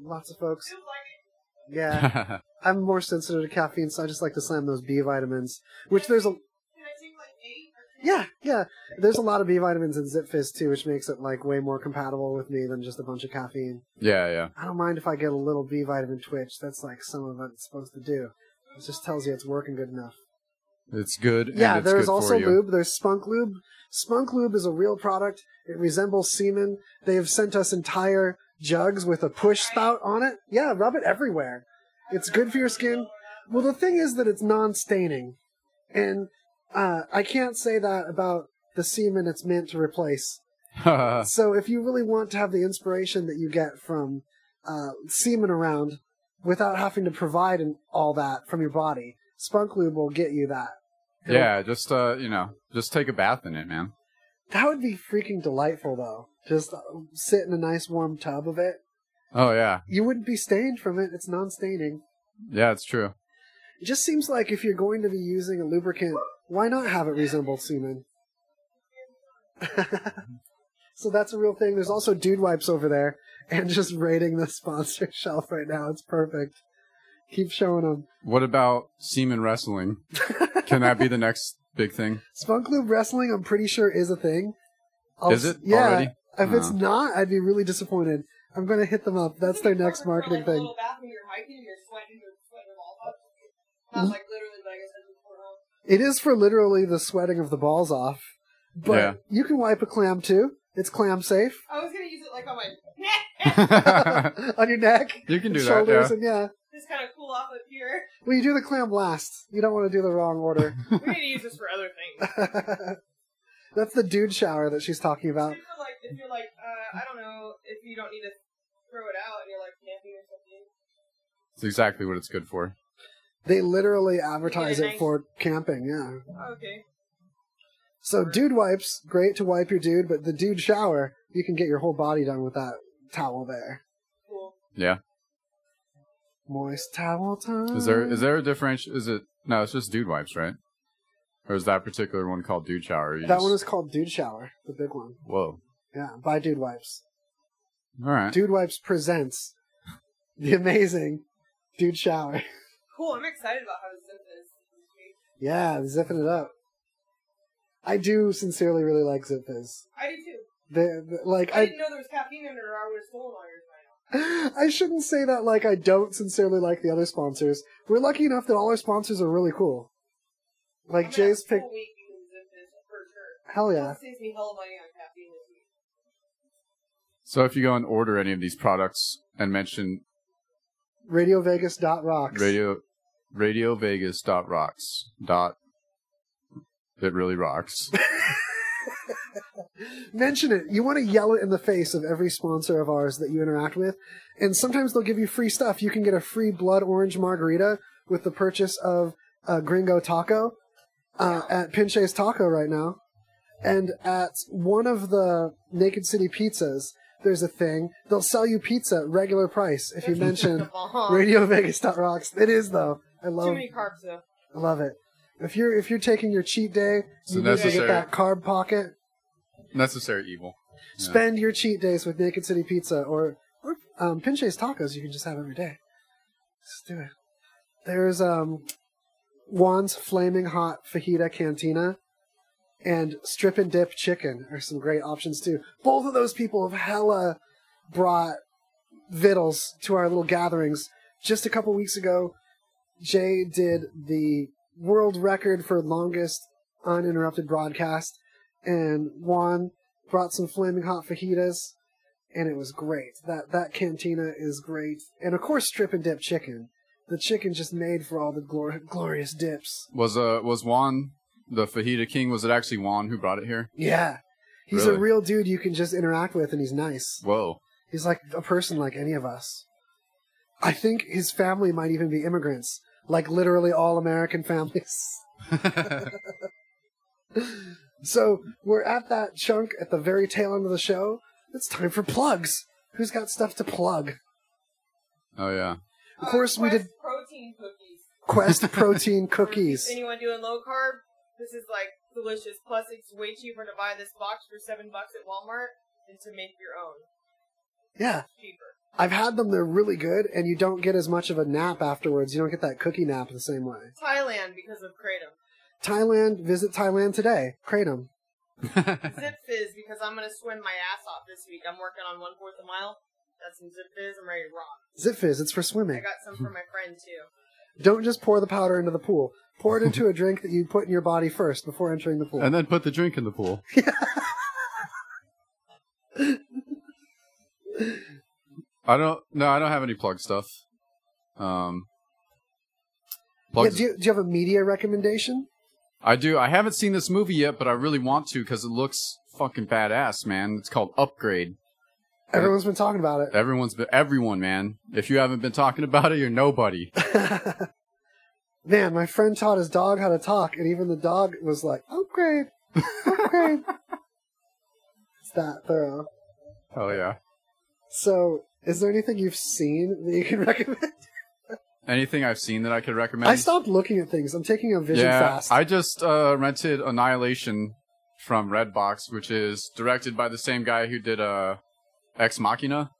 S2: Lots of folks.
S4: Feels like it.
S2: Yeah. I'm more sensitive to caffeine, so I just like to slam those B vitamins. Which there's a
S4: Can I take like eight or
S2: yeah, yeah. There's a lot of B vitamins in Zip Fizz too, which makes it like way more compatible with me than just a bunch of caffeine.
S1: (laughs) yeah, yeah.
S2: I don't mind if I get a little B vitamin twitch. That's like some of what it's supposed to do. It just tells you it's working good enough.
S1: It's good. and
S2: yeah,
S1: it's
S2: there's
S1: good
S2: also
S1: for you.
S2: lube. There's Spunk Lube. Spunk Lube is a real product. It resembles semen. They have sent us entire jugs with a push spout on it. Yeah, rub it everywhere. It's good for your skin. Well, the thing is that it's non-staining, and uh, I can't say that about the semen it's meant to replace.
S1: (laughs)
S2: So if you really want to have the inspiration that you get from uh, semen around without having to provide and all that from your body, Spunk Lube will get you that.
S1: Yeah, just uh, you know, just take a bath in it, man.
S2: That would be freaking delightful, though. Just uh, sit in a nice warm tub of it.
S1: Oh yeah,
S2: You wouldn't be stained from it. It's non-staining.
S1: yeah, it's true.
S2: It just seems like if you're going to be using a lubricant Why not have it reasonable semen? (laughs) so that's a real thing. There's also dude wipes over there, and just raiding the (laughs) sponsor shelf right now. It's perfect. Keep showing them.
S1: What about semen
S2: (laughs)
S1: wrestling? Can that be the next big thing? (laughs)
S2: Spunk Lube wrestling, I'm pretty sure, is a thing.
S1: Is
S2: s-
S1: it
S2: Yeah.
S1: already?
S2: If it's
S1: Oh.
S2: not, I'd be really disappointed. I'm gonna hit them up. That's their next marketing thing. It is for literally the sweating of the balls off. But
S1: Yeah.
S2: you can wipe a clam too. It's clam safe (laughs)
S4: I was gonna use it like on my
S2: on your neck.
S1: You can
S2: and
S1: do that,
S2: shoulders,
S1: yeah.
S2: and yeah.
S4: (laughs) just kind of cool off up
S2: (laughs)
S4: here.
S2: Well, you do the clam last. You don't want to do the wrong order. (laughs)
S4: We need to use this for other things.
S2: That's the dude shower that she's talking about.
S4: If you're like, if you're like, uh, I don't know, if you don't need to throw it out and you're like camping or something.
S1: It's exactly what it's good for.
S2: They literally advertise
S4: Yeah,
S2: it
S4: nice.
S2: for camping. Yeah.
S4: Oh, Okay.
S2: So dude wipes, great to wipe your dude, but the dude shower, you can get your whole body done with that towel there.
S1: Yeah.
S2: Moist towel time.
S1: Is there is there a differential? Is it no? It's just dude wipes, right? Or is that particular one called dude shower? You
S2: that
S1: just-
S2: one is called dude shower, the big one.
S1: whoa.
S2: Yeah, by Dude Wipes.
S1: All right.
S2: Dude Wipes presents the amazing Dude Shower.
S4: Cool. I'm excited about how to zip this.
S2: Yeah, zipping it up. I do sincerely really like Zip Fizz.
S4: I do too.
S2: They're, they're- like
S4: I,
S2: I,
S4: didn't know there was caffeine in it, or I would have stolen all yours by now.
S2: I shouldn't say that like I don't sincerely like the other sponsors. We're lucky enough that all our sponsors are really cool. Like
S4: I'm
S3: Oh,
S4: gonna have
S2: Jay's
S4: a
S2: pick.
S4: full week because of this, for sure.
S2: Hell yeah.
S4: This saves me hella money on caffeine this week.
S1: So if you go and order any of these products and mention
S2: Radio Vegas dot rocks.
S1: radio radio vegas dot rocks dot it really rocks
S2: Mention it. You want to yell it in the face of every sponsor of ours that you interact with. And sometimes they'll give you free stuff. You can get a free blood orange margarita with the purchase of a gringo taco uh, at Pinche's Taco right now. And at one of the Naked City pizzas, there's a thing. They'll sell you pizza at regular price
S3: (laughs)
S2: if
S4: (laughs)
S2: you mention Radio Vegas Rocks. It is though. I
S4: Too
S2: love
S4: many carbs though.
S2: I love it. If you're if you're taking your cheat day,
S1: It's
S2: (laughs) you
S1: a
S2: need to get
S1: necessary-
S2: that carb pocket.
S1: necessary evil
S2: Spend your cheat days with Naked City Pizza or or um, Pinche's Tacos. You can just have every day. Just do it. There's um, Juan's Flaming Hot Fajita Cantina and Strip and Dip Chicken are some great options too. Both of those people have hella brought victuals to our little gatherings. Just a couple weeks ago, Jay did the world record for longest uninterrupted broadcast, and Juan brought some flaming hot fajitas, and it was great. That that cantina is great, and of course, strip and dip chicken. The chicken just made for all the glor- glorious dips.
S1: was uh was juan the fajita king was it actually juan who brought it here
S2: Yeah, he's a
S1: Really?
S2: real dude you can just interact with, and he's nice.
S1: whoa
S2: He's like a person like any of us. I think his family might even be immigrants, like literally all American (laughs) families. so we're at that chunk at the very tail end of the show. It's time for plugs. Who's got stuff to plug?
S1: oh yeah
S2: Of course, we did
S4: Uh, Protein cookies.
S2: Quest Protein Cookies.
S4: Anyone doing low carb? This is like delicious. Plus, it's way cheaper to buy this box for seven bucks at Walmart than to make your own.
S2: Yeah.
S4: Cheaper.
S2: I've had them, they're really good, and you don't get as much of a nap afterwards. You don't get that cookie nap the same way.
S4: Thailand because of kratom.
S2: Thailand, visit Thailand today. Kratom.
S4: Zip fizz because I'm gonna swim my ass off this week. I'm working on one fourth a mile. Got some zip fizz. I'm ready to rock.
S2: Zip Fizz, it's for swimming.
S4: I got some for my friend too.
S2: Don't just pour the powder into the pool. Pour it into a drink that you put in your body first before entering the pool.
S1: and then put the drink in the
S2: (laughs)
S1: pool i don't no i don't have any plug stuff um
S2: yeah,
S1: plugs,
S2: do, you, do you have a media recommendation?
S1: i do i haven't seen this movie yet but i really want to because it looks fucking badass man it's called upgrade
S2: Everyone's been talking about it.
S1: Everyone's been everyone, man. If you haven't been talking about it, you're
S2: (laughs)
S1: nobody.
S2: Man, my friend taught his dog how to talk, and even the dog was like, "Oh, upgrade,
S1: (laughs)
S2: upgrade. it's that thorough.
S1: Hell yeah.
S2: So, is there anything you've seen that you can recommend?
S1: Anything I've seen that I could recommend?
S2: I stopped looking at things. I'm taking a vision
S1: yeah,
S2: fast.
S1: I just uh, rented Annihilation from Redbox, which is directed by the same guy who did uh, Ex Machina.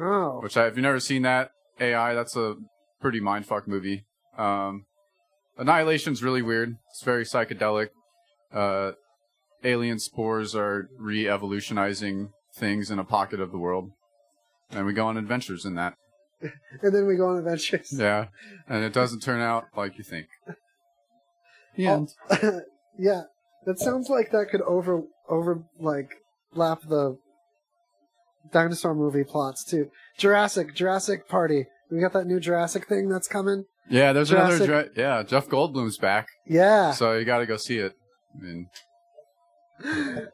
S2: Oh.
S1: Which, I, if you've never seen that AI, that's a pretty mindfuck movie. Um, Annihilation's really weird. It's very psychedelic. Uh, alien spores are re-evolutionizing things in a pocket of the world, and we go on adventures in that.
S2: And then we go on adventures.
S1: Yeah, and it doesn't turn out like you think.
S2: Yeah. (laughs) yeah. That sounds like that could over over like lap the dinosaur movie plots too. Jurassic, Jurassic Party. We got that new Jurassic thing that's coming.
S1: Yeah, there's another.
S2: Jurassic-
S1: Dra- yeah, Jeff Goldblum's back.
S2: Yeah.
S1: So you got to go see it. I mean,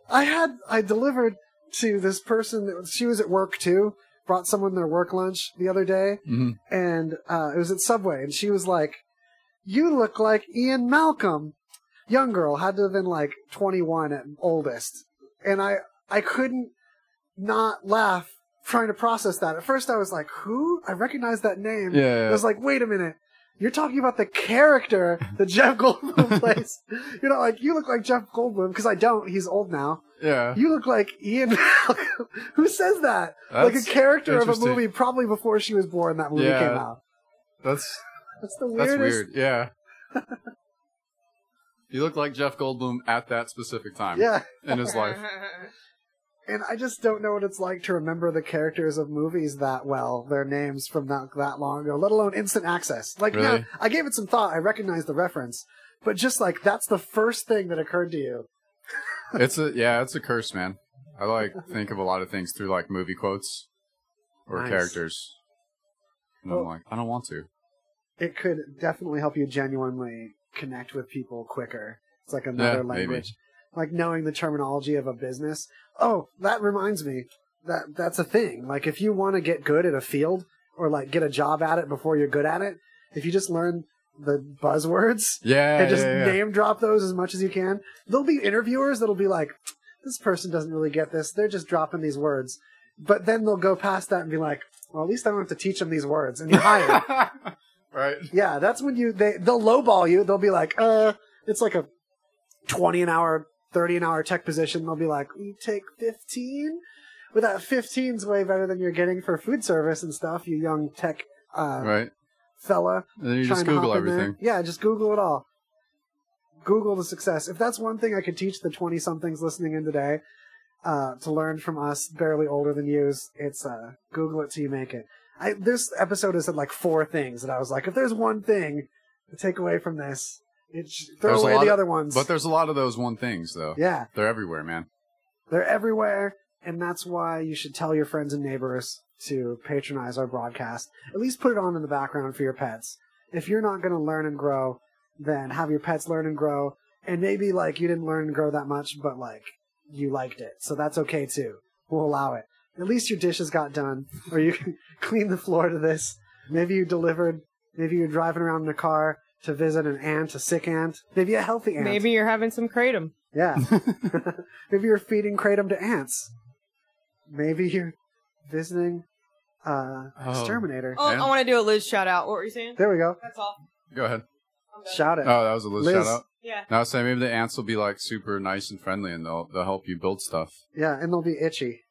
S2: I had I delivered to this person that she was at work too. Brought someone their work lunch the other day,
S1: Mhm.
S2: and uh, it was at Subway, and she was like, "You look like Ian Malcolm." Young girl had to have been like 21 at oldest, and I I couldn't not laugh trying to process that. At first, I was like, "Who? I recognize that name."
S1: Yeah.
S2: I was like, "Wait a minute." You're talking about the character
S1: (laughs)
S2: that Jeff Goldblum plays. You're not like you look like Jeff Goldblum because I don't. He's old now.
S1: yeah.
S2: You look like Ian (laughs) Malcolm. Who says that? like
S1: That's
S2: a character of a
S1: interesting.
S2: movie probably before she was born that movie
S1: yeah.
S2: came out.
S1: That's
S2: That's the
S1: that's weird.
S2: weirdest. (laughs)
S1: Yeah. you look like Jeff Goldblum at that specific time.
S2: Yeah.
S1: In
S4: (laughs)
S1: his
S2: (laughs)
S1: life.
S2: And I just don't know what it's like to remember the characters of movies that well, their names from that that long ago, let alone instant access. Like now,
S1: Really?
S2: I gave it some thought. I recognized the reference, but just like that's the first thing that occurred to you.
S1: It's a yeah. It's a curse, man. I like think of a lot of things through like movie quotes or
S2: Nice.
S1: characters. And I'm
S2: Well-
S1: like, I don't want to.
S2: It could definitely help you genuinely connect with people quicker. It's like another
S1: Yeah, maybe.
S2: language. like knowing the terminology of a business. Oh, that reminds me. That that's a thing. Like if you want to get good at a field or like get a job at it before you're good at it, if you just learn the buzzwords
S1: Yeah.
S2: and just
S1: yeah, yeah.
S2: name drop those as much as you can, there'll be interviewers that'll be like, "This person doesn't really get this. They're just dropping these words." But then they'll go past that and be like, "Well, at least I don't have to teach them these words." And you're hired.
S1: (laughs) right.
S2: Yeah, that's when you they they'll lowball you. They'll be like, uh, it's like a twenty an hour, thirty an hour tech position. They'll be like, you take fifteen. Well, that 15's way better than you're getting for food service and stuff. You young tech uh,
S1: Right.
S2: fella.
S1: And then you
S2: Try
S1: just
S2: and
S1: Google
S2: hop in there.
S1: everything.
S2: Yeah, just Google it all. Google the success. If that's one thing I could teach the twenty somethings listening in today uh, to learn from us, barely older than yous, it's uh, Google it till you make it. I, this episode has had like four things that I was like, if there's one thing to take away from this, it sh- throw
S1: There's a
S2: away
S1: lot
S2: the
S1: of-
S2: other ones.
S1: But there's a lot of those one things though.
S2: Yeah.
S1: They're everywhere, man.
S2: They're everywhere, and that's why you should tell your friends and neighbors to patronize our broadcast. At least put it on in the background for your pets. If you're not going to learn and grow, then have your pets learn and grow. And maybe like you didn't learn and grow that much, but like you liked it, so that's okay too. We'll allow it. At least your dishes got done, or you can (laughs) clean the floor to this. Maybe you delivered. Maybe you're driving around in a car to visit an aunt, a sick aunt, maybe a healthy aunt.
S3: Maybe you're having some kratom.
S1: (laughs)
S2: Yeah. (laughs) Maybe you're feeding kratom to ants. Maybe you're visiting uh
S1: Oh.
S2: exterminator.
S4: Oh, I want to do a Liz shout out. What were you saying?
S2: There we go.
S4: That's all.
S1: Go ahead.
S2: Shout it.
S1: Oh, that was a Liz, shout
S2: Liz.
S1: out.
S4: Yeah.
S1: Now say maybe the ants will be like super nice and friendly, and they'll they'll help you build stuff.
S2: Yeah, and they'll be
S1: (laughs)
S2: itchy.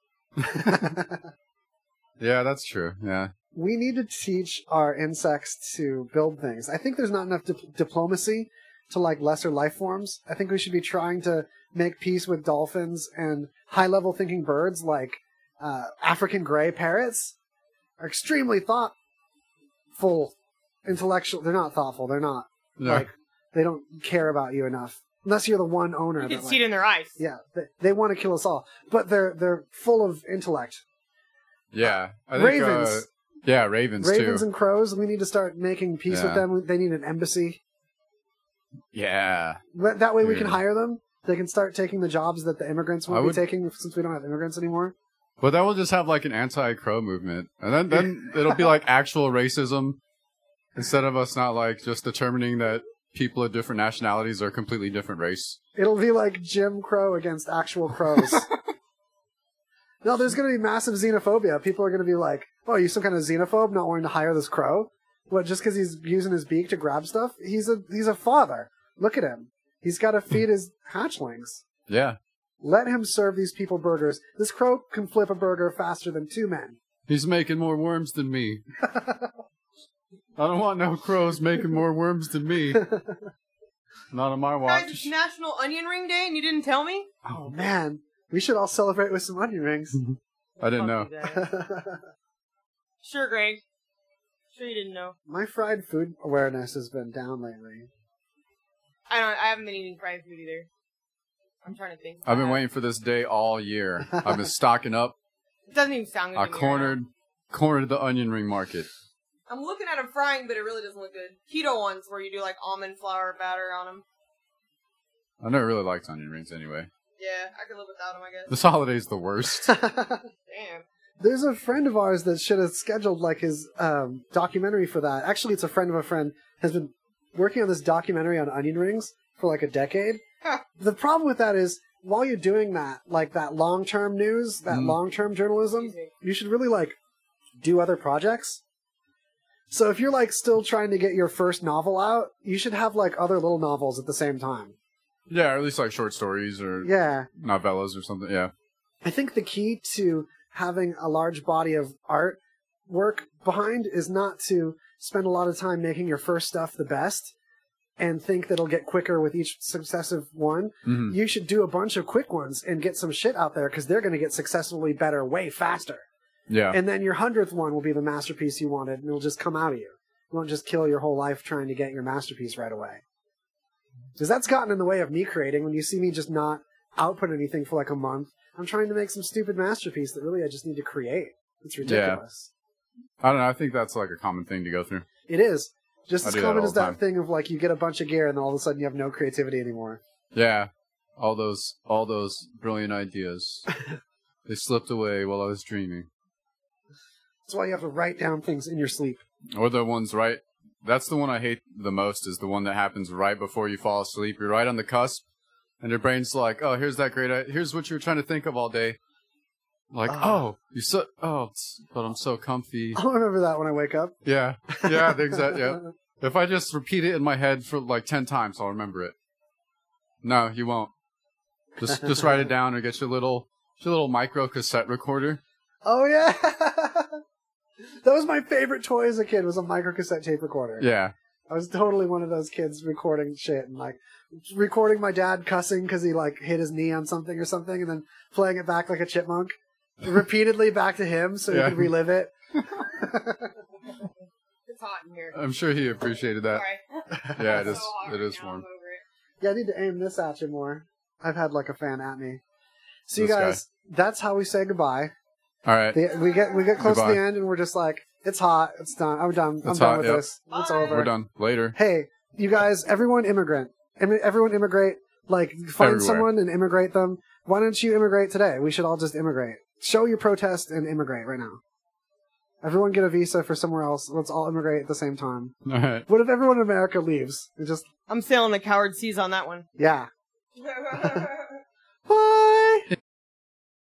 S1: Yeah, that's true. Yeah.
S2: we need to teach our insects to build things. I think there's not enough dip- diplomacy to like lesser life forms. I think we should be trying to make peace with dolphins and high level thinking birds like uh, African gray parrots are extremely thoughtful, intellectual. They're not thoughtful. They're not
S1: No.
S2: like they don't care about you enough unless you're the one owner.
S4: You
S2: that,
S4: can
S2: like-
S4: see it in their eyes.
S2: yeah, they, they want to kill us all, but they're they're full of intellect.
S1: Yeah. I think,
S2: Ravens.
S1: uh, yeah, ravens,
S2: Ravens
S1: too.
S2: and crows. We need to start making peace with
S1: Yeah.
S2: them. They need an embassy.
S1: yeah.
S2: Let- That way we can
S1: Dude.
S2: hire them. They can start taking the jobs that the immigrants
S1: I
S2: won't
S1: would-
S2: be taking since we don't have immigrants anymore.
S1: But then we'll just have like an anti-crow movement, and then (laughs) then it'll be like actual racism instead of us not like just determining that people of different nationalities are a completely different race.
S2: It'll be like Jim Crow against
S1: (laughs)
S2: actual crows. no, there's going to be massive xenophobia. People are going to be like, "Oh, are you some kind of xenophobe not wanting to hire this crow?" What? Just because he's using his beak to grab stuff? He's a he's a father. Look at him. He's got to
S1: Hmm.
S2: feed his hatchlings.
S1: Yeah.
S2: Let him serve these people burgers. This crow can flip a burger faster than two men.
S1: He's making more worms than
S2: (laughs)
S1: me. I don't want no crows making more worms than
S2: (laughs)
S1: me. Not on my
S4: Guys,
S1: watch.
S4: it's National Onion Ring Day, and you didn't tell me.
S2: Oh man, we should all celebrate with some onion rings.
S1: I didn't know.
S4: (laughs) Sure, Greg. Sure, you didn't know.
S2: (laughs) My fried food awareness has been down lately. (laughs)
S4: I don't. I haven't been eating fried food either. I'm trying to think.
S1: I've been waiting for this day all year. I've been stocking up.
S2: (laughs)
S4: It doesn't even sound good.
S1: I
S4: to me right
S1: cornered cornered the onion ring market.
S4: now. I'm looking at them frying, but it really doesn't look good. Keto ones where you do like almond flour batter on them.
S1: I never really liked onion rings anyway.
S4: Yeah, I could live without them, I guess.
S1: This holiday's the
S2: (laughs)
S1: worst.
S4: Damn.
S2: There's a friend of ours that should have scheduled like his um, documentary for that. Actually, it's a friend of a friend has been working on this documentary on onion rings for like a decade. the problem with that is while you're doing that, like that long-term news, that
S15: Mm.
S2: long-term journalism, you should really like do other projects. So if you're like still trying to get your first novel out, you should have like other little novels at the same time.
S1: yeah, or at least like short stories or
S2: Yeah.
S1: novellas or something. Yeah.
S2: I think the key to having a large body of art work behind is not to spend a lot of time making your first stuff the best and think that it'll get quicker with each successive one.
S1: Mhm.
S2: You should do a bunch of quick ones and get some shit out there because they're going to get successively better way faster.
S1: Yeah.
S2: And then your hundredth one will be the masterpiece you wanted and it'll just come out of you. You won't just kill your whole life trying to get your masterpiece right away. Because that's gotten in the way of me creating when you see me just not output anything for like a month. I'm trying to make some stupid masterpiece that really I just need to create. It's ridiculous.
S1: I don't know. I think that's like a common thing to go through.
S2: It is. Just
S1: I
S2: as
S1: do that
S2: common
S1: all
S2: as
S1: the
S2: that
S1: time.
S2: thing of like you get a bunch of gear and then all of a sudden you have no creativity anymore.
S1: Yeah. All those all those brilliant
S2: (laughs)
S1: ideas. they slipped away while I was dreaming.
S2: That's why you have to write down things in your sleep. (laughs)
S1: Or the ones right. That's the one I hate the most. Is the one that happens right before you fall asleep. You're right on the cusp, and your brain's like, "Oh, here's that great. i- Here's what you were trying to think of all day." Like, oh, you so oh, it's- but I'm so comfy.
S2: I'll remember that when I wake up.
S1: Yeah, yeah, the exact. Yeah, if I just repeat it in my head for like ten times, I'll remember it. No, you won't. Just just write it down or get your little your little micro cassette recorder.
S2: Oh yeah. (laughs) that was my favorite toy as a kid was a micro cassette tape recorder.
S1: Yeah,
S2: I was totally one of those kids recording shit and like recording my dad cussing because he like hit his knee on something or something, and then playing it back like
S1: (laughs)
S2: a chipmunk, repeatedly back to him so
S1: Yeah.
S2: he could relive it.
S4: It's hot in here.
S1: I'm sure he appreciated that.
S4: Sorry.
S1: (laughs) Yeah, it
S4: It's
S1: is.
S4: so hot
S1: It
S4: right
S1: is
S4: now, I'm
S1: warm.
S4: over it.
S2: Yeah, I need to aim this at you more. I've had like a fan at me. So you
S1: This guy.
S2: guys, that's how we say goodbye.
S1: All right.
S2: The- we get we get close to
S1: Goodbye.
S2: the end, and we're just like, it's hot, it's done, I'm done, I'm
S1: It's
S2: done
S1: hot,
S2: with
S1: yep.
S2: this, it's over.
S1: We're done. Later. (laughs)
S2: hey, you guys, everyone immigrant. Immi- everyone immigrate. Like, find
S1: Everywhere.
S2: someone and immigrate them. Why don't you immigrate today? We should all just immigrate. Show your protest and immigrate right now. Everyone get a visa for somewhere else. Let's all immigrate at the same time.
S1: All right.
S2: What if everyone in America leaves? It just,
S4: (laughs) I'm sailing the coward seas on that one.
S2: yeah.